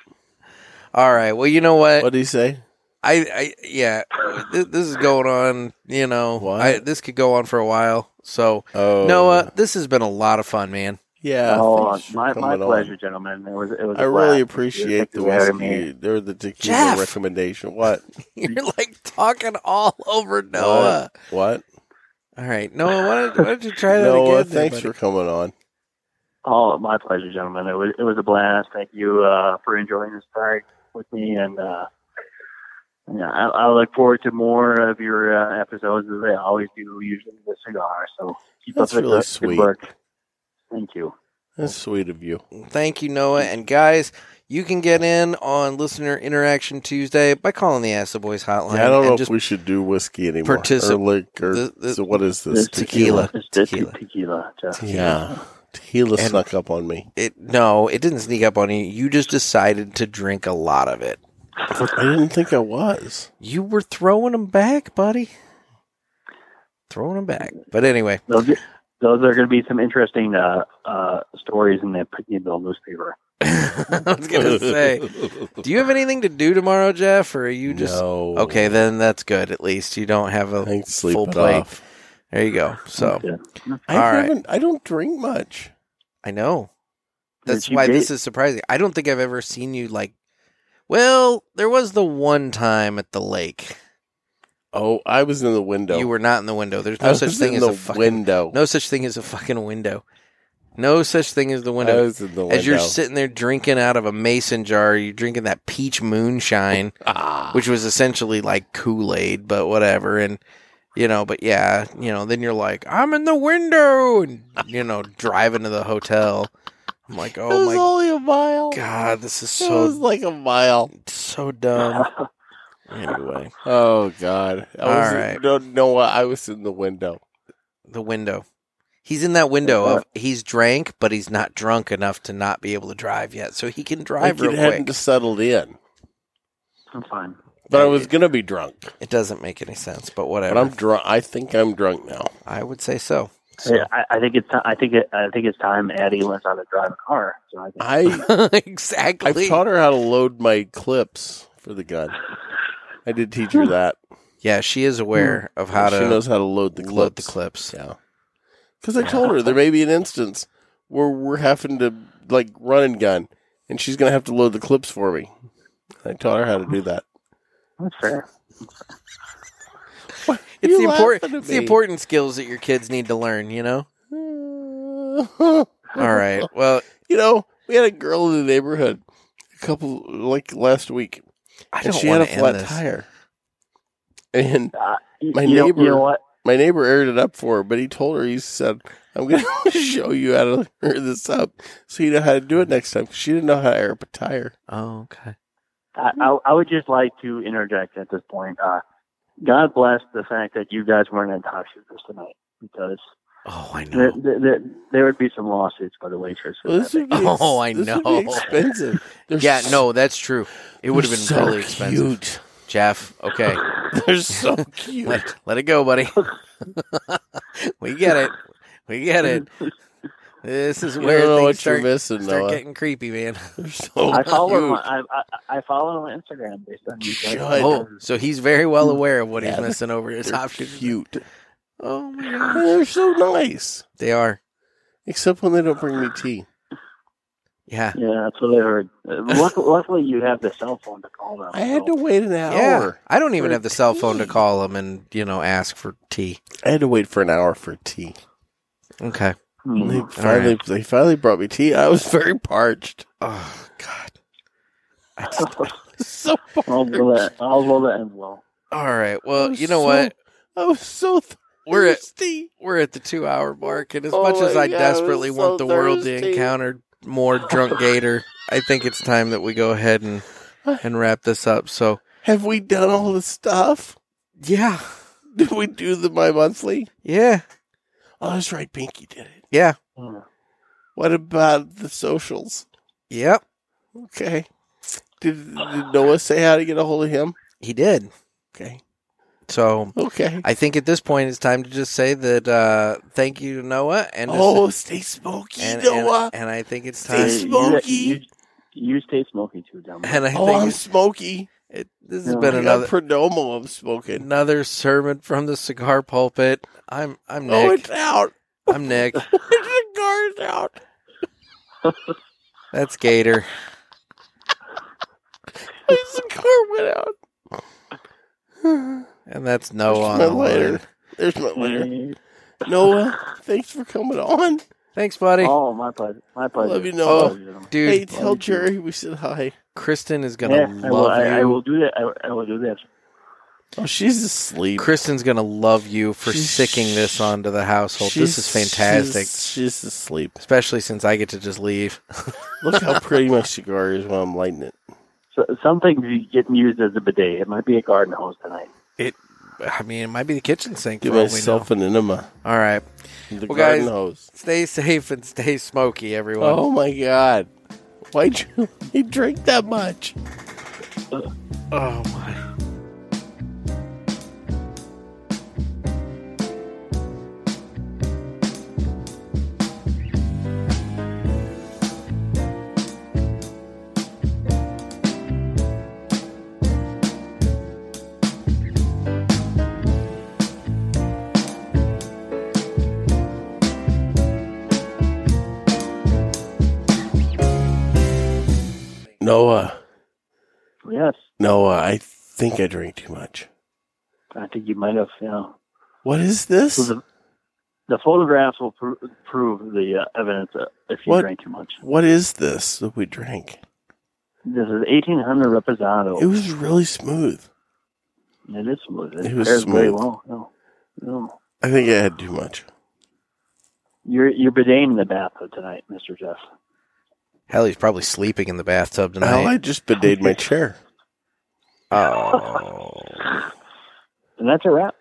All right. Well, you know what? What did he say? I, I yeah. This, this is going on. You know, I, this could go on for a while. So, Oh. Noah, this has been a lot of fun, man. Yeah, Oh, thanks for my, my coming on. *laughs* pleasure, gentlemen. It was it was. a I really blast. appreciate Thank the you for having me. whiskey or the tequila Jeff! recommendation. What? *laughs* You're like talking all over Noah. What? All right, Noah. Why don't, why don't you try that Noah, again? there, thanks buddy? for coming on. Oh, my pleasure, gentlemen. It was it was a blast. Thank you uh, for enjoying this part with me, and uh, yeah, I, I look forward to more of your uh, episodes as I always do, usually with cigar. So keep That's up the really good, sweet. good work. Thank you. That's sweet of you. Thank you, Noah. And guys, you can get in on Listener Interaction Tuesday by calling the Ask the Boys hotline. Yeah, I don't and know if just we should do whiskey anymore. particip- or liquor. the- the- so what is this? Tequila. It's the tequila. tequila Jeff. Yeah. Tequila And- snuck up on me. It no, it didn't sneak up on you. You just decided to drink a lot of it. I didn't think I was. You were throwing them back, buddy. Throwing them back. But anyway, Those are- those are going to be some interesting uh, uh, stories in the Pineville newspaper. *laughs* I was gonna say, do you have anything to do tomorrow, Jeff, or are you just No. okay? Then that's good. At least you don't have a sleep full it plate. off. There you go. So, I all right. haven't. I don't drink much. I know. You're That's too why gay. *laughs* this is surprising. I don't think I've ever seen you like. Well, there was the one time at the lake. Oh, I was in the window. You were not in the window. There's I no such was thing in as the a fucking window. *laughs* No such thing as a fucking window. No such thing as the window. I was in the As you're window. sitting there drinking out of a mason jar, you're drinking that *laughs* peach moonshine, Ah. which was essentially like Kool Aid, but whatever. And you know, but yeah, you know, then you're like, I'm in the window, and you know, driving to the hotel. I'm like, it oh was my only a mile. God, this is it was so like a mile. so dumb. anyway, Oh God! I All was in- right. no, uh, Noah, I was in the window. the window. He's in that window of he's drank, but he's not drunk enough to not be able to drive yet, so he can drive Like it real hadn't quick. settled in, I'm fine. but I was gonna be drunk. It doesn't make any sense, but whatever. But I'm drunk. I think I'm drunk now. I would say so. Hey, I, I think it's ti- I think it, I think it's time Addie learns how to drive a car. So I think I *laughs* exactly. I've taught her how to load my clips for the gun. I did teach her that. Hmm. Yeah, she is aware of how she to knows how to load the clips. load the clips. Yeah, Because I told her there may be an instance where we're having to like run and gun, and she's gonna have to load the clips for me. I taught her how to do that. that's fair. It's You the laughing important at it's the me. important skills that your kids need to learn, you *laughs* know? *laughs* All right. Well, You know, we had a girl in the neighborhood a couple like last week, I and don't she had a wanna end flat this. tire, and Uh, you- my you know- you neighbor, know what? my neighbor aired it up for her, but he told her he said, "I'm going to *laughs* show you how to air this up, so you know how to do it next time." 'cause she didn't know how to air up a tire. Oh, okay. Mm-hmm. I, I I would just like to interject at this point. Uh, God bless the fact that you guys weren't in top shooters tonight because oh, I know there, there, there, there would be some lawsuits by the waitress. Well, this would be ex- Oh, I this know. would be expensive. *laughs* They're yeah, s- no, that's true. It would have they're been so really expensive. cute. Jeff, okay. *laughs* They're so cute. let, let it *laughs* go, buddy. we get it. We get *laughs* it. This is You where don't know things what start, you're missing, start Noah. getting creepy, man. Oh, I follow him. on- I, I, I follow him on Instagram based on you guys. Oh, so he's very well aware of what Yeah, he's missing over his they're top shooters. Cute. Oh my Yeah, god. They're so nice. They are. Except when they don't bring me tea. Yeah. Yeah, that's what I heard. Uh, *laughs* luck- luckily, you have the cell phone to call them. I had to wait an Yeah. hour. I don't even for have the cell phone to tea. call him and, you know, ask for tea. I had to wait for an hour for tea. Okay. And They Hmm. finally, they finally brought me tea. I was very parched. Oh god. I just- So parched. I'll roll that. I'll roll that end well. all right. I Well, was you know so- what? I was so We're at thirsty. we're at the two hour mark, and as Oh much as my I God, I was desperately so want the world to thirsty. encounter more drunk gator, I think it's time that we go *sighs* ahead and and wrap this up. So Have we done all the stuff? yeah, *laughs* Did we do the my monthly? yeah, Oh, that's right. Pinky did it. yeah, Hmm. What about the socials? yep. Okay. Did, did Noah say how to get a hold of him? He did. Okay. So Okay. I think at this point it's time to just say that uh, thank you, Noah, and to oh, stay smoky, and, and, Noah. and I think it's Stay time. Hey, you- smoky. You, you stay smoky too, dumb. And I oh, think I'm it's- smoky. it, this has No. been I got another Perdomo I'm smoking. another sermon from the cigar pulpit. I'm I'm Oh, Nick. it's out. I'm *laughs* Nick. the car's out. That's Gator. The car went out. And that's Noah on my the lighter. line. There's my letter. Hey. Noah, thanks for coming on. Thanks, buddy. Oh, my pleasure. My pleasure. Love you, My Noah. pleasure, gentlemen. Dude, Hey, tell Thank you. Jerry we said hi. Kristen is gonna Yeah, love I will, I, you. I will do that. I, I will do that. Oh, she's asleep. Kristen's gonna love you for She's- sicking this onto the household. This is She's- fantastic. She's, she's asleep. Especially since I get to just leave. *laughs* Look how pretty my cigar is when I'm lighting it. So, something's getting used as a bidet. It might be a garden hose tonight. I mean, it might be the kitchen sink. Give for all we myself an enema. know. All right. The Well, garden guys- hose. Stay safe and stay smoky, everyone. Oh my god. Why'd you, *laughs* you drink that much? oh my. Noah, Yes, Noah, I think I drank too much. I think you might have. You know, What is this? So the, the photographs will pro- prove the uh, evidence uh, if you What? drank too much. What is this that we drank? This is 1800 Reposado. It was really smooth. It is smooth. It, It was pairs very smooth. well. No, no. I think I had too much. You're you're bideting in the bathtub tonight, Mister Jeff. Hell, he's probably sleeping in the bathtub Hell, I tonight. just bidet my chair. oh. And that's a wrap.